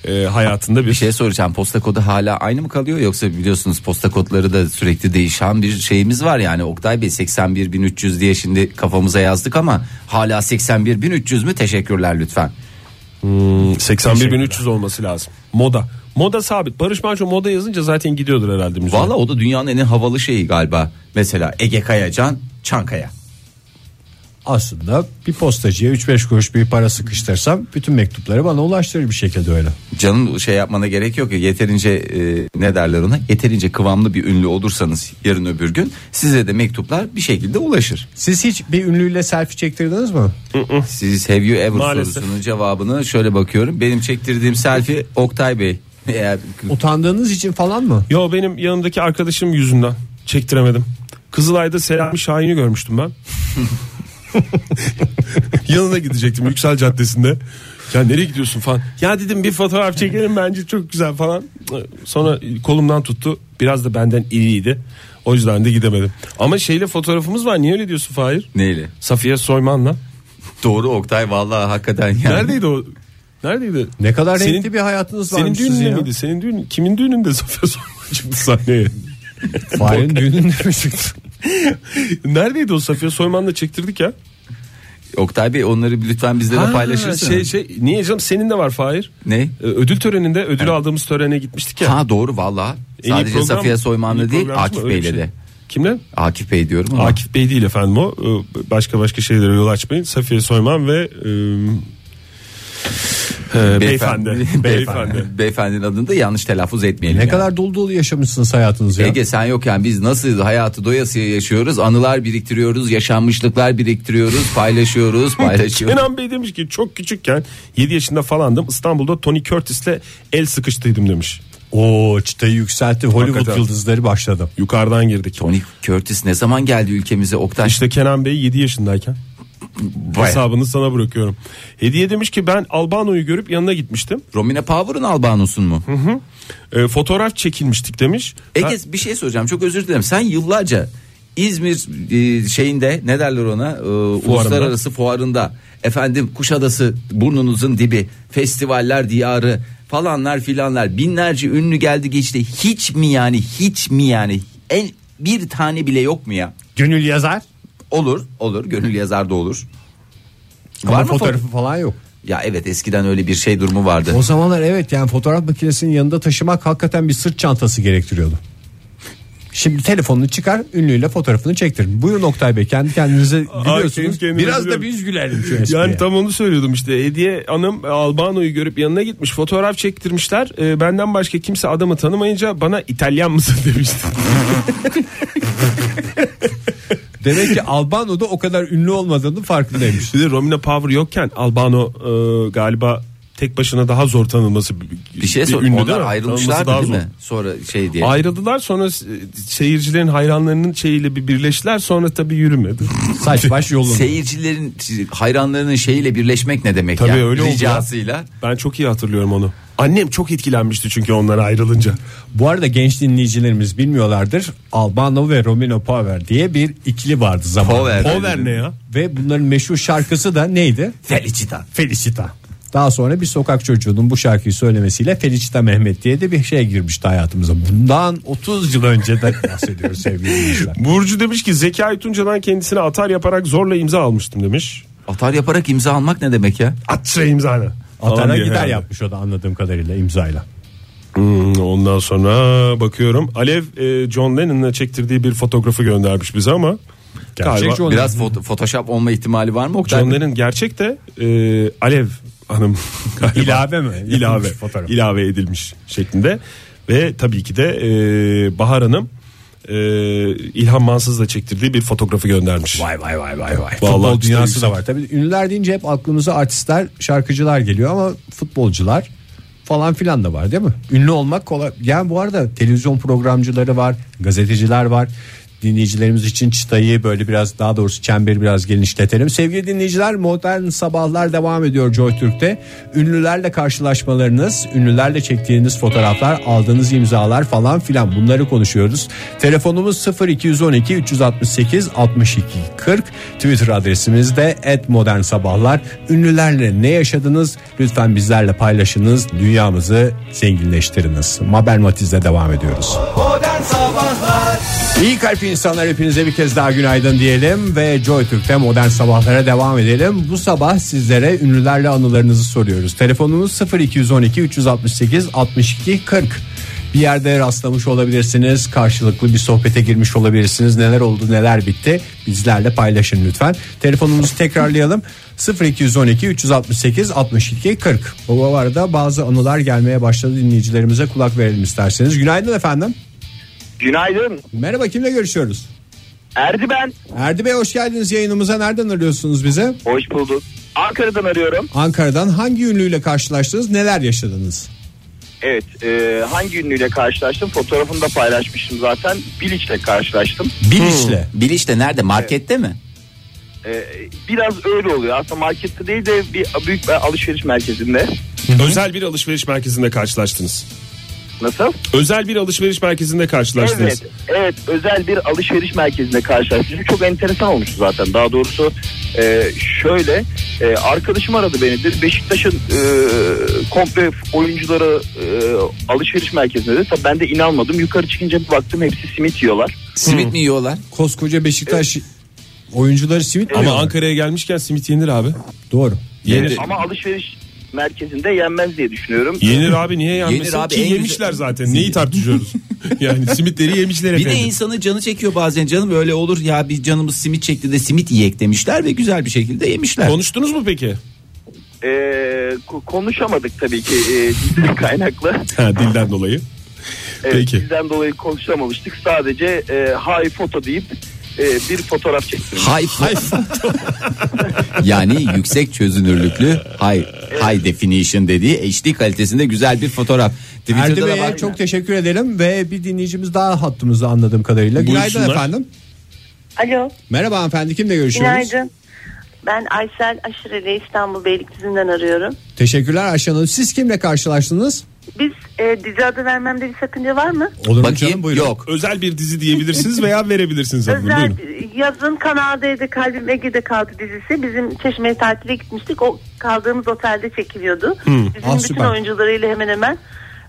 [SPEAKER 4] e, hayatında bir,
[SPEAKER 5] Bir şey soracağım. Posta kodu hala aynı mı kalıyor yoksa biliyorsunuz posta kodları da sürekli değişen bir şeyimiz var yani. Oktay Bey 81300 diye şimdi kafamıza yazdık ama hala 81300 mü? Teşekkürler lütfen.
[SPEAKER 4] Hmm, 81300 olması lazım. Moda. Moda sabit. Barış Manço moda yazınca zaten gidiyordur herhalde müze.
[SPEAKER 5] Valla o da dünyanın en havalı şeyi galiba. Mesela Ege Kayacan, Çankaya.
[SPEAKER 3] Aslında bir postacıya 3-5 kuruş bir para sıkıştırsam bütün mektupları bana ulaştırır bir şekilde öyle.
[SPEAKER 5] Canım şey yapmana gerek yok ya yeterince e, ne derler ona yeterince kıvamlı bir ünlü olursanız yarın öbür gün size de mektuplar bir şekilde ulaşır.
[SPEAKER 3] Siz hiç bir ünlüyle selfie çektirdiniz mi?
[SPEAKER 5] Siz have you ever
[SPEAKER 4] Maalesef.
[SPEAKER 5] sorusunun cevabını şöyle bakıyorum benim çektirdiğim selfie Oktay Bey eğer
[SPEAKER 3] Utandığınız için falan mı?
[SPEAKER 4] Yo benim yanımdaki arkadaşım yüzünden çektiremedim. Kızılay'da Selami Şahin'i görmüştüm ben. Yanına gidecektim Yüksel Caddesi'nde. Ya nereye gidiyorsun falan. Ya dedim bir fotoğraf çekelim bence çok güzel falan. Sonra kolumdan tuttu. Biraz da benden iriydi. O yüzden de gidemedim. Ama şeyle fotoğrafımız var. Niye öyle diyorsun Fahir?
[SPEAKER 5] Neyle?
[SPEAKER 4] Safiye Soyman'la.
[SPEAKER 5] Doğru Oktay vallahi hakikaten yani.
[SPEAKER 4] Neredeydi o? Neredeydi?
[SPEAKER 3] Ne kadar
[SPEAKER 4] Senin-
[SPEAKER 3] renkli bir hayatınız
[SPEAKER 4] Senin
[SPEAKER 3] varmış
[SPEAKER 4] düğünün
[SPEAKER 3] sizin ya.
[SPEAKER 4] miydi? Senin düğün kimin düğününde Safiye Soyman çıktı sahneye?
[SPEAKER 3] Fahir'in düğününde mi çıktı?
[SPEAKER 4] Neredeydi o Safiye Soyman'la çektirdik ya?
[SPEAKER 5] Oktay Bey onları lütfen bizle de
[SPEAKER 4] Ha,
[SPEAKER 5] paylaşırsın.
[SPEAKER 4] Şey şey niye canım senin de var Fahir?
[SPEAKER 5] Ne?
[SPEAKER 4] Ee, Ödül töreninde ödül aldığımız törene gitmiştik ya.
[SPEAKER 5] Ha doğru valla.
[SPEAKER 4] En iyi
[SPEAKER 5] Sadece
[SPEAKER 4] program-
[SPEAKER 5] Safiye
[SPEAKER 4] en iyi
[SPEAKER 5] Soyman'la değil
[SPEAKER 4] programcı
[SPEAKER 5] Akif
[SPEAKER 4] mı? Öyle bir
[SPEAKER 5] Bey'le
[SPEAKER 4] şey.
[SPEAKER 5] de.
[SPEAKER 4] Kimle?
[SPEAKER 5] Akif Bey diyorum ama.
[SPEAKER 4] Akif Bey değil efendim o. Ee, Başka başka şeylere yol açmayın. Safiye Soyman ve e, e, beyefendi. Beyefendi.
[SPEAKER 5] Beyefendinin adını da yanlış telaffuz etmeyelim.
[SPEAKER 3] Ne
[SPEAKER 5] yani.
[SPEAKER 3] kadar dolu dolu yaşamışsınız hayatınızı ya.
[SPEAKER 5] Ege sen yok yani biz nasıl hayatı doyasıya yaşıyoruz anılar biriktiriyoruz yaşanmışlıklar biriktiriyoruz paylaşıyoruz paylaşıyoruz.
[SPEAKER 4] Kenan Bey demiş ki çok küçükken 7 yaşında falandım İstanbul'da Tony Curtis'le el sıkıştıydım demiş.
[SPEAKER 3] Oo çıtayı yükseltti. Hollywood
[SPEAKER 4] Hakikaten.
[SPEAKER 3] yıldızları başladı.
[SPEAKER 4] Yukarıdan girdik.
[SPEAKER 5] Tony Curtis ne zaman geldi ülkemize Oktay?
[SPEAKER 4] İşte Kenan Bey 7 yaşındayken
[SPEAKER 5] Vay.
[SPEAKER 4] hesabını sana bırakıyorum. Hediye demiş ki ben Albano'yu görüp yanına gitmiştim.
[SPEAKER 5] Romina Power'ın Albanosun mu?
[SPEAKER 4] Ee, fotoğraf çekilmiştik demiş. Ben-
[SPEAKER 5] Ege bir şey soracağım çok özür dilerim. Sen yıllarca İzmir e, şeyinde ne derler ona E, uluslararası fuarında efendim Kuşadası burnunuzun dibi festivaller diyarı falanlar filanlar binlerce ünlü geldi geçti hiç mi yani hiç mi yani en bir tane bile yok mu ya?
[SPEAKER 3] Gönül yazar.
[SPEAKER 5] Olur olur gönül yazar da olur.
[SPEAKER 3] Ama
[SPEAKER 5] Var mı
[SPEAKER 3] fotoğrafı
[SPEAKER 5] fotoğraf?
[SPEAKER 3] falan yok.
[SPEAKER 5] Ya evet eskiden öyle bir şey durumu vardı.
[SPEAKER 3] O zamanlar evet yani fotoğraf makinesinin yanında taşımak hakikaten bir sırt çantası gerektiriyordu. Şimdi telefonunu çıkar ünlüyle fotoğrafını çektirin. Buyurun Oktay Bey kendi kendinize gülüyorsunuz.
[SPEAKER 4] kendi kendime
[SPEAKER 3] Biraz da
[SPEAKER 4] gülüyorum.
[SPEAKER 3] biz gülerdim şu
[SPEAKER 4] Yani
[SPEAKER 3] espriye.
[SPEAKER 4] tam onu söylüyordum işte. Hediye Hanım e, Albano'yu görüp yanına gitmiş. Fotoğraf çektirmişler. E, benden başka kimse adamı tanımayınca bana İtalyan mısın demişti.
[SPEAKER 3] Demek ki Albano'da o kadar ünlü olmadığının farkındaymış.
[SPEAKER 4] Bir de Romina Power yokken Albano e, galiba tek başına daha zor tanınması bir,
[SPEAKER 5] bir şey sor.
[SPEAKER 4] ünlü
[SPEAKER 5] Onlar
[SPEAKER 4] değil mi?
[SPEAKER 5] ayrılmışlardı
[SPEAKER 4] Tanınması
[SPEAKER 5] değil
[SPEAKER 4] daha
[SPEAKER 5] mi? Sonra şey diye.
[SPEAKER 4] zor. Ayrıldılar sonra s- seyircilerin hayranlarının şeyiyle bir birleştiler sonra tabii yürümedi.
[SPEAKER 3] Saç baş yolun.
[SPEAKER 5] Seyircilerin hayranlarının şeyiyle birleşmek ne demek
[SPEAKER 4] Tabii
[SPEAKER 5] ya?
[SPEAKER 4] öyle oldu ya.
[SPEAKER 5] Ricasıyla.
[SPEAKER 4] ben çok iyi hatırlıyorum onu. Annem çok etkilenmişti çünkü onlar ayrılınca.
[SPEAKER 3] Bu arada genç dinleyicilerimiz bilmiyorlardır. Albano ve Romino Power diye bir ikili vardı zamanında.
[SPEAKER 5] Power.
[SPEAKER 4] Power ne ya?
[SPEAKER 3] Ve bunların meşhur şarkısı da neydi?
[SPEAKER 5] Felicita.
[SPEAKER 3] Felicita. Daha sonra bir sokak çocuğunun bu şarkıyı söylemesiyle Felicita Mehmet diye de bir şey girmişti hayatımıza. Bundan 30 yıl önceden bahsediyoruz sevgili dinleyiciler.
[SPEAKER 4] Burcu demiş ki Zekai Tuncadan kendisine atar yaparak zorla imza almıştım demiş.
[SPEAKER 5] Atar yaparak imza almak ne demek ya?
[SPEAKER 4] At şuraya imzanı. Falan
[SPEAKER 3] Atana
[SPEAKER 4] diye
[SPEAKER 3] gider
[SPEAKER 4] herhalde.
[SPEAKER 3] yapmış o da anladığım kadarıyla imzayla.
[SPEAKER 4] Hmm, ondan sonra bakıyorum. Alev e, John Lennon'la çektirdiği bir fotoğrafı göndermiş bize ama. galiba-
[SPEAKER 3] John-
[SPEAKER 5] Biraz foto- Photoshop olma ihtimali var mı Oktay?
[SPEAKER 4] John Lennon gerçek de e, Alev Hanım galiba.
[SPEAKER 3] İlave mi?
[SPEAKER 4] İlave,
[SPEAKER 3] Yapılmış fotoğraf.
[SPEAKER 4] ilave edilmiş şeklinde. Ve tabii ki de e, Bahar Hanım e, İlhan Mansız'la çektirdiği bir fotoğrafı göndermiş.
[SPEAKER 3] Vay vay vay vay vay.
[SPEAKER 4] Vallahi
[SPEAKER 3] Futbol
[SPEAKER 4] işte
[SPEAKER 3] dünyası
[SPEAKER 4] yüksek.
[SPEAKER 3] da var. Tabii ünlüler deyince hep aklımıza artistler, şarkıcılar geliyor ama futbolcular falan filan da var değil mi? Ünlü olmak kolay. Yani bu arada televizyon programcıları var, gazeteciler var. Dinleyicilerimiz için çıtayı böyle biraz daha doğrusu çemberi biraz genişletelim. Sevgili dinleyiciler modern sabahlar devam ediyor Joy Türk'te. Ünlülerle karşılaşmalarınız, ünlülerle çektiğiniz fotoğraflar, aldığınız imzalar falan filan bunları konuşuyoruz. Telefonumuz 0212 368 62 40. Twitter adresimiz de @modernsabahlar. Ünlülerle ne yaşadınız? Lütfen bizlerle paylaşınız. Dünyamızı zenginleştiriniz. Mabel Matiz'le devam ediyoruz.
[SPEAKER 2] Modern Sabahlar
[SPEAKER 3] İyi kalp insanlar hepinize bir kez daha günaydın diyelim ve Joy Türk'te modern sabahlara devam edelim. Bu sabah sizlere ünlülerle anılarınızı soruyoruz. Telefonumuz 0212 368 62 40. Bir yerde rastlamış olabilirsiniz, karşılıklı bir sohbete girmiş olabilirsiniz. Neler oldu, neler bitti bizlerle paylaşın lütfen. Telefonumuzu tekrarlayalım. 0212 368 62 40. Bu arada bazı anılar gelmeye başladı dinleyicilerimize kulak verelim isterseniz. Günaydın efendim.
[SPEAKER 6] Günaydın.
[SPEAKER 3] Merhaba kimle görüşüyoruz?
[SPEAKER 6] Erdi ben.
[SPEAKER 3] Erdi Bey hoş geldiniz yayınımıza. Nereden arıyorsunuz bize?
[SPEAKER 6] Hoş bulduk. Ankara'dan arıyorum.
[SPEAKER 3] Ankara'dan hangi ünlüyle karşılaştınız? Neler yaşadınız?
[SPEAKER 6] Evet. e, hangi ünlüyle karşılaştım? Fotoğrafını da paylaşmıştım zaten. Bilic'le karşılaştım.
[SPEAKER 3] Bilinçle.
[SPEAKER 5] Biliş de nerede? Markette mi?
[SPEAKER 6] Ee, biraz öyle oluyor. Aslında markette değil de bir büyük bir alışveriş merkezinde.
[SPEAKER 4] Özel bir alışveriş merkezinde karşılaştınız.
[SPEAKER 6] Nasıl?
[SPEAKER 4] Özel bir alışveriş merkezinde karşılaştınız.
[SPEAKER 6] Evet, evet özel bir alışveriş merkezinde karşılaştık. Çok enteresan olmuştu zaten. Daha doğrusu e, şöyle e, arkadaşım aradı beni. Dedi, Beşiktaş'ın e, komple oyuncuları e, alışveriş merkezinde dedi. Tabii ben de inanmadım. Yukarı çıkınca bir baktım hepsi simit yiyorlar.
[SPEAKER 5] Simit mi yiyorlar?
[SPEAKER 3] Koskoca Beşiktaş oyuncuları simit mi
[SPEAKER 4] Ama
[SPEAKER 3] yiyor?
[SPEAKER 4] Ankara'ya gelmişken simit yenir abi.
[SPEAKER 3] Doğru.
[SPEAKER 4] Yenir,
[SPEAKER 6] Ama alışveriş merkezinde yenmez diye düşünüyorum.
[SPEAKER 4] yenir abi niye yenmesin
[SPEAKER 5] Yenir abi,
[SPEAKER 4] ki
[SPEAKER 5] en güzel-
[SPEAKER 4] yemişler zaten. Neyi tartışıyoruz? yani simitleri yemişler
[SPEAKER 5] Bir
[SPEAKER 4] efendim.
[SPEAKER 5] de insanın canı çekiyor bazen canım öyle olur ya bir canımız simit çekti de simit yiyek demişler ve güzel bir şekilde yemişler.
[SPEAKER 4] Konuştunuz mu peki?
[SPEAKER 6] E, ko- konuşamadık tabii ki e, dilden kaynaklı.
[SPEAKER 4] Ha, dilden dolayı.
[SPEAKER 6] Evet,
[SPEAKER 4] Peki.
[SPEAKER 6] Bizden dolayı konuşamamıştık. Sadece e, hay foto deyip e, bir fotoğraf çektim.
[SPEAKER 5] High yani yüksek çözünürlüklü high, high definition dediği HD kalitesinde güzel bir fotoğraf. Twitter'da
[SPEAKER 3] Erdi
[SPEAKER 5] da
[SPEAKER 3] Bey'e
[SPEAKER 5] var.
[SPEAKER 3] çok teşekkür edelim ve bir dinleyicimiz daha hattımızda anladığım kadarıyla. Günaydın
[SPEAKER 4] Buyursunlar.
[SPEAKER 3] efendim.
[SPEAKER 7] Alo,
[SPEAKER 3] Merhaba hanımefendi kimle görüşüyoruz?
[SPEAKER 7] günaydın. Ben Aysel Aşireli İstanbul Beylikdüzü'nden arıyorum.
[SPEAKER 3] Teşekkürler Ayşe Hanım. Siz kimle karşılaştınız?
[SPEAKER 7] Biz e, dizi adı vermemde bir sakınca var mı?
[SPEAKER 3] Olur
[SPEAKER 5] Bakayım yok.
[SPEAKER 4] Özel bir dizi diyebilirsiniz veya verebilirsiniz adını.
[SPEAKER 7] Özel
[SPEAKER 4] Buyurun.
[SPEAKER 7] yazın Kanal D'de Kalbim Ege'de kaldı dizisi. Bizim Çeşme'ye tatile gitmiştik. O kaldığımız otelde çekiliyordu. Bizim
[SPEAKER 3] ah,
[SPEAKER 7] bütün
[SPEAKER 3] süper.
[SPEAKER 7] oyuncularıyla hemen hemen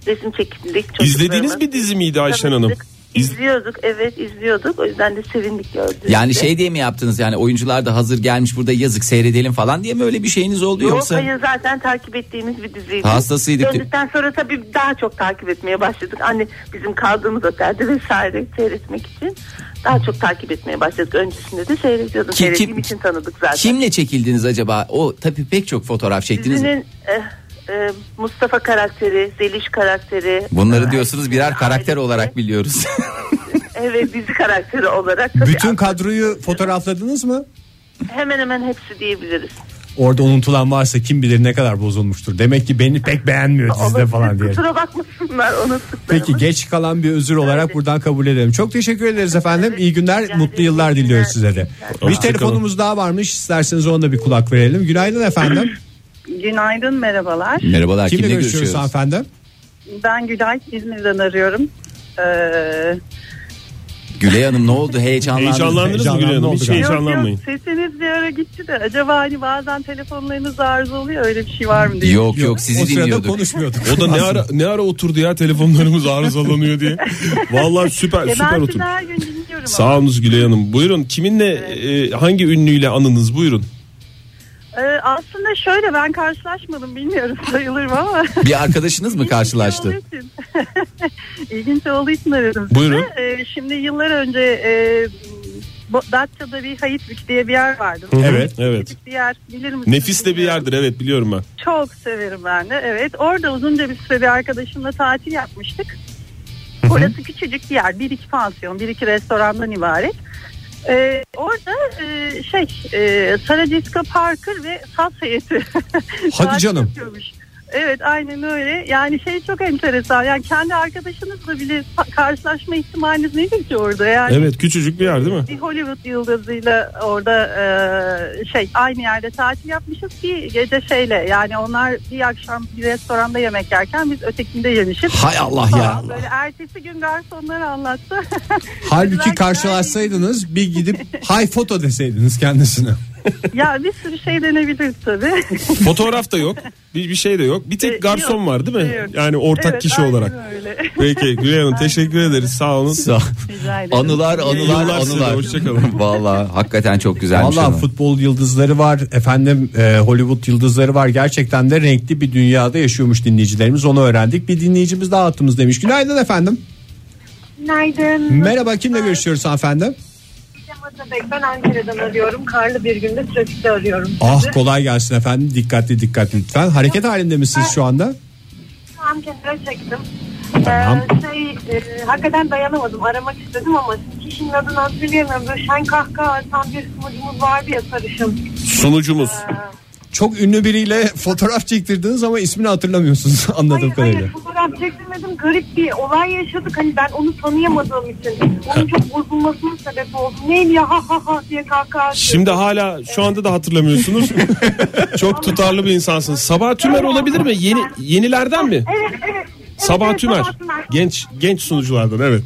[SPEAKER 7] resim çekildik.
[SPEAKER 4] İzlediğiniz
[SPEAKER 7] çocuklarımız.
[SPEAKER 4] bir dizi miydi Ayşen
[SPEAKER 7] Tabii
[SPEAKER 4] Hanım?
[SPEAKER 7] ki İzliyorduk evet izliyorduk. O yüzden de sevindik gördüğümüzde.
[SPEAKER 5] Yani şey diye mi yaptınız yani oyuncular da hazır gelmiş burada yazık seyredelim falan diye mi öyle bir şeyiniz oldu
[SPEAKER 7] Yok
[SPEAKER 5] yoksa?
[SPEAKER 7] hayır zaten takip ettiğimiz bir diziydi.
[SPEAKER 5] Hastasıydık.
[SPEAKER 7] Döndükten sonra tabii daha çok takip etmeye başladık. Anne bizim kaldığımız otelde vesaire seyretmek için daha çok takip etmeye başladık. Öncesinde de seyrediyordum.
[SPEAKER 5] Kim-
[SPEAKER 7] Seyrettiğim
[SPEAKER 5] kim-
[SPEAKER 7] için tanıdık zaten.
[SPEAKER 5] Kimle çekildiniz acaba? O tabii pek çok fotoğraf çektiniz. mi?
[SPEAKER 7] Dizinin eh, eh, Mustafa karakteri, Zeliş karakteri.
[SPEAKER 5] Bunları
[SPEAKER 7] eh,
[SPEAKER 5] diyorsunuz birer karakter olarak biliyoruz.
[SPEAKER 7] Evet eh, dizi karakteri olarak. Tabii
[SPEAKER 3] Bütün kadroyu fotoğrafladınız mı?
[SPEAKER 7] hemen hemen hepsi diyebiliriz.
[SPEAKER 3] Orada unutulan varsa kim bilir ne kadar bozulmuştur. Demek ki beni pek beğenmiyor dizide
[SPEAKER 7] Olabilir,
[SPEAKER 3] falan diye.
[SPEAKER 7] Kusura bakmasınlar unuttuklarımı.
[SPEAKER 3] Peki geç kalan bir özür olarak buradan kabul edelim. Çok teşekkür ederiz efendim. İyi
[SPEAKER 7] Rica
[SPEAKER 3] günler, mutlu
[SPEAKER 7] ederim.
[SPEAKER 3] yıllar
[SPEAKER 7] İyi
[SPEAKER 3] diliyoruz
[SPEAKER 7] günler.
[SPEAKER 3] size de. Bir
[SPEAKER 4] Hoşça kalın.
[SPEAKER 3] telefonumuz daha varmış. İsterseniz ona da bir kulak verelim. Günaydın efendim.
[SPEAKER 8] Günaydın merhabalar.
[SPEAKER 5] Merhabalar kimle,
[SPEAKER 3] Kimle görüşüyoruz
[SPEAKER 5] görüşüyoruz?
[SPEAKER 3] hanımefendi?
[SPEAKER 8] Ben Gülay İzmir'den arıyorum. Ee,
[SPEAKER 5] Güley Hanım ne oldu heyecanlandınız?
[SPEAKER 4] Heyecanlandınız mı Gülay Hanım?
[SPEAKER 3] Heyecanlandı
[SPEAKER 4] Hiç
[SPEAKER 3] oldu
[SPEAKER 4] heyecanlanmayın.
[SPEAKER 8] yok, sesiniz bir ara gitti de acaba hani bazen telefonlarınız arıza oluyor öyle bir şey var mı diye.
[SPEAKER 5] Yok yok sizi
[SPEAKER 3] o sırada
[SPEAKER 5] dinliyorduk.
[SPEAKER 3] konuşmuyorduk.
[SPEAKER 4] O da ne ara ne ara oturdu ya telefonlarımız arızalanıyor diye. Vallahi süper
[SPEAKER 8] Ya
[SPEAKER 4] süper
[SPEAKER 8] E, ben
[SPEAKER 4] oturdu.
[SPEAKER 8] sizi her gün dinliyorum ama.
[SPEAKER 4] Sağ olunuz Gülay Hanım. Buyurun kiminle e, hangi ünlüyle anınız buyurun.
[SPEAKER 8] Ee, aslında şöyle ben karşılaşmadım bilmiyorum sayılır mı ama.
[SPEAKER 5] Bir arkadaşınız mı karşılaştı?
[SPEAKER 8] İlginç olduğu için. İlginç olduğu için aradım sizi.
[SPEAKER 4] Buyurun.
[SPEAKER 8] Ee, şimdi yıllar önce e, Bo- Datça'da bir Hayitbük diye bir yer vardı.
[SPEAKER 4] Evet. Evet.
[SPEAKER 8] Bir yer bilir misiniz?
[SPEAKER 4] Nefis de bir
[SPEAKER 8] bilmiyorum.
[SPEAKER 4] yerdir evet biliyorum ben.
[SPEAKER 8] Çok severim ben de evet. Orada uzunca bir süre bir arkadaşımla tatil yapmıştık. Orası küçücük bir yer. Bir iki pansiyon, bir iki restorandan ibaret. Ee, orada e, şey e, Sarah Jessica Parker ve saz heyeti. tatil
[SPEAKER 3] canım.
[SPEAKER 8] yapıyormuş. Evet aynen öyle. Yani şey çok enteresan. Yani kendi arkadaşınızla bile pa- karşılaşma ihtimaliniz nedir ki orada? Yani
[SPEAKER 4] Evet küçücük bir yer değil mi?
[SPEAKER 8] bir Hollywood yıldızıyla orada e, şey aynı yerde tatil yapmışız ki gece şeyle yani onlar bir akşam bir restoranda yemek yerken biz ötekinde yemişiz.
[SPEAKER 5] Hay Allah
[SPEAKER 8] Falan.
[SPEAKER 5] ya.
[SPEAKER 8] Böyle ertesi gün garsonlar anlattı.
[SPEAKER 3] Halbuki
[SPEAKER 8] Güzel,
[SPEAKER 3] karşılaşsaydınız bir gidip hay foto deseydiniz kendisine.
[SPEAKER 8] ya bir sürü şey denebilir tabii.
[SPEAKER 4] Fotoğraf da yok. Bir, bir şey de yok. Bir
[SPEAKER 8] E,
[SPEAKER 9] Ee,
[SPEAKER 4] tek
[SPEAKER 8] yok,
[SPEAKER 4] garson var değil
[SPEAKER 9] şey
[SPEAKER 4] mi?
[SPEAKER 8] yok.
[SPEAKER 4] Yani ortak
[SPEAKER 8] Evet,
[SPEAKER 4] kişi
[SPEAKER 8] aynen
[SPEAKER 4] olarak.
[SPEAKER 8] Öyle.
[SPEAKER 4] Peki Gülay Hanım teşekkür ederiz. Sağ olun.
[SPEAKER 5] Sağ-
[SPEAKER 8] Rica ederim.
[SPEAKER 5] Anılar anılar
[SPEAKER 4] Yıllar size,
[SPEAKER 5] anılar.
[SPEAKER 4] hoşçakalın.
[SPEAKER 5] Vallahi hakikaten çok güzelmiş.
[SPEAKER 3] Valla
[SPEAKER 5] hanım.
[SPEAKER 3] futbol yıldızları var efendim e, Hollywood yıldızları var gerçekten de renkli bir dünyada yaşıyormuş dinleyicilerimiz onu öğrendik bir dinleyicimiz daha attığımız demiş günaydın efendim
[SPEAKER 9] Günaydın.
[SPEAKER 3] merhaba kimle görüşüyoruz hanımefendi
[SPEAKER 9] Ben Ankara'dan arıyorum. Karlı bir günde trafikte arıyorum.
[SPEAKER 3] ah kolay gelsin efendim dikkatli dikkatli lütfen hareket halinde misiniz şu anda
[SPEAKER 9] Şu an kenara çektim.
[SPEAKER 3] Tamam.
[SPEAKER 9] Ee, şey, e, hakikaten dayanamadım. Aramak istedim ama kişinin adını hatırlayamıyorum. Böyle şen kahkaha atan bir sunucumuz vardı ya sarışın.
[SPEAKER 4] Sunucumuz.
[SPEAKER 10] Çok ünlü biriyle fotoğraf çektirdiniz ama ismini hatırlamıyorsunuz anladığım
[SPEAKER 9] Hayır
[SPEAKER 10] kadarıyla.
[SPEAKER 9] hayır Ee, fotoğraf çektirmedim garip bir olay yaşadık hani ben onu tanıyamadığım için onun çok bozulmasının sebep oldu neydi ya ha ha ha diye kahkaha atıyor.
[SPEAKER 4] Şimdi hala şu anda da hatırlamıyorsunuz. Çok tutarlı bir insansınız. Sabah Tümer olabilir mi? Yeni yenilerden mi?
[SPEAKER 9] evet evet, evet
[SPEAKER 4] Sabah
[SPEAKER 9] evet,
[SPEAKER 4] Tümer.
[SPEAKER 9] Sabah Tümer.
[SPEAKER 4] Genç genç sunuculardan evet.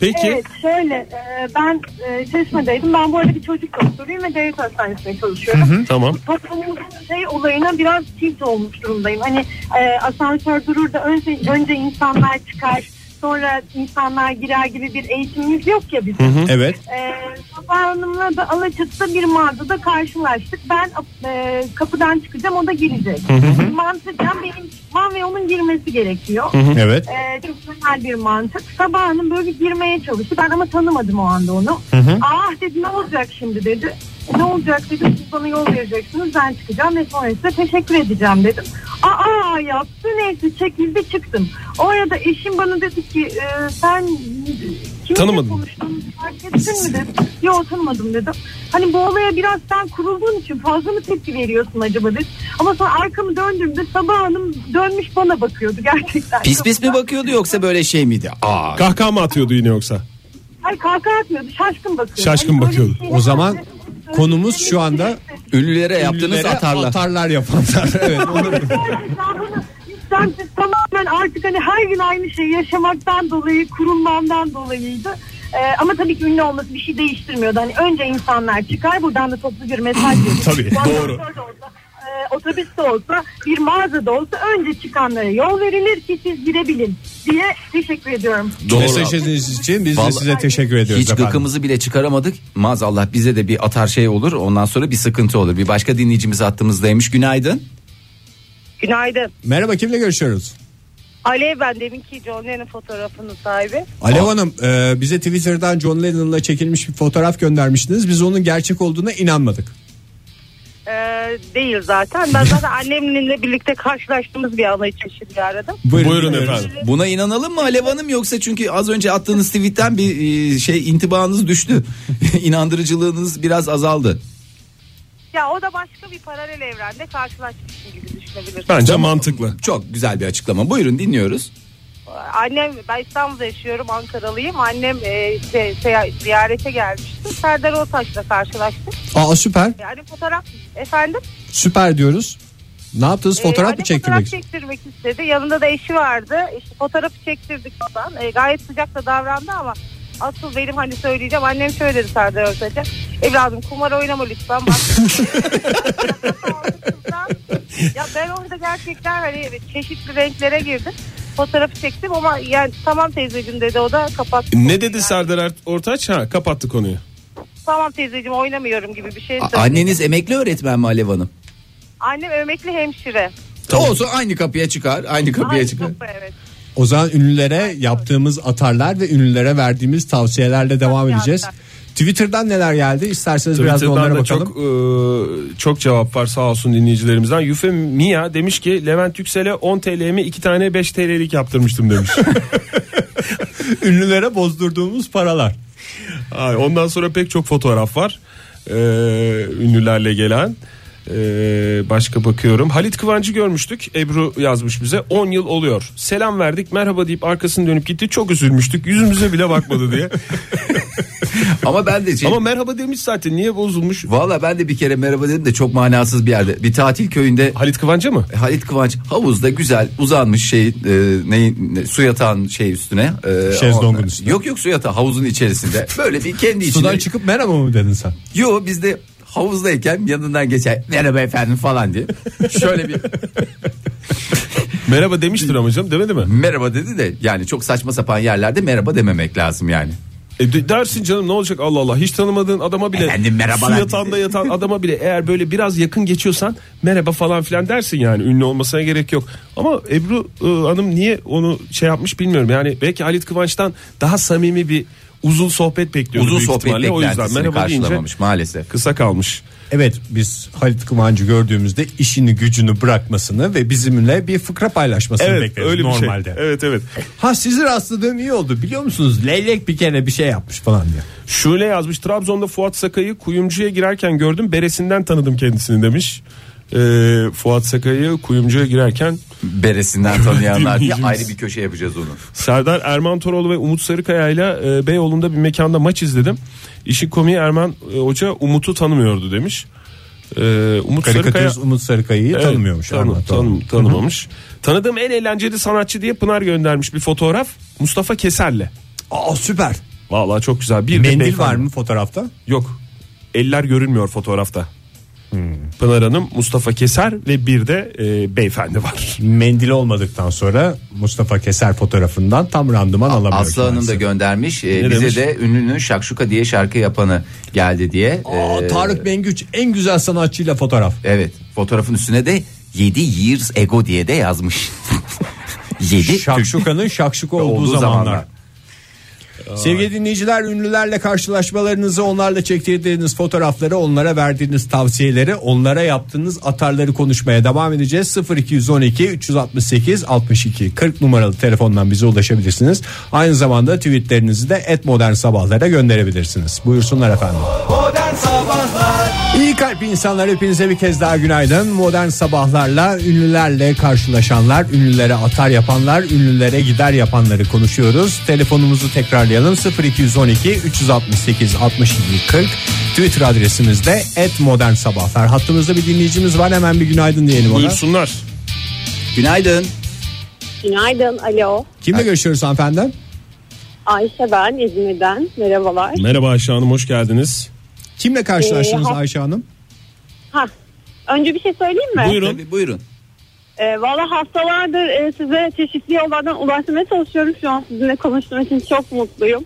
[SPEAKER 4] Peki
[SPEAKER 9] Evet şöyle e, ben e, Çeşme'deydim. Ben bu arada bir çocuk doktoruyum ve devlet hastanesinde çalışıyorum.
[SPEAKER 4] tamam.
[SPEAKER 9] Toplumumuzun şey olayına biraz tilt olmuş durumdayım. Hani e, asansör durur da önce, önce insanlar çıkar sonra insanlar girer gibi bir eğitimimiz yok ya bizim.
[SPEAKER 10] Evet.
[SPEAKER 9] Ee, Sabah Hanım'la da Alaçatı'da bir mağazada karşılaştık. Ben e, kapıdan çıkacağım o da girecek. Mantıken benim çıkmam ve onun girmesi gerekiyor.
[SPEAKER 10] Evet.
[SPEAKER 9] Ee, çok güzel bir mantık. Sabah Hanım böyle girmeye çalıştı. Ben ama tanımadım o anda onu. Ah dedi ne olacak şimdi dedi. Ne olacak dedim siz bana yol vereceksiniz ben çıkacağım ve sonrasında teşekkür edeceğim dedim. Aa yaptı neyse çekildi çıktım. Orada eşim bana dedi ki e, sen kimle
[SPEAKER 4] Tanımadın.
[SPEAKER 9] konuştuğunu fark ettin mi dedim. Yok tanımadım dedim. Hani bu olaya biraz sen kurulduğun için fazla mı tepki veriyorsun acaba dedim. Ama sonra arkamı döndüğümde Sabah Hanım dönmüş bana bakıyordu gerçekten.
[SPEAKER 5] Pis pis mi
[SPEAKER 9] Kapıdan-
[SPEAKER 5] bakıyordu yoksa böyle şey miydi? Aa.
[SPEAKER 4] Kahkaha mı atıyordu yine yoksa?
[SPEAKER 9] Hayır kahkaha atmıyordu şaşkın bakıyordu.
[SPEAKER 4] Şaşkın
[SPEAKER 9] böyle
[SPEAKER 4] bakıyordu.
[SPEAKER 9] bir şey-
[SPEAKER 10] O zaman konumuz şu anda
[SPEAKER 5] Ünlülere yaptığınız
[SPEAKER 10] ünlülere
[SPEAKER 5] atarlar.
[SPEAKER 10] atarlar yapanlar. evet. Onu
[SPEAKER 9] Ben de tamamen artık hani her gün aynı şeyi yaşamaktan dolayı kurulmamdan dolayıydı. Ee, ama tabii ki ünlü olması bir şey değiştirmiyordu. Hani önce insanlar çıkar buradan da toplu bir mesaj verir.
[SPEAKER 4] Tabii,
[SPEAKER 9] Bu
[SPEAKER 4] doğru.
[SPEAKER 9] asansör de olsa, e, Otobüs de olsa bir mağazada olsa önce çıkanlara yol verilir ki siz girebilin diye teşekkür ediyorum.
[SPEAKER 10] mesajınız için biz de
[SPEAKER 5] Vallahi-
[SPEAKER 10] size teşekkür ediyoruz
[SPEAKER 5] Hiç
[SPEAKER 10] efendim.
[SPEAKER 5] gıkımızı bile çıkaramadık. Maazallah bize de bir atar şey olur. Ondan sonra bir sıkıntı olur. Bir başka dinleyicimiz attığımızdaymış. Günaydın.
[SPEAKER 11] Günaydın.
[SPEAKER 10] Merhaba kimle görüşüyoruz?
[SPEAKER 11] Alev ben deminki John Lennon fotoğrafının sahibi.
[SPEAKER 10] Alev Hanım e, bize Twitter'dan John Lennon'la çekilmiş bir fotoğraf göndermiştiniz. Biz onun gerçek olduğuna inanmadık.
[SPEAKER 11] Ee, değil zaten. Ben zaten annemle birlikte karşılaştığımız bir ana için şimdi aradım.
[SPEAKER 4] Buyurun,
[SPEAKER 10] dinliyoruz.
[SPEAKER 4] efendim.
[SPEAKER 5] Buna inanalım mı Alev Hanım yoksa çünkü az önce attığınız tweetten bir e, şey intibanız düştü. İnandırıcılığınız biraz azaldı.
[SPEAKER 11] Ya o da başka bir paralel evrende karşılaşmışım gibi düşünebilirsin.
[SPEAKER 4] Bence mantıklı.
[SPEAKER 5] Çok güzel bir açıklama. Buyurun dinliyoruz.
[SPEAKER 11] Annem ben İstanbul'da yaşıyorum Ankaralıyım. Annem e, şey, şey- ziyarete gelmişti. Serdar Ortaç'la karşılaştık.
[SPEAKER 10] Aa süper.
[SPEAKER 11] Yani fotoğraf efendim.
[SPEAKER 10] Süper diyoruz. Ne yaptınız?
[SPEAKER 11] Ee,
[SPEAKER 10] Fotoğraf
[SPEAKER 11] annem
[SPEAKER 10] mı çektirmek?
[SPEAKER 11] Fotoğraf çektirmek istedi. Yanında da eşi vardı. İşte fotoğrafı çektirdik falan. Ee, gayet sıcak da davrandı ama asıl benim hani söyleyeceğim. Annem şöyle dedi Serdar Ortaç'a. Evladım kumar oynama lütfen. Bak. ya ben orada gerçekten hani çeşitli renklere girdim. Fotoğrafı çektim ama yani tamam teyzeciğim dedi o da kapattı.
[SPEAKER 4] Ne dedi
[SPEAKER 11] Yani,
[SPEAKER 4] Serdar Ert- Ortaç? Ha kapattı konuyu.
[SPEAKER 11] Tamam teyzeciğim oynamıyorum gibi bir şey
[SPEAKER 5] A-
[SPEAKER 11] söyledi.
[SPEAKER 5] Anneniz emekli öğretmen mi Alev Hanım?
[SPEAKER 11] Annem emekli hemşire.
[SPEAKER 5] Olsun aynı kapıya çıkar. Aynı kapıya
[SPEAKER 11] Ay,
[SPEAKER 5] çıkar.
[SPEAKER 11] çok- evet.
[SPEAKER 10] O zaman ünlülere yaptığımız atarlar ve ünlülere verdiğimiz tavsiyelerle devam
[SPEAKER 11] Tavsiyeler.
[SPEAKER 10] edeceğiz. Twitter'dan neler geldi? İsterseniz biraz da onlara
[SPEAKER 4] Twitter'dan da
[SPEAKER 10] bakalım.
[SPEAKER 4] çok e, çok cevap var sağ olsun dinleyicilerimizden. Yüfe Mia demiş ki Levent Yüksel'e 10 TL'mi 2 tane 5 TL'lik yaptırmıştım demiş.
[SPEAKER 10] Ünlülere bozdurduğumuz paralar.
[SPEAKER 4] Ay, Ondan sonra pek çok fotoğraf var. Ee, ünlülerle gelen. Ee, başka bakıyorum. Halit Kıvancı görmüştük. Ebru yazmış bize. 10 yıl oluyor. Selam verdik. Merhaba deyip arkasını dönüp gitti. Çok üzülmüştük. Yüzümüze bile bakmadı diye.
[SPEAKER 5] Ama ben de şey...
[SPEAKER 4] Ama merhaba demiş zaten. Niye bozulmuş?
[SPEAKER 5] Valla ben de bir kere merhaba dedim de çok manasız bir yerde. Bir tatil köyünde E,
[SPEAKER 4] Halit Kıvancı mı?
[SPEAKER 5] Halit Kıvanç havuzda güzel uzanmış şey e, neyin ne, su yatağın şey üstüne. e,
[SPEAKER 10] Şezlongun
[SPEAKER 5] ondan-
[SPEAKER 10] üstüne.
[SPEAKER 5] Yok yok su yatağı havuzun içerisinde. Böyle bir kendi
[SPEAKER 10] Sudan
[SPEAKER 5] içinde.
[SPEAKER 10] çıkıp merhaba mı dedin sen?
[SPEAKER 5] Yo biz de havuzdayken yanından geçer merhaba efendim falan diye. Şöyle bir
[SPEAKER 4] Merhaba demiştir ama canım demedi mi?
[SPEAKER 5] merhaba dedi de yani çok saçma sapan yerlerde merhaba dememek lazım yani.
[SPEAKER 4] E de- dersin canım ne olacak Allah Allah hiç tanımadığın adama bile
[SPEAKER 5] Efendim, merhabalar.
[SPEAKER 4] su yatağında yatan adama bile eğer böyle biraz yakın geçiyorsan merhaba falan filan dersin yani ünlü olmasına gerek yok. Ama Ebru e, Hanım niye onu şey yapmış bilmiyorum yani belki Halit Kıvanç'tan daha samimi bir uzun sohbet bekliyordu.
[SPEAKER 5] Uzun
[SPEAKER 4] büyük
[SPEAKER 5] sohbet
[SPEAKER 4] ihtimalle. O yüzden
[SPEAKER 5] beklentisini
[SPEAKER 4] merhaba deyince
[SPEAKER 5] karşılamamış maalesef.
[SPEAKER 4] kısa kalmış.
[SPEAKER 10] Evet biz Halit Kıvancı gördüğümüzde işini gücünü bırakmasını ve bizimle bir fıkra paylaşmasını
[SPEAKER 4] Evet
[SPEAKER 10] bekleriz
[SPEAKER 4] öyle bir
[SPEAKER 10] normalde.
[SPEAKER 4] şey. Evet evet.
[SPEAKER 10] Ha sizi rastladığım iyi oldu biliyor musunuz? Leylek bir kere bir şey yapmış falan diye.
[SPEAKER 4] Şule yazmış Trabzon'da Fuat Sakay'ı kuyumcuya girerken gördüm beresinden tanıdım kendisini demiş. e, Fuat Sakay'ı kuyumcuya girerken
[SPEAKER 5] beresinden tanıyanlar diye ayrı bir köşe yapacağız onu.
[SPEAKER 4] Serdar Erman Toroğlu ve Umut Sarıkaya ile e, Beyoğlu'nda bir mekanda maç izledim. İşin komiği Erman e, Hoca Umut'u tanımıyordu demiş. E, Umut Sarıkaya
[SPEAKER 3] Karikatürist Umut Sarıkaya'yı
[SPEAKER 4] Evet,
[SPEAKER 3] tanımıyormuş.
[SPEAKER 4] tanı-
[SPEAKER 3] Erman Toroğlu.
[SPEAKER 4] tanım- tanımamış. Tanıdığım en eğlenceli sanatçı diye Pınar göndermiş bir fotoğraf. Mustafa Keser'le.
[SPEAKER 3] Aa süper.
[SPEAKER 4] Vallahi çok güzel. Bir de
[SPEAKER 3] Mendil
[SPEAKER 4] beyefendi.
[SPEAKER 3] var mı fotoğrafta?
[SPEAKER 4] Yok. Eller görünmüyor fotoğrafta.
[SPEAKER 3] Hmm.
[SPEAKER 4] Pınar Hanım, Mustafa Keser ve bir de e, beyefendi var.
[SPEAKER 3] Mendil olmadıktan sonra Mustafa Keser fotoğrafından tam randıman alamıyoruz.
[SPEAKER 5] Aslı Hanım da göndermiş. Ee,
[SPEAKER 3] Ne
[SPEAKER 5] bize
[SPEAKER 3] demiş?
[SPEAKER 5] de ünlünün şakşuka diye şarkı yapanı geldi diye.
[SPEAKER 3] Aa,
[SPEAKER 5] Ee,
[SPEAKER 3] Tarık Mengüç en güzel sanatçıyla fotoğraf.
[SPEAKER 5] Evet fotoğrafın üstüne de 7 years ego diye de yazmış. 7
[SPEAKER 3] Şakşuka'nın şakşuka olduğu, zamanlar. Sevgili dinleyiciler ünlülerle karşılaşmalarınızı onlarla çektirdiğiniz fotoğrafları onlara verdiğiniz tavsiyeleri onlara yaptığınız atarları konuşmaya devam edeceğiz. 0212 368 62 40 numaralı telefondan bize ulaşabilirsiniz. Aynı zamanda tweetlerinizi de et modern sabahlara gönderebilirsiniz. Buyursunlar efendim.
[SPEAKER 12] Modern Sabahlar
[SPEAKER 3] İyi kalp insanlar hepinize bir kez daha günaydın. Modern sabahlarla ünlülerle karşılaşanlar, ünlülere atar yapanlar, ünlülere gider yapanları konuşuyoruz. Telefonumuzu tekrarlayalım 0212 368 62 40. Twitter adresimizde et modern sabahlar. Hattımızda bir dinleyicimiz var hemen bir günaydın diyelim ona.
[SPEAKER 4] Buyursunlar.
[SPEAKER 5] Günaydın.
[SPEAKER 13] Günaydın, alo.
[SPEAKER 3] Kimle görüşüyoruz hanımefendi?
[SPEAKER 13] Ayşe ben İzmir'den. Merhabalar.
[SPEAKER 4] Merhaba Ayşe Hanım, hoş geldiniz.
[SPEAKER 3] Kimle karşılaştınız
[SPEAKER 13] Ee, ha-
[SPEAKER 3] Ayşe Hanım?
[SPEAKER 13] Ha, önce bir şey söyleyeyim mi?
[SPEAKER 5] buyurun.
[SPEAKER 13] Ee, Valla haftalardır e, size çeşitli yollardan ulaşmaya çalışıyorum. Şu an sizinle konuştuğum için çok mutluyum.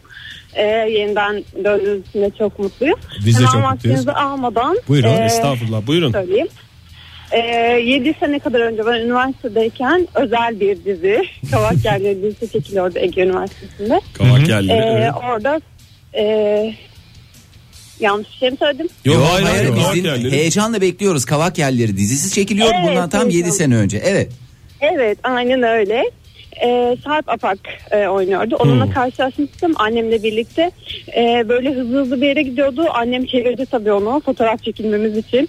[SPEAKER 13] Ee, yeniden döndüğünüz için de çok mutluyum.
[SPEAKER 4] Biz de
[SPEAKER 13] Hemen
[SPEAKER 4] çok mutluyuz.
[SPEAKER 13] vaktinizi almadan.
[SPEAKER 4] Buyurun,
[SPEAKER 13] e,
[SPEAKER 4] estağfurullah, buyurun.
[SPEAKER 13] Söyleyeyim. 7 sene kadar önce ben üniversitedeyken özel bir dizi Kavak Yerleri dizisi çekiliyordu Ege Üniversitesi'nde.
[SPEAKER 4] Kavak Yerleri,
[SPEAKER 13] Ee,
[SPEAKER 4] evet.
[SPEAKER 13] Orada e, yanlış bir şey mi söyledim?
[SPEAKER 5] Yok,
[SPEAKER 4] Yok,
[SPEAKER 5] hayır,
[SPEAKER 4] hayır,
[SPEAKER 5] hayır,
[SPEAKER 4] Kavak
[SPEAKER 5] bizim
[SPEAKER 4] Yerleri.
[SPEAKER 5] heyecanla bekliyoruz. Kavak Yerleri dizisi çekiliyor
[SPEAKER 13] Evet,
[SPEAKER 5] bundan tam 7
[SPEAKER 13] heyecan.
[SPEAKER 5] sene önce. Evet.
[SPEAKER 13] Evet aynen öyle. Ee, Sarp Apak e, oynuyordu. Onunla
[SPEAKER 4] Hmm.
[SPEAKER 13] karşılaşmıştım annemle birlikte. Ee, böyle hızlı hızlı bir yere gidiyordu. Annem çevirdi tabii onu fotoğraf çekilmemiz için.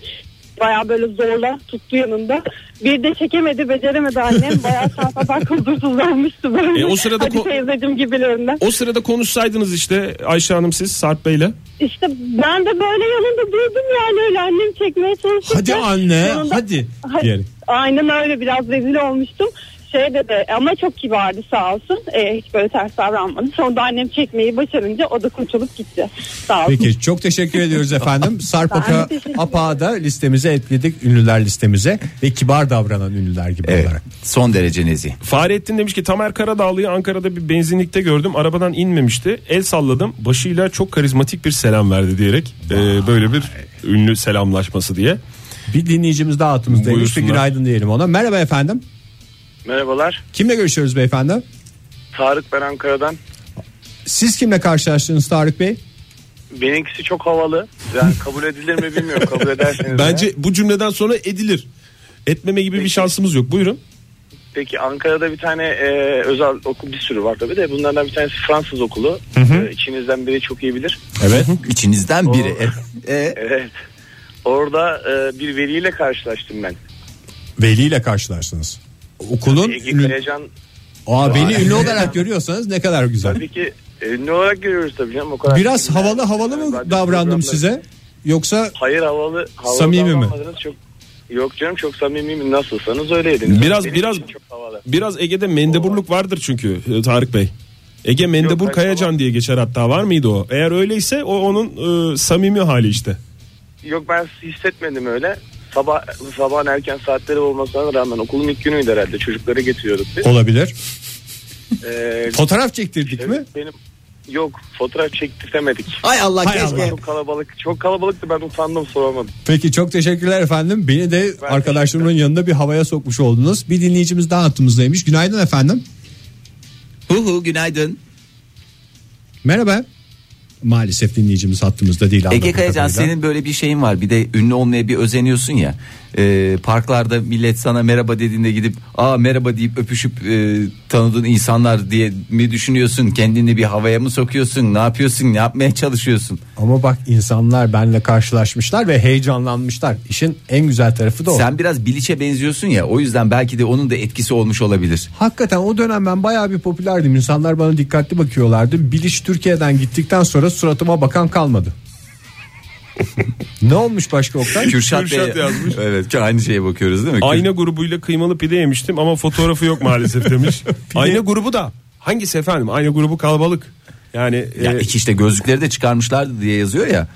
[SPEAKER 13] Baya böyle zorla tuttu yanında. Bir de çekemedi beceremedi annem. Baya Sarp Apak huzursuzlanmıştı böyle.
[SPEAKER 4] E, o sırada
[SPEAKER 13] Hadi
[SPEAKER 4] ko-
[SPEAKER 13] teyzeciğim gibilerinden.
[SPEAKER 4] O sırada konuşsaydınız işte Ayşe Hanım siz Sarp Bey'le.
[SPEAKER 13] İşte ben de böyle yanında durdum yani öyle annem çekmeye çalıştı.
[SPEAKER 3] Hadi anne, hadi diyerek.
[SPEAKER 13] Aynen öyle biraz rezil olmuştum. Şey dedi ama çok kibardı sağ olsun. Ee, hiç böyle ters davranmadı. Sonra annem çekmeyi başarınca o da kurtulup gitti. Sağ olsun.
[SPEAKER 3] Peki çok teşekkür ediyoruz efendim. Sarp
[SPEAKER 13] Ben
[SPEAKER 3] Aka-
[SPEAKER 13] teşekkür
[SPEAKER 3] Apağı da listemize ekledik ünlüler listemize ve kibar davranan ünlüler gibi olarak.
[SPEAKER 5] Son derece nezih.
[SPEAKER 4] Fahrettin demiş ki Tamer Karadağlı'yı Ankara'da bir benzinlikte gördüm. Arabadan inmemişti. El salladım. Başıyla çok karizmatik bir selam verdi diyerek e, böyle bir ünlü selamlaşması diye.
[SPEAKER 3] Bir dinleyicimiz daha hattımızdaymış. Bir
[SPEAKER 4] Buyursunlar.
[SPEAKER 3] günaydın diyelim ona. Merhaba efendim.
[SPEAKER 14] Merhabalar.
[SPEAKER 3] Kimle görüşüyoruz beyefendi?
[SPEAKER 14] Tarık ben Ankara'dan.
[SPEAKER 3] Siz kimle karşılaştınız Tarık Bey?
[SPEAKER 14] Benimkisi çok havalı. Yani kabul edilir mi bilmiyorum. Kabul ederseniz.
[SPEAKER 4] Bence bu cümleden sonra edilir. Etmeme gibi bir şansımız yok. Buyurun.
[SPEAKER 14] Peki Ankara'da bir tane e, özel okul bir sürü var tabii de bunlardan bir tanesi Fransız okulu. E, içinizden biri çok iyi bilir.
[SPEAKER 3] Evet.
[SPEAKER 5] İçinizden biri.
[SPEAKER 14] Evet. Orada e, bir veliyle karşılaştım ben.
[SPEAKER 3] Veli ile karşılaştınız. Okulun
[SPEAKER 14] Ege
[SPEAKER 3] ünlü-
[SPEAKER 14] Kayacan
[SPEAKER 3] Aa, beni
[SPEAKER 14] Vay.
[SPEAKER 3] ünlü olarak görüyorsanız ne kadar güzel.
[SPEAKER 14] tabii ki e, ünlü olarak görüyoruz tabii canım. O kadar
[SPEAKER 3] Biraz havalı havalı mı davrandım size? Yoksa
[SPEAKER 14] Hayır havalı. havalı
[SPEAKER 3] Samimi mi?
[SPEAKER 14] davranmadınız, Çok... Yok canım çok samimiyim. Nasılsanız öyleydiniz.
[SPEAKER 4] Biraz
[SPEAKER 14] Benim
[SPEAKER 4] biraz
[SPEAKER 14] için çok havalı.
[SPEAKER 4] biraz Ege'de mendeburluk vardır çünkü e, Tarık Bey. Ege Mendebur
[SPEAKER 14] hayır,
[SPEAKER 4] Kayacan diye geçer hatta var mıydı o? Eğer öyleyse o onun e, samimi hali işte.
[SPEAKER 14] Yok ben hissetmedim öyle. Sabah sabahın erken saatleri olmasına rağmen okulun ilk günüydü herhalde. Çocukları getiriyorduk biz.
[SPEAKER 3] olabilir.
[SPEAKER 14] Ee,
[SPEAKER 3] Fotoğraf çektirdik
[SPEAKER 14] evet,
[SPEAKER 3] mi?
[SPEAKER 14] Benim yok fotoğraf çektirtemedik.
[SPEAKER 5] Hay Allah, Hay keşke. Allah.
[SPEAKER 14] Çok kalabalık. Çok kalabalıktı ben utandım soramadım.
[SPEAKER 3] Peki çok teşekkürler efendim. Beni de arkadaşlarımın yanında bir havaya sokmuş oldunuz. Bir dinleyicimiz daha hattımızdaymış. Günaydın efendim.
[SPEAKER 5] Hu hu günaydın.
[SPEAKER 3] Merhaba. Maalesef dinleyicimiz hattımızda değil.
[SPEAKER 5] Ege
[SPEAKER 3] anladığım
[SPEAKER 5] Kayacan
[SPEAKER 3] kadarıyla.
[SPEAKER 5] senin böyle bir şeyin var. Bir de ünlü olmaya bir özeniyorsun ya. Ee, parklarda millet sana merhaba dediğinde gidip aa merhaba deyip öpüşüp e, tanıdığın insanlar diye mi düşünüyorsun? Kendini bir havaya mı sokuyorsun? Ne yapıyorsun? Ne yapmaya çalışıyorsun?
[SPEAKER 3] Ama bak insanlar benle karşılaşmışlar ve heyecanlanmışlar. İşin en güzel tarafı da o.
[SPEAKER 5] Sen biraz Biliç'e benziyorsun ya o yüzden belki de onun da etkisi olmuş olabilir.
[SPEAKER 3] Hakikaten o dönem ben bayağı bir popülerdim. İnsanlar bana dikkatli bakıyorlardı. Biliç Türkiye'den gittikten sonra suratıma bakan kalmadı. ne olmuş başka Oktay?
[SPEAKER 5] Kürşat,
[SPEAKER 4] Kürşat
[SPEAKER 5] Bey
[SPEAKER 4] yazmış.
[SPEAKER 5] Evet aynı şeye bakıyoruz değil mi?
[SPEAKER 4] Ayna grubuyla kıymalı pide yemiştim ama fotoğrafı yok maalesef demiş. Ayna grubu da hangisi efendim? Ayna grubu kalabalık. Yani e,
[SPEAKER 5] Ya iki işte gözlükleri de çıkarmışlardı diye yazıyor ya.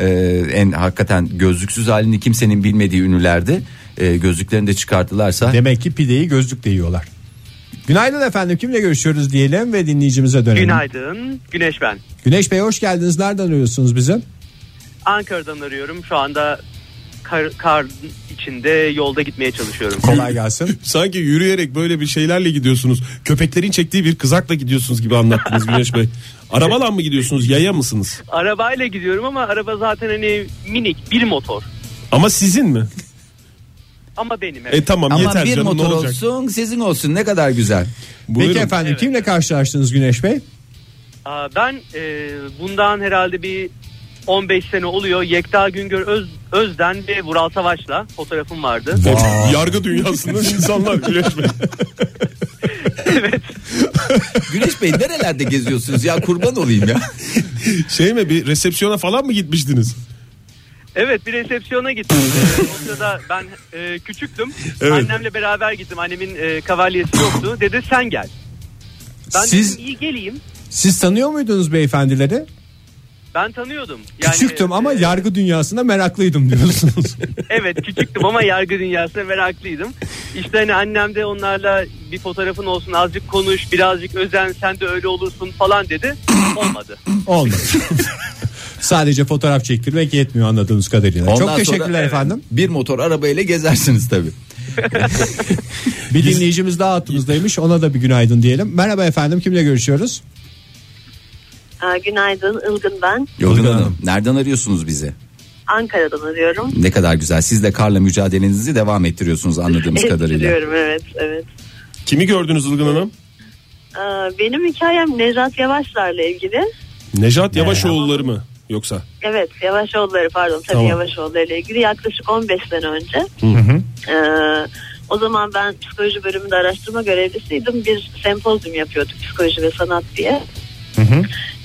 [SPEAKER 5] Ee, en hakikaten gözlüksüz halini kimsenin bilmediği ünlülerdi. Ee, gözlüklerini de çıkarttılarsa
[SPEAKER 3] Demek ki pideyi gözlükle yiyorlar. Günaydın efendim kimle görüşüyoruz diyelim ve dinleyicimize dönelim.
[SPEAKER 15] Günaydın. Güneş ben.
[SPEAKER 3] Güneş Bey hoş geldiniz. Nereden arıyorsunuz bizi?
[SPEAKER 15] Ankara'dan arıyorum. Şu anda kar, kar içinde yolda gitmeye çalışıyorum.
[SPEAKER 3] Kolay gelsin.
[SPEAKER 4] Sanki yürüyerek böyle bir şeylerle gidiyorsunuz. Köpeklerin çektiği bir kızakla gidiyorsunuz gibi anlattınız Güneş Bey. Arabalan mı gidiyorsunuz? Yaya mısınız?
[SPEAKER 15] Arabayla gidiyorum ama araba zaten hani minik bir motor.
[SPEAKER 4] Ama sizin mi?
[SPEAKER 15] Ama benim evet.
[SPEAKER 4] E tamam
[SPEAKER 5] Ama
[SPEAKER 4] yeter
[SPEAKER 5] bir
[SPEAKER 4] canım ne
[SPEAKER 5] motor
[SPEAKER 4] olacak?
[SPEAKER 5] olsun sizin olsun ne kadar güzel.
[SPEAKER 3] Peki efendim kimle karşılaştınız Güneş Bey?
[SPEAKER 15] Aa, ben e, bundan herhalde bir 15 sene oluyor. Yekta Güngör Öz, Özden ve Vural Savaş'la fotoğrafım vardı.
[SPEAKER 4] Vay. Yargı dünyasının insanlar Güneş Bey.
[SPEAKER 5] Güneş Bey nerelerde geziyorsunuz ya kurban olayım ya.
[SPEAKER 4] Şey mi bir resepsiyona falan mı gitmiştiniz?
[SPEAKER 15] Evet bir resepsiyona gittim. Ee, o sırada ben e, küçüktüm.
[SPEAKER 4] Evet.
[SPEAKER 15] Annemle beraber gittim. Annemin e, kavalyesi yoktu. Dedi sen gel. Ben
[SPEAKER 3] Siz-
[SPEAKER 15] dedim iyi geleyim.
[SPEAKER 3] Siz tanıyor muydunuz beyefendileri?
[SPEAKER 15] Ben tanıyordum.
[SPEAKER 3] Küçüktüm ama yargı dünyasında meraklıydım diyorsunuz.
[SPEAKER 15] Evet küçüktüm ama yargı dünyasına meraklıydım. İşte hani annem de onlarla bir fotoğrafın olsun azıcık konuş birazcık özen sen de öyle olursun falan dedi. Olmadı.
[SPEAKER 3] Olmadı. Sadece fotoğraf çektirmek yetmiyor anladığınız kadarıyla.
[SPEAKER 5] Ondan
[SPEAKER 3] Çok
[SPEAKER 5] sonra-
[SPEAKER 3] teşekkürler efendim.
[SPEAKER 5] Bir motor arabayla gezersiniz tabii.
[SPEAKER 3] Bir dinleyicimiz daha hattımızdaymış. Ona da bir günaydın diyelim. Merhaba efendim. Kimle görüşüyoruz?
[SPEAKER 16] Aa, Günaydın Ilgın ben.
[SPEAKER 5] Yolgun Hanım nereden arıyorsunuz bizi?
[SPEAKER 16] Ankara'dan arıyorum.
[SPEAKER 5] Ne kadar güzel siz de karla mücadelenizi devam ettiriyorsunuz anladığımız kadarıyla.
[SPEAKER 16] Ettiriyorum, evet evet.
[SPEAKER 4] Kimi gördünüz Ilgın Hanım?
[SPEAKER 16] Aa, benim hikayem Nejat Yavaşlar'la ilgili.
[SPEAKER 4] Nejat Yavaşoğulları mı yoksa?
[SPEAKER 16] Evet Yavaşoğulları pardon tabii
[SPEAKER 4] Tamam.
[SPEAKER 16] Yavaşoğulları'yla ilgili yaklaşık 15 sene önce. Ee, o zaman ben psikoloji bölümünde araştırma görevlisiydim. Bir sempozyum yapıyorduk psikoloji ve sanat diye.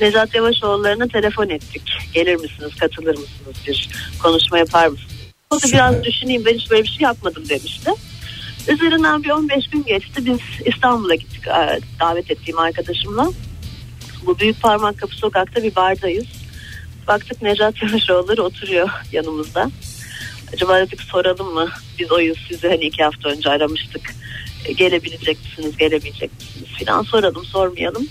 [SPEAKER 16] Necat Yavaşoğulları'na telefon ettik. Gelir misiniz, katılır mısınız, bir konuşma yapar mısınız? O da biraz düşüneyim ben hiç böyle bir şey yapmadım demişti. Üzerinden bir 15 gün geçti. Biz İstanbul'a gittik e, davet ettiğim arkadaşımla. Bu büyük parmak kapı sokakta bir bardayız. Baktık Necat Yavaşoğulları oturuyor yanımızda. Acaba dedik soralım mı? Biz oyuz sizi hani iki hafta önce aramıştık. E, Gelebilecek misiniz, gelemeyecek misiniz filan soralım sormayalım.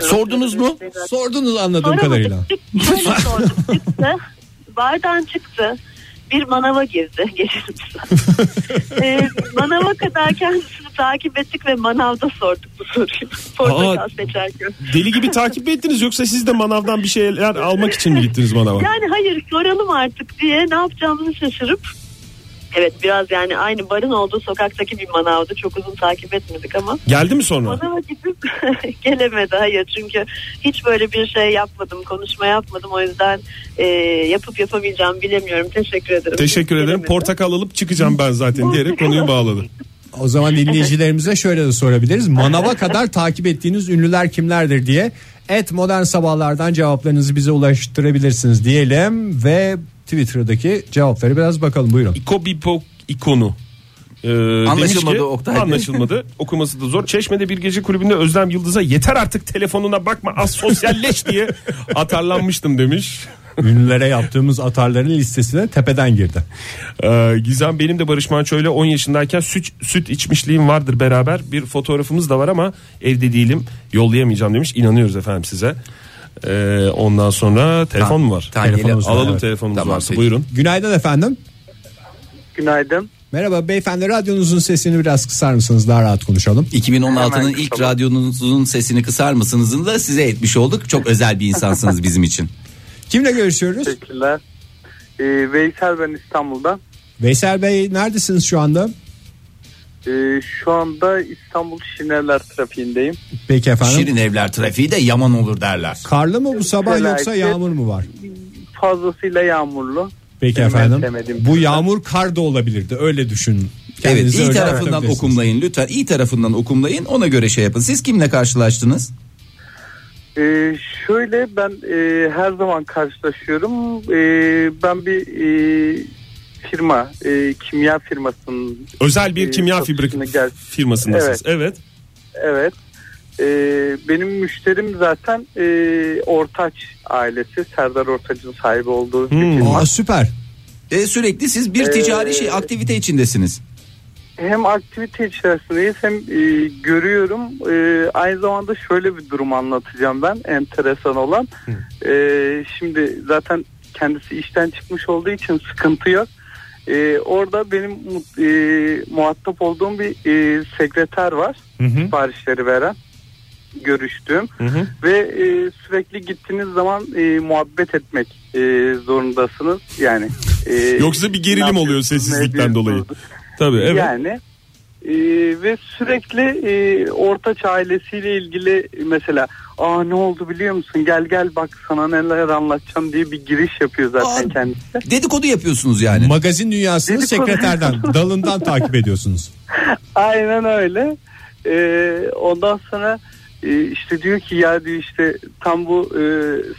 [SPEAKER 3] Sordunuz mu? Sordunuz anladığım kadarıyla.
[SPEAKER 16] Böyle sorduk çıktı. Bardan çıktı. Bir manava girdi gecenin ee, manava kadar kendisini takip ettik ve manavda sorduk bu soruyu. Portakal seçerken.
[SPEAKER 4] Deli gibi takip mi ettiniz yoksa siz de manavdan bir şeyler almak için mi gittiniz manava?
[SPEAKER 16] Yani hayır soralım artık diye ne yapacağımızı şaşırıp Evet biraz yani aynı barın olduğu sokaktaki bir manavdı. Çok uzun takip etmedik ama.
[SPEAKER 4] Geldi mi sonra?
[SPEAKER 16] Manava gidip gelemedi hayır çünkü hiç böyle bir şey yapmadım konuşma yapmadım o yüzden e, yapıp yapamayacağım bilemiyorum teşekkür ederim.
[SPEAKER 4] Teşekkür ederim. Portakal alıp çıkacağım ben zaten diyerek konuyu bağladı.
[SPEAKER 3] O zaman dinleyicilerimize şöyle de sorabiliriz. Manava kadar takip ettiğiniz ünlüler kimlerdir diye et modern sabahlardan cevaplarınızı bize ulaştırabilirsiniz diyelim ve Twitter'daki cevapları biraz bakalım buyurun.
[SPEAKER 4] Kobipo ikonu. Ee,
[SPEAKER 5] Anlaşılmadı
[SPEAKER 4] demiş ki-
[SPEAKER 5] Oktay Bey.
[SPEAKER 4] Anlaşılmadı. Okuması da zor. Çeşme'de bir gece kulübünde Özlem Yıldız'a yeter artık telefonuna bakma az sosyalleş diye atarlanmıştım demiş.
[SPEAKER 3] Ünlülere yaptığımız atarların listesine tepeden girdi.
[SPEAKER 4] Ee, Gizem benim de Barış Manço ile 10 yaşındayken süt, süt içmişliğim vardır beraber. Bir fotoğrafımız da var ama evde değilim yollayamayacağım demiş. İnanıyoruz efendim size. Ee, ondan sonra telefon mu var?
[SPEAKER 5] Taneli
[SPEAKER 4] Telefonumuz var,
[SPEAKER 5] alalım.
[SPEAKER 4] Alalım telefonumuz
[SPEAKER 5] Tamam,
[SPEAKER 4] varsa
[SPEAKER 5] peki.
[SPEAKER 4] buyurun.
[SPEAKER 3] Günaydın efendim.
[SPEAKER 17] Günaydın.
[SPEAKER 3] Merhaba beyefendi radyonuzun sesini biraz kısar mısınız daha rahat konuşalım.
[SPEAKER 5] 2016'nın ilk radyonuzun sesini kısar mısınızın da size etmiş olduk. Çok özel bir insansınız bizim için.
[SPEAKER 3] Kimle görüşüyoruz?
[SPEAKER 17] Teşekkürler. Ee, Veysel ben İstanbul'da.
[SPEAKER 3] Veysel Bey neredesiniz şu anda?
[SPEAKER 17] Ee, şu anda İstanbul Şirinevler trafiğindeyim.
[SPEAKER 3] Peki efendim.
[SPEAKER 5] Şirin evler trafiği de yaman olur derler.
[SPEAKER 3] Karlı mı bu sabah
[SPEAKER 17] Felaket.
[SPEAKER 3] yoksa yağmur mu var?
[SPEAKER 17] Fazlasıyla yağmurlu.
[SPEAKER 3] Peki
[SPEAKER 17] Benim
[SPEAKER 3] efendim.
[SPEAKER 17] sevmediğim
[SPEAKER 3] Bu yağmur kar da olabilirdi. Öyle düşünün.
[SPEAKER 5] Evet
[SPEAKER 3] Kendinizi
[SPEAKER 5] iyi
[SPEAKER 3] öyle
[SPEAKER 5] tarafından
[SPEAKER 3] yaratabilirsiniz.
[SPEAKER 5] okumlayın lütfen iyi tarafından okumlayın ona göre şey yapın. Siz kimle karşılaştınız?
[SPEAKER 17] Ee, şöyle ben e, her zaman karşılaşıyorum. E, ben bir e, firma, e, kimya firmasının
[SPEAKER 4] Özel bir
[SPEAKER 17] e,
[SPEAKER 4] kimya fibri
[SPEAKER 17] satışını ger-
[SPEAKER 4] firmasındasınız. Evet.
[SPEAKER 17] Evet. Ee, benim müşterim zaten e, Ortaç ailesi. Serdar Ortaç'ın sahibi olduğu
[SPEAKER 4] Hmm.
[SPEAKER 17] bir firma.
[SPEAKER 3] süper.
[SPEAKER 5] E, sürekli siz bir
[SPEAKER 17] Ee,
[SPEAKER 5] ticari şey aktivite içindesiniz.
[SPEAKER 17] Hem aktivite içerisindeyiz hem e, görüyorum. E, aynı zamanda şöyle bir durum anlatacağım ben. Enteresan olan. E, şimdi zaten kendisi işten çıkmış olduğu için sıkıntı yok. E, orada benim mu- e, muhatap olduğum bir e, sekreter var. Siparişleri veren. Görüştüğüm. ve e, sürekli gittiğiniz zaman e, muhabbet etmek e, zorundasınız. Yani e,
[SPEAKER 4] Yoksa bir
[SPEAKER 17] ne
[SPEAKER 4] gerilim oluyor
[SPEAKER 17] yapıyorsunuz, ne
[SPEAKER 4] sessizlikten
[SPEAKER 17] ediyorsunuz?
[SPEAKER 4] dolayı. Tabii evet.
[SPEAKER 17] Yani e, ve sürekli e, ortaç ailesiyle ilgili mesela aa ne oldu biliyor musun gel gel bak sana neler anlatacağım diye bir giriş yapıyor zaten kendisi.
[SPEAKER 5] Dedikodu yapıyorsunuz yani.
[SPEAKER 3] Magazin dünyasını
[SPEAKER 17] Dedikodu.
[SPEAKER 3] sekreterden, dalından takip ediyorsunuz.
[SPEAKER 17] Aynen öyle. Ee, ondan sonra e, işte diyor ki ya diyor işte tam bu e,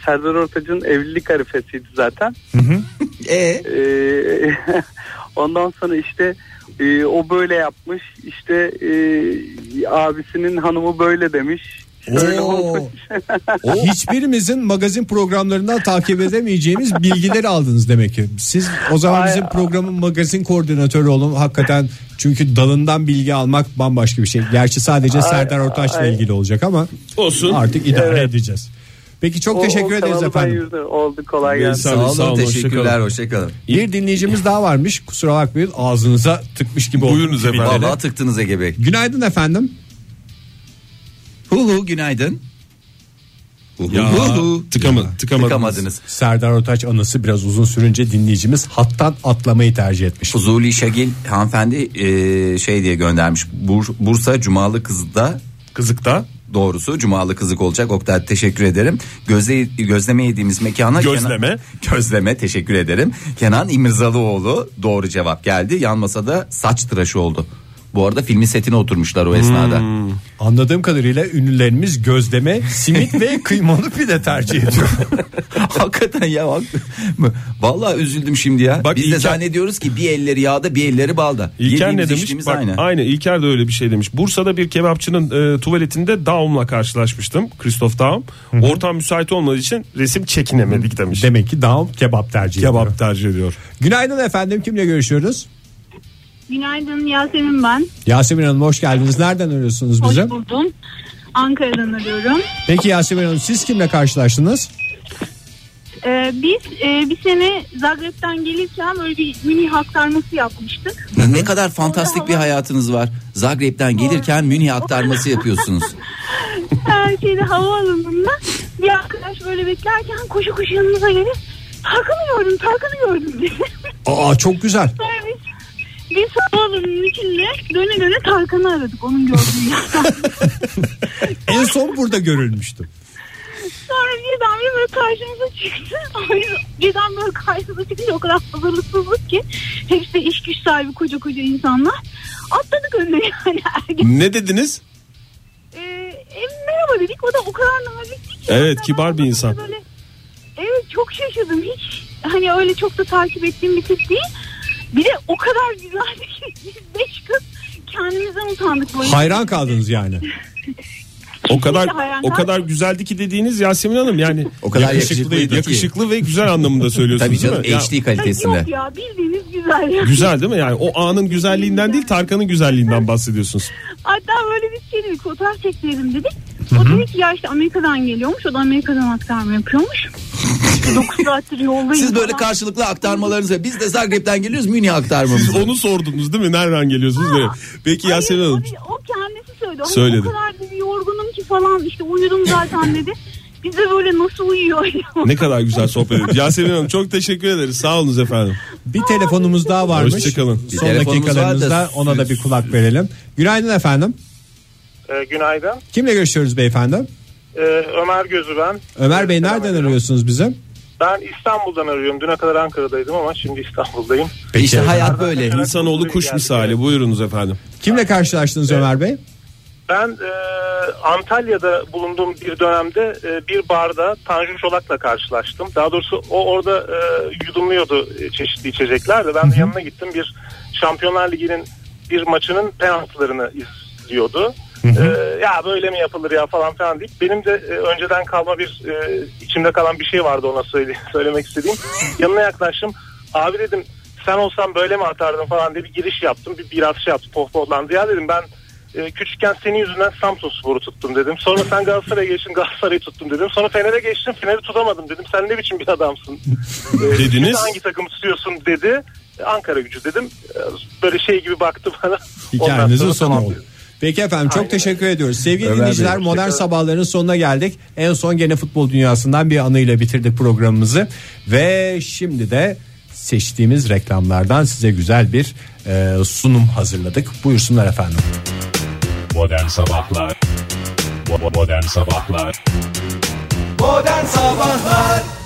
[SPEAKER 17] Serdar Ortaç'ın evlilik arifesiydi zaten. Ee, ondan sonra işte e, o böyle yapmış işte e, abisinin hanımı böyle demiş. Şöyle olmuş.
[SPEAKER 3] Hiçbirimizin magazin programlarından takip edemeyeceğimiz bilgileri aldınız demek ki. Siz o zaman bizim programın magazin koordinatörü olun. Hakikaten çünkü dalından bilgi almak bambaşka bir şey. Gerçi sadece
[SPEAKER 4] Ay-
[SPEAKER 3] Serdar Ortaç'la
[SPEAKER 4] ay.
[SPEAKER 3] ilgili olacak ama
[SPEAKER 4] Olsun.
[SPEAKER 3] artık idare
[SPEAKER 4] Evet.
[SPEAKER 3] edeceğiz. Peki çok
[SPEAKER 17] O-
[SPEAKER 3] teşekkür
[SPEAKER 17] o
[SPEAKER 3] ederiz
[SPEAKER 17] kanalı ben
[SPEAKER 3] efendim.
[SPEAKER 17] yürüdüm. Oldu kolay gelsin.
[SPEAKER 5] Sağ olun, teşekkürler hoşçakalın.
[SPEAKER 3] Bir dinleyicimiz daha varmış. Kusura bakmayın ağzınıza tıkmış gibi oldu.
[SPEAKER 5] Buyurunuz
[SPEAKER 3] Kibirlere.
[SPEAKER 5] efendim. Vallahi tıktınız Ege Bey.
[SPEAKER 3] Günaydın efendim.
[SPEAKER 5] Hu hu günaydın.
[SPEAKER 3] Ya,
[SPEAKER 4] tıkama,
[SPEAKER 5] tıkamadınız.
[SPEAKER 3] Serdar Ortaç anısı biraz uzun sürünce dinleyicimiz hattan atlamayı tercih etmiş.
[SPEAKER 5] Fuzuli Şagil hanımefendi e, şey diye göndermiş. Bur- Bursa Cumalı Kızık'ta Kızık'ta doğrusu Cumalı Kızık olacak. Oktay teşekkür ederim. Gözle, gözleme yediğimiz mekana
[SPEAKER 4] Gözleme.
[SPEAKER 5] Kenan- gözleme teşekkür ederim. Kenan İmirzalıoğlu doğru cevap geldi. Yan masada saç tıraşı oldu. Bu arada filmin setine oturmuşlar
[SPEAKER 4] Hmm.
[SPEAKER 5] o esnada.
[SPEAKER 3] Hmm. Anladığım kadarıyla ünlülerimiz gözleme, simit ve kıymalı pide tercih ediyor.
[SPEAKER 5] Hakikaten ya bak. Vallahi üzüldüm şimdi ya. Biz de zannediyoruz ki bir elleri yağda bir elleri balda.
[SPEAKER 4] İlker
[SPEAKER 5] Yediğimiz
[SPEAKER 4] ne demiş?
[SPEAKER 5] içtiğimiz
[SPEAKER 4] Bak,
[SPEAKER 5] aynı.
[SPEAKER 4] aynı. İlker de öyle bir şey demiş. Bursa'da bir kebapçının e, tuvaletinde Daum'la karşılaşmıştım. Christoph Daum. Ortam müsait olmadığı için resim çekinemedik demiş.
[SPEAKER 3] Demek ki Daum kebap tercih
[SPEAKER 4] ediyor. Kebap tercih ediyor.
[SPEAKER 3] Günaydın efendim kimle görüşüyoruz?
[SPEAKER 18] Günaydın Yasemin ben.
[SPEAKER 3] Yasemin Hanım hoş geldiniz. Nereden arıyorsunuz bize?
[SPEAKER 18] Hoş buldum. Ankara'dan arıyorum.
[SPEAKER 3] Peki Yasemin Hanım siz kimle karşılaştınız?
[SPEAKER 18] Ee, biz e, bir sene Zagreb'den gelirken böyle bir mini aktarması yapmıştık.
[SPEAKER 5] Ne, ne kadar fantastik bir hayatınız var. Zagreb'den gelirken Münih aktarması yapıyorsunuz.
[SPEAKER 18] Her şeyde havaalanında bir arkadaş böyle beklerken koşu koşu yanımıza gelip takılıyorum takılıyorum diye.
[SPEAKER 3] Aa çok güzel.
[SPEAKER 18] Sonra biz, biz havaalanının içinde döne döne Tarkan'ı aradık onun gördüğü yerden.
[SPEAKER 3] En son burada görülmüştüm.
[SPEAKER 18] Sonra birden biri böyle karşımıza çıktı. O yüzden Birden böyle karşımıza çıkınca o kadar hazırlıksızlık ki. Hepsi de iş güç sahibi koca koca insanlar. Atladık önüne yani ergen.
[SPEAKER 4] Ne dediniz?
[SPEAKER 18] Ee, e, merhaba dedik. O da o kadar nazikti ki.
[SPEAKER 4] Evet kibar bir insan.
[SPEAKER 18] Böyle, evet çok şaşırdım. Hiç hani öyle çok da takip ettiğim bir tip değil. Bir de o kadar güzeldi ki biz beş kız kendimizden utandık. Böyle.
[SPEAKER 3] Hayran kaldınız yani.
[SPEAKER 4] O kadar
[SPEAKER 18] hayran
[SPEAKER 4] o kadar güzeldi ki dediğiniz Yasemin Hanım yani
[SPEAKER 5] O kadar yakışıklıydı ki.
[SPEAKER 4] yakışıklı ve güzel anlamında söylüyorsunuz
[SPEAKER 5] Tabii canım,
[SPEAKER 4] değil mi?
[SPEAKER 5] HD
[SPEAKER 4] Ya-
[SPEAKER 5] kalitesinde.
[SPEAKER 18] Yok ya bildiğiniz güzel. ya.
[SPEAKER 4] Güzel değil mi yani o anın güzelliğinden değil Tarkan'ın güzelliğinden bahsediyorsunuz.
[SPEAKER 18] Hatta böyle biz şey dedik fotoğraf çektirelim dedik. O dedi ki ya işte Amerika'dan geliyormuş. O da Amerika'dan aktarma yapıyormuş. 9 saattir yoldayım.
[SPEAKER 5] Siz böyle
[SPEAKER 18] falan.
[SPEAKER 5] karşılıklı aktarmalarınızı biz de Zagreb'den geliyoruz Münih aktarmamızı.
[SPEAKER 4] Siz onu sordunuz değil mi? Nereden geliyorsunuz diye. Peki Yasemin Hanım
[SPEAKER 18] O kendisi söyledi. Hani
[SPEAKER 4] Söyledi.
[SPEAKER 18] O kadar dedi, yorgunum ki falan işte uyudum zaten dedi. bize böyle nasıl uyuyor ya.
[SPEAKER 4] Ne kadar güzel sohbet ettik. Yasemin Hanım çok teşekkür ederiz. Sağ olunuz efendim.
[SPEAKER 3] Bir telefonumuz daha varmış.
[SPEAKER 4] Hoşçakalın.
[SPEAKER 3] Son dakikalarımızda ona da bir kulak verelim. Günaydın efendim.
[SPEAKER 19] Ee, günaydın.
[SPEAKER 3] Kimle görüşüyoruz beyefendi?
[SPEAKER 19] Ee, Ömer Gözü ben.
[SPEAKER 3] Ömer Bey nereden arıyorsunuz bize?
[SPEAKER 19] Ben İstanbul'dan arıyorum. Düne kadar Ankara'daydım ama şimdi İstanbul'dayım.
[SPEAKER 4] işte
[SPEAKER 19] hayat
[SPEAKER 4] böyle. İnsanoğlu kuş misali. Buyurunuz efendim.
[SPEAKER 3] Kimle karşılaştınız Ömer Bey?
[SPEAKER 19] Ben e, Antalya'da bulunduğum bir dönemde e, bir barda Tanju Çolak'la karşılaştım. Daha doğrusu o orada e, yudumluyordu e, çeşitli içecekler de. Ben de yanına gittim. Bir Şampiyonlar Ligi'nin bir maçının penaltılarını izliyordu. Ee, ya böyle mi yapılır ya falan filan deyip benim de e, önceden kalma bir e, içimde kalan bir şey vardı ona söyle, söylemek istediğim. Yanına yaklaştım. Abi dedim sen olsan böyle mi atardın falan diye bir giriş yaptım. Bir biraz şey yaptı pohpohlandı. Ya dedim ben e, küçükken senin yüzünden Samsun Spor'u tuttum dedim. Sonra sen Galatasaray'a geçtin Galatasaray'ı tuttum dedim. Sonra Fener'e geçtin Fener'i tutamadım dedim. Sen ne biçim bir adamsın? Ee,
[SPEAKER 4] Dediniz.
[SPEAKER 19] "Sen Hangi takımı tutuyorsun dedi. Ankara gücü dedim. Ee, Böyle şey gibi baktı bana. Ondan
[SPEAKER 3] Hikayemizin
[SPEAKER 19] sonra
[SPEAKER 3] sonu oldu. Peki efendim çok teşekkür ediyoruz. Sevgili
[SPEAKER 19] Ömer Bey,
[SPEAKER 3] dinleyiciler
[SPEAKER 19] teşekkür
[SPEAKER 3] modern
[SPEAKER 19] ederim.
[SPEAKER 3] sabahların sonuna geldik. En son gene futbol dünyasından bir anıyla bitirdik programımızı. Ve şimdi de seçtiğimiz reklamlardan size güzel bir e, sunum hazırladık. Buyursunlar efendim.
[SPEAKER 20] Modern Sabahlar Bo- bo- Modern Sabahlar
[SPEAKER 15] Modern Sabahlar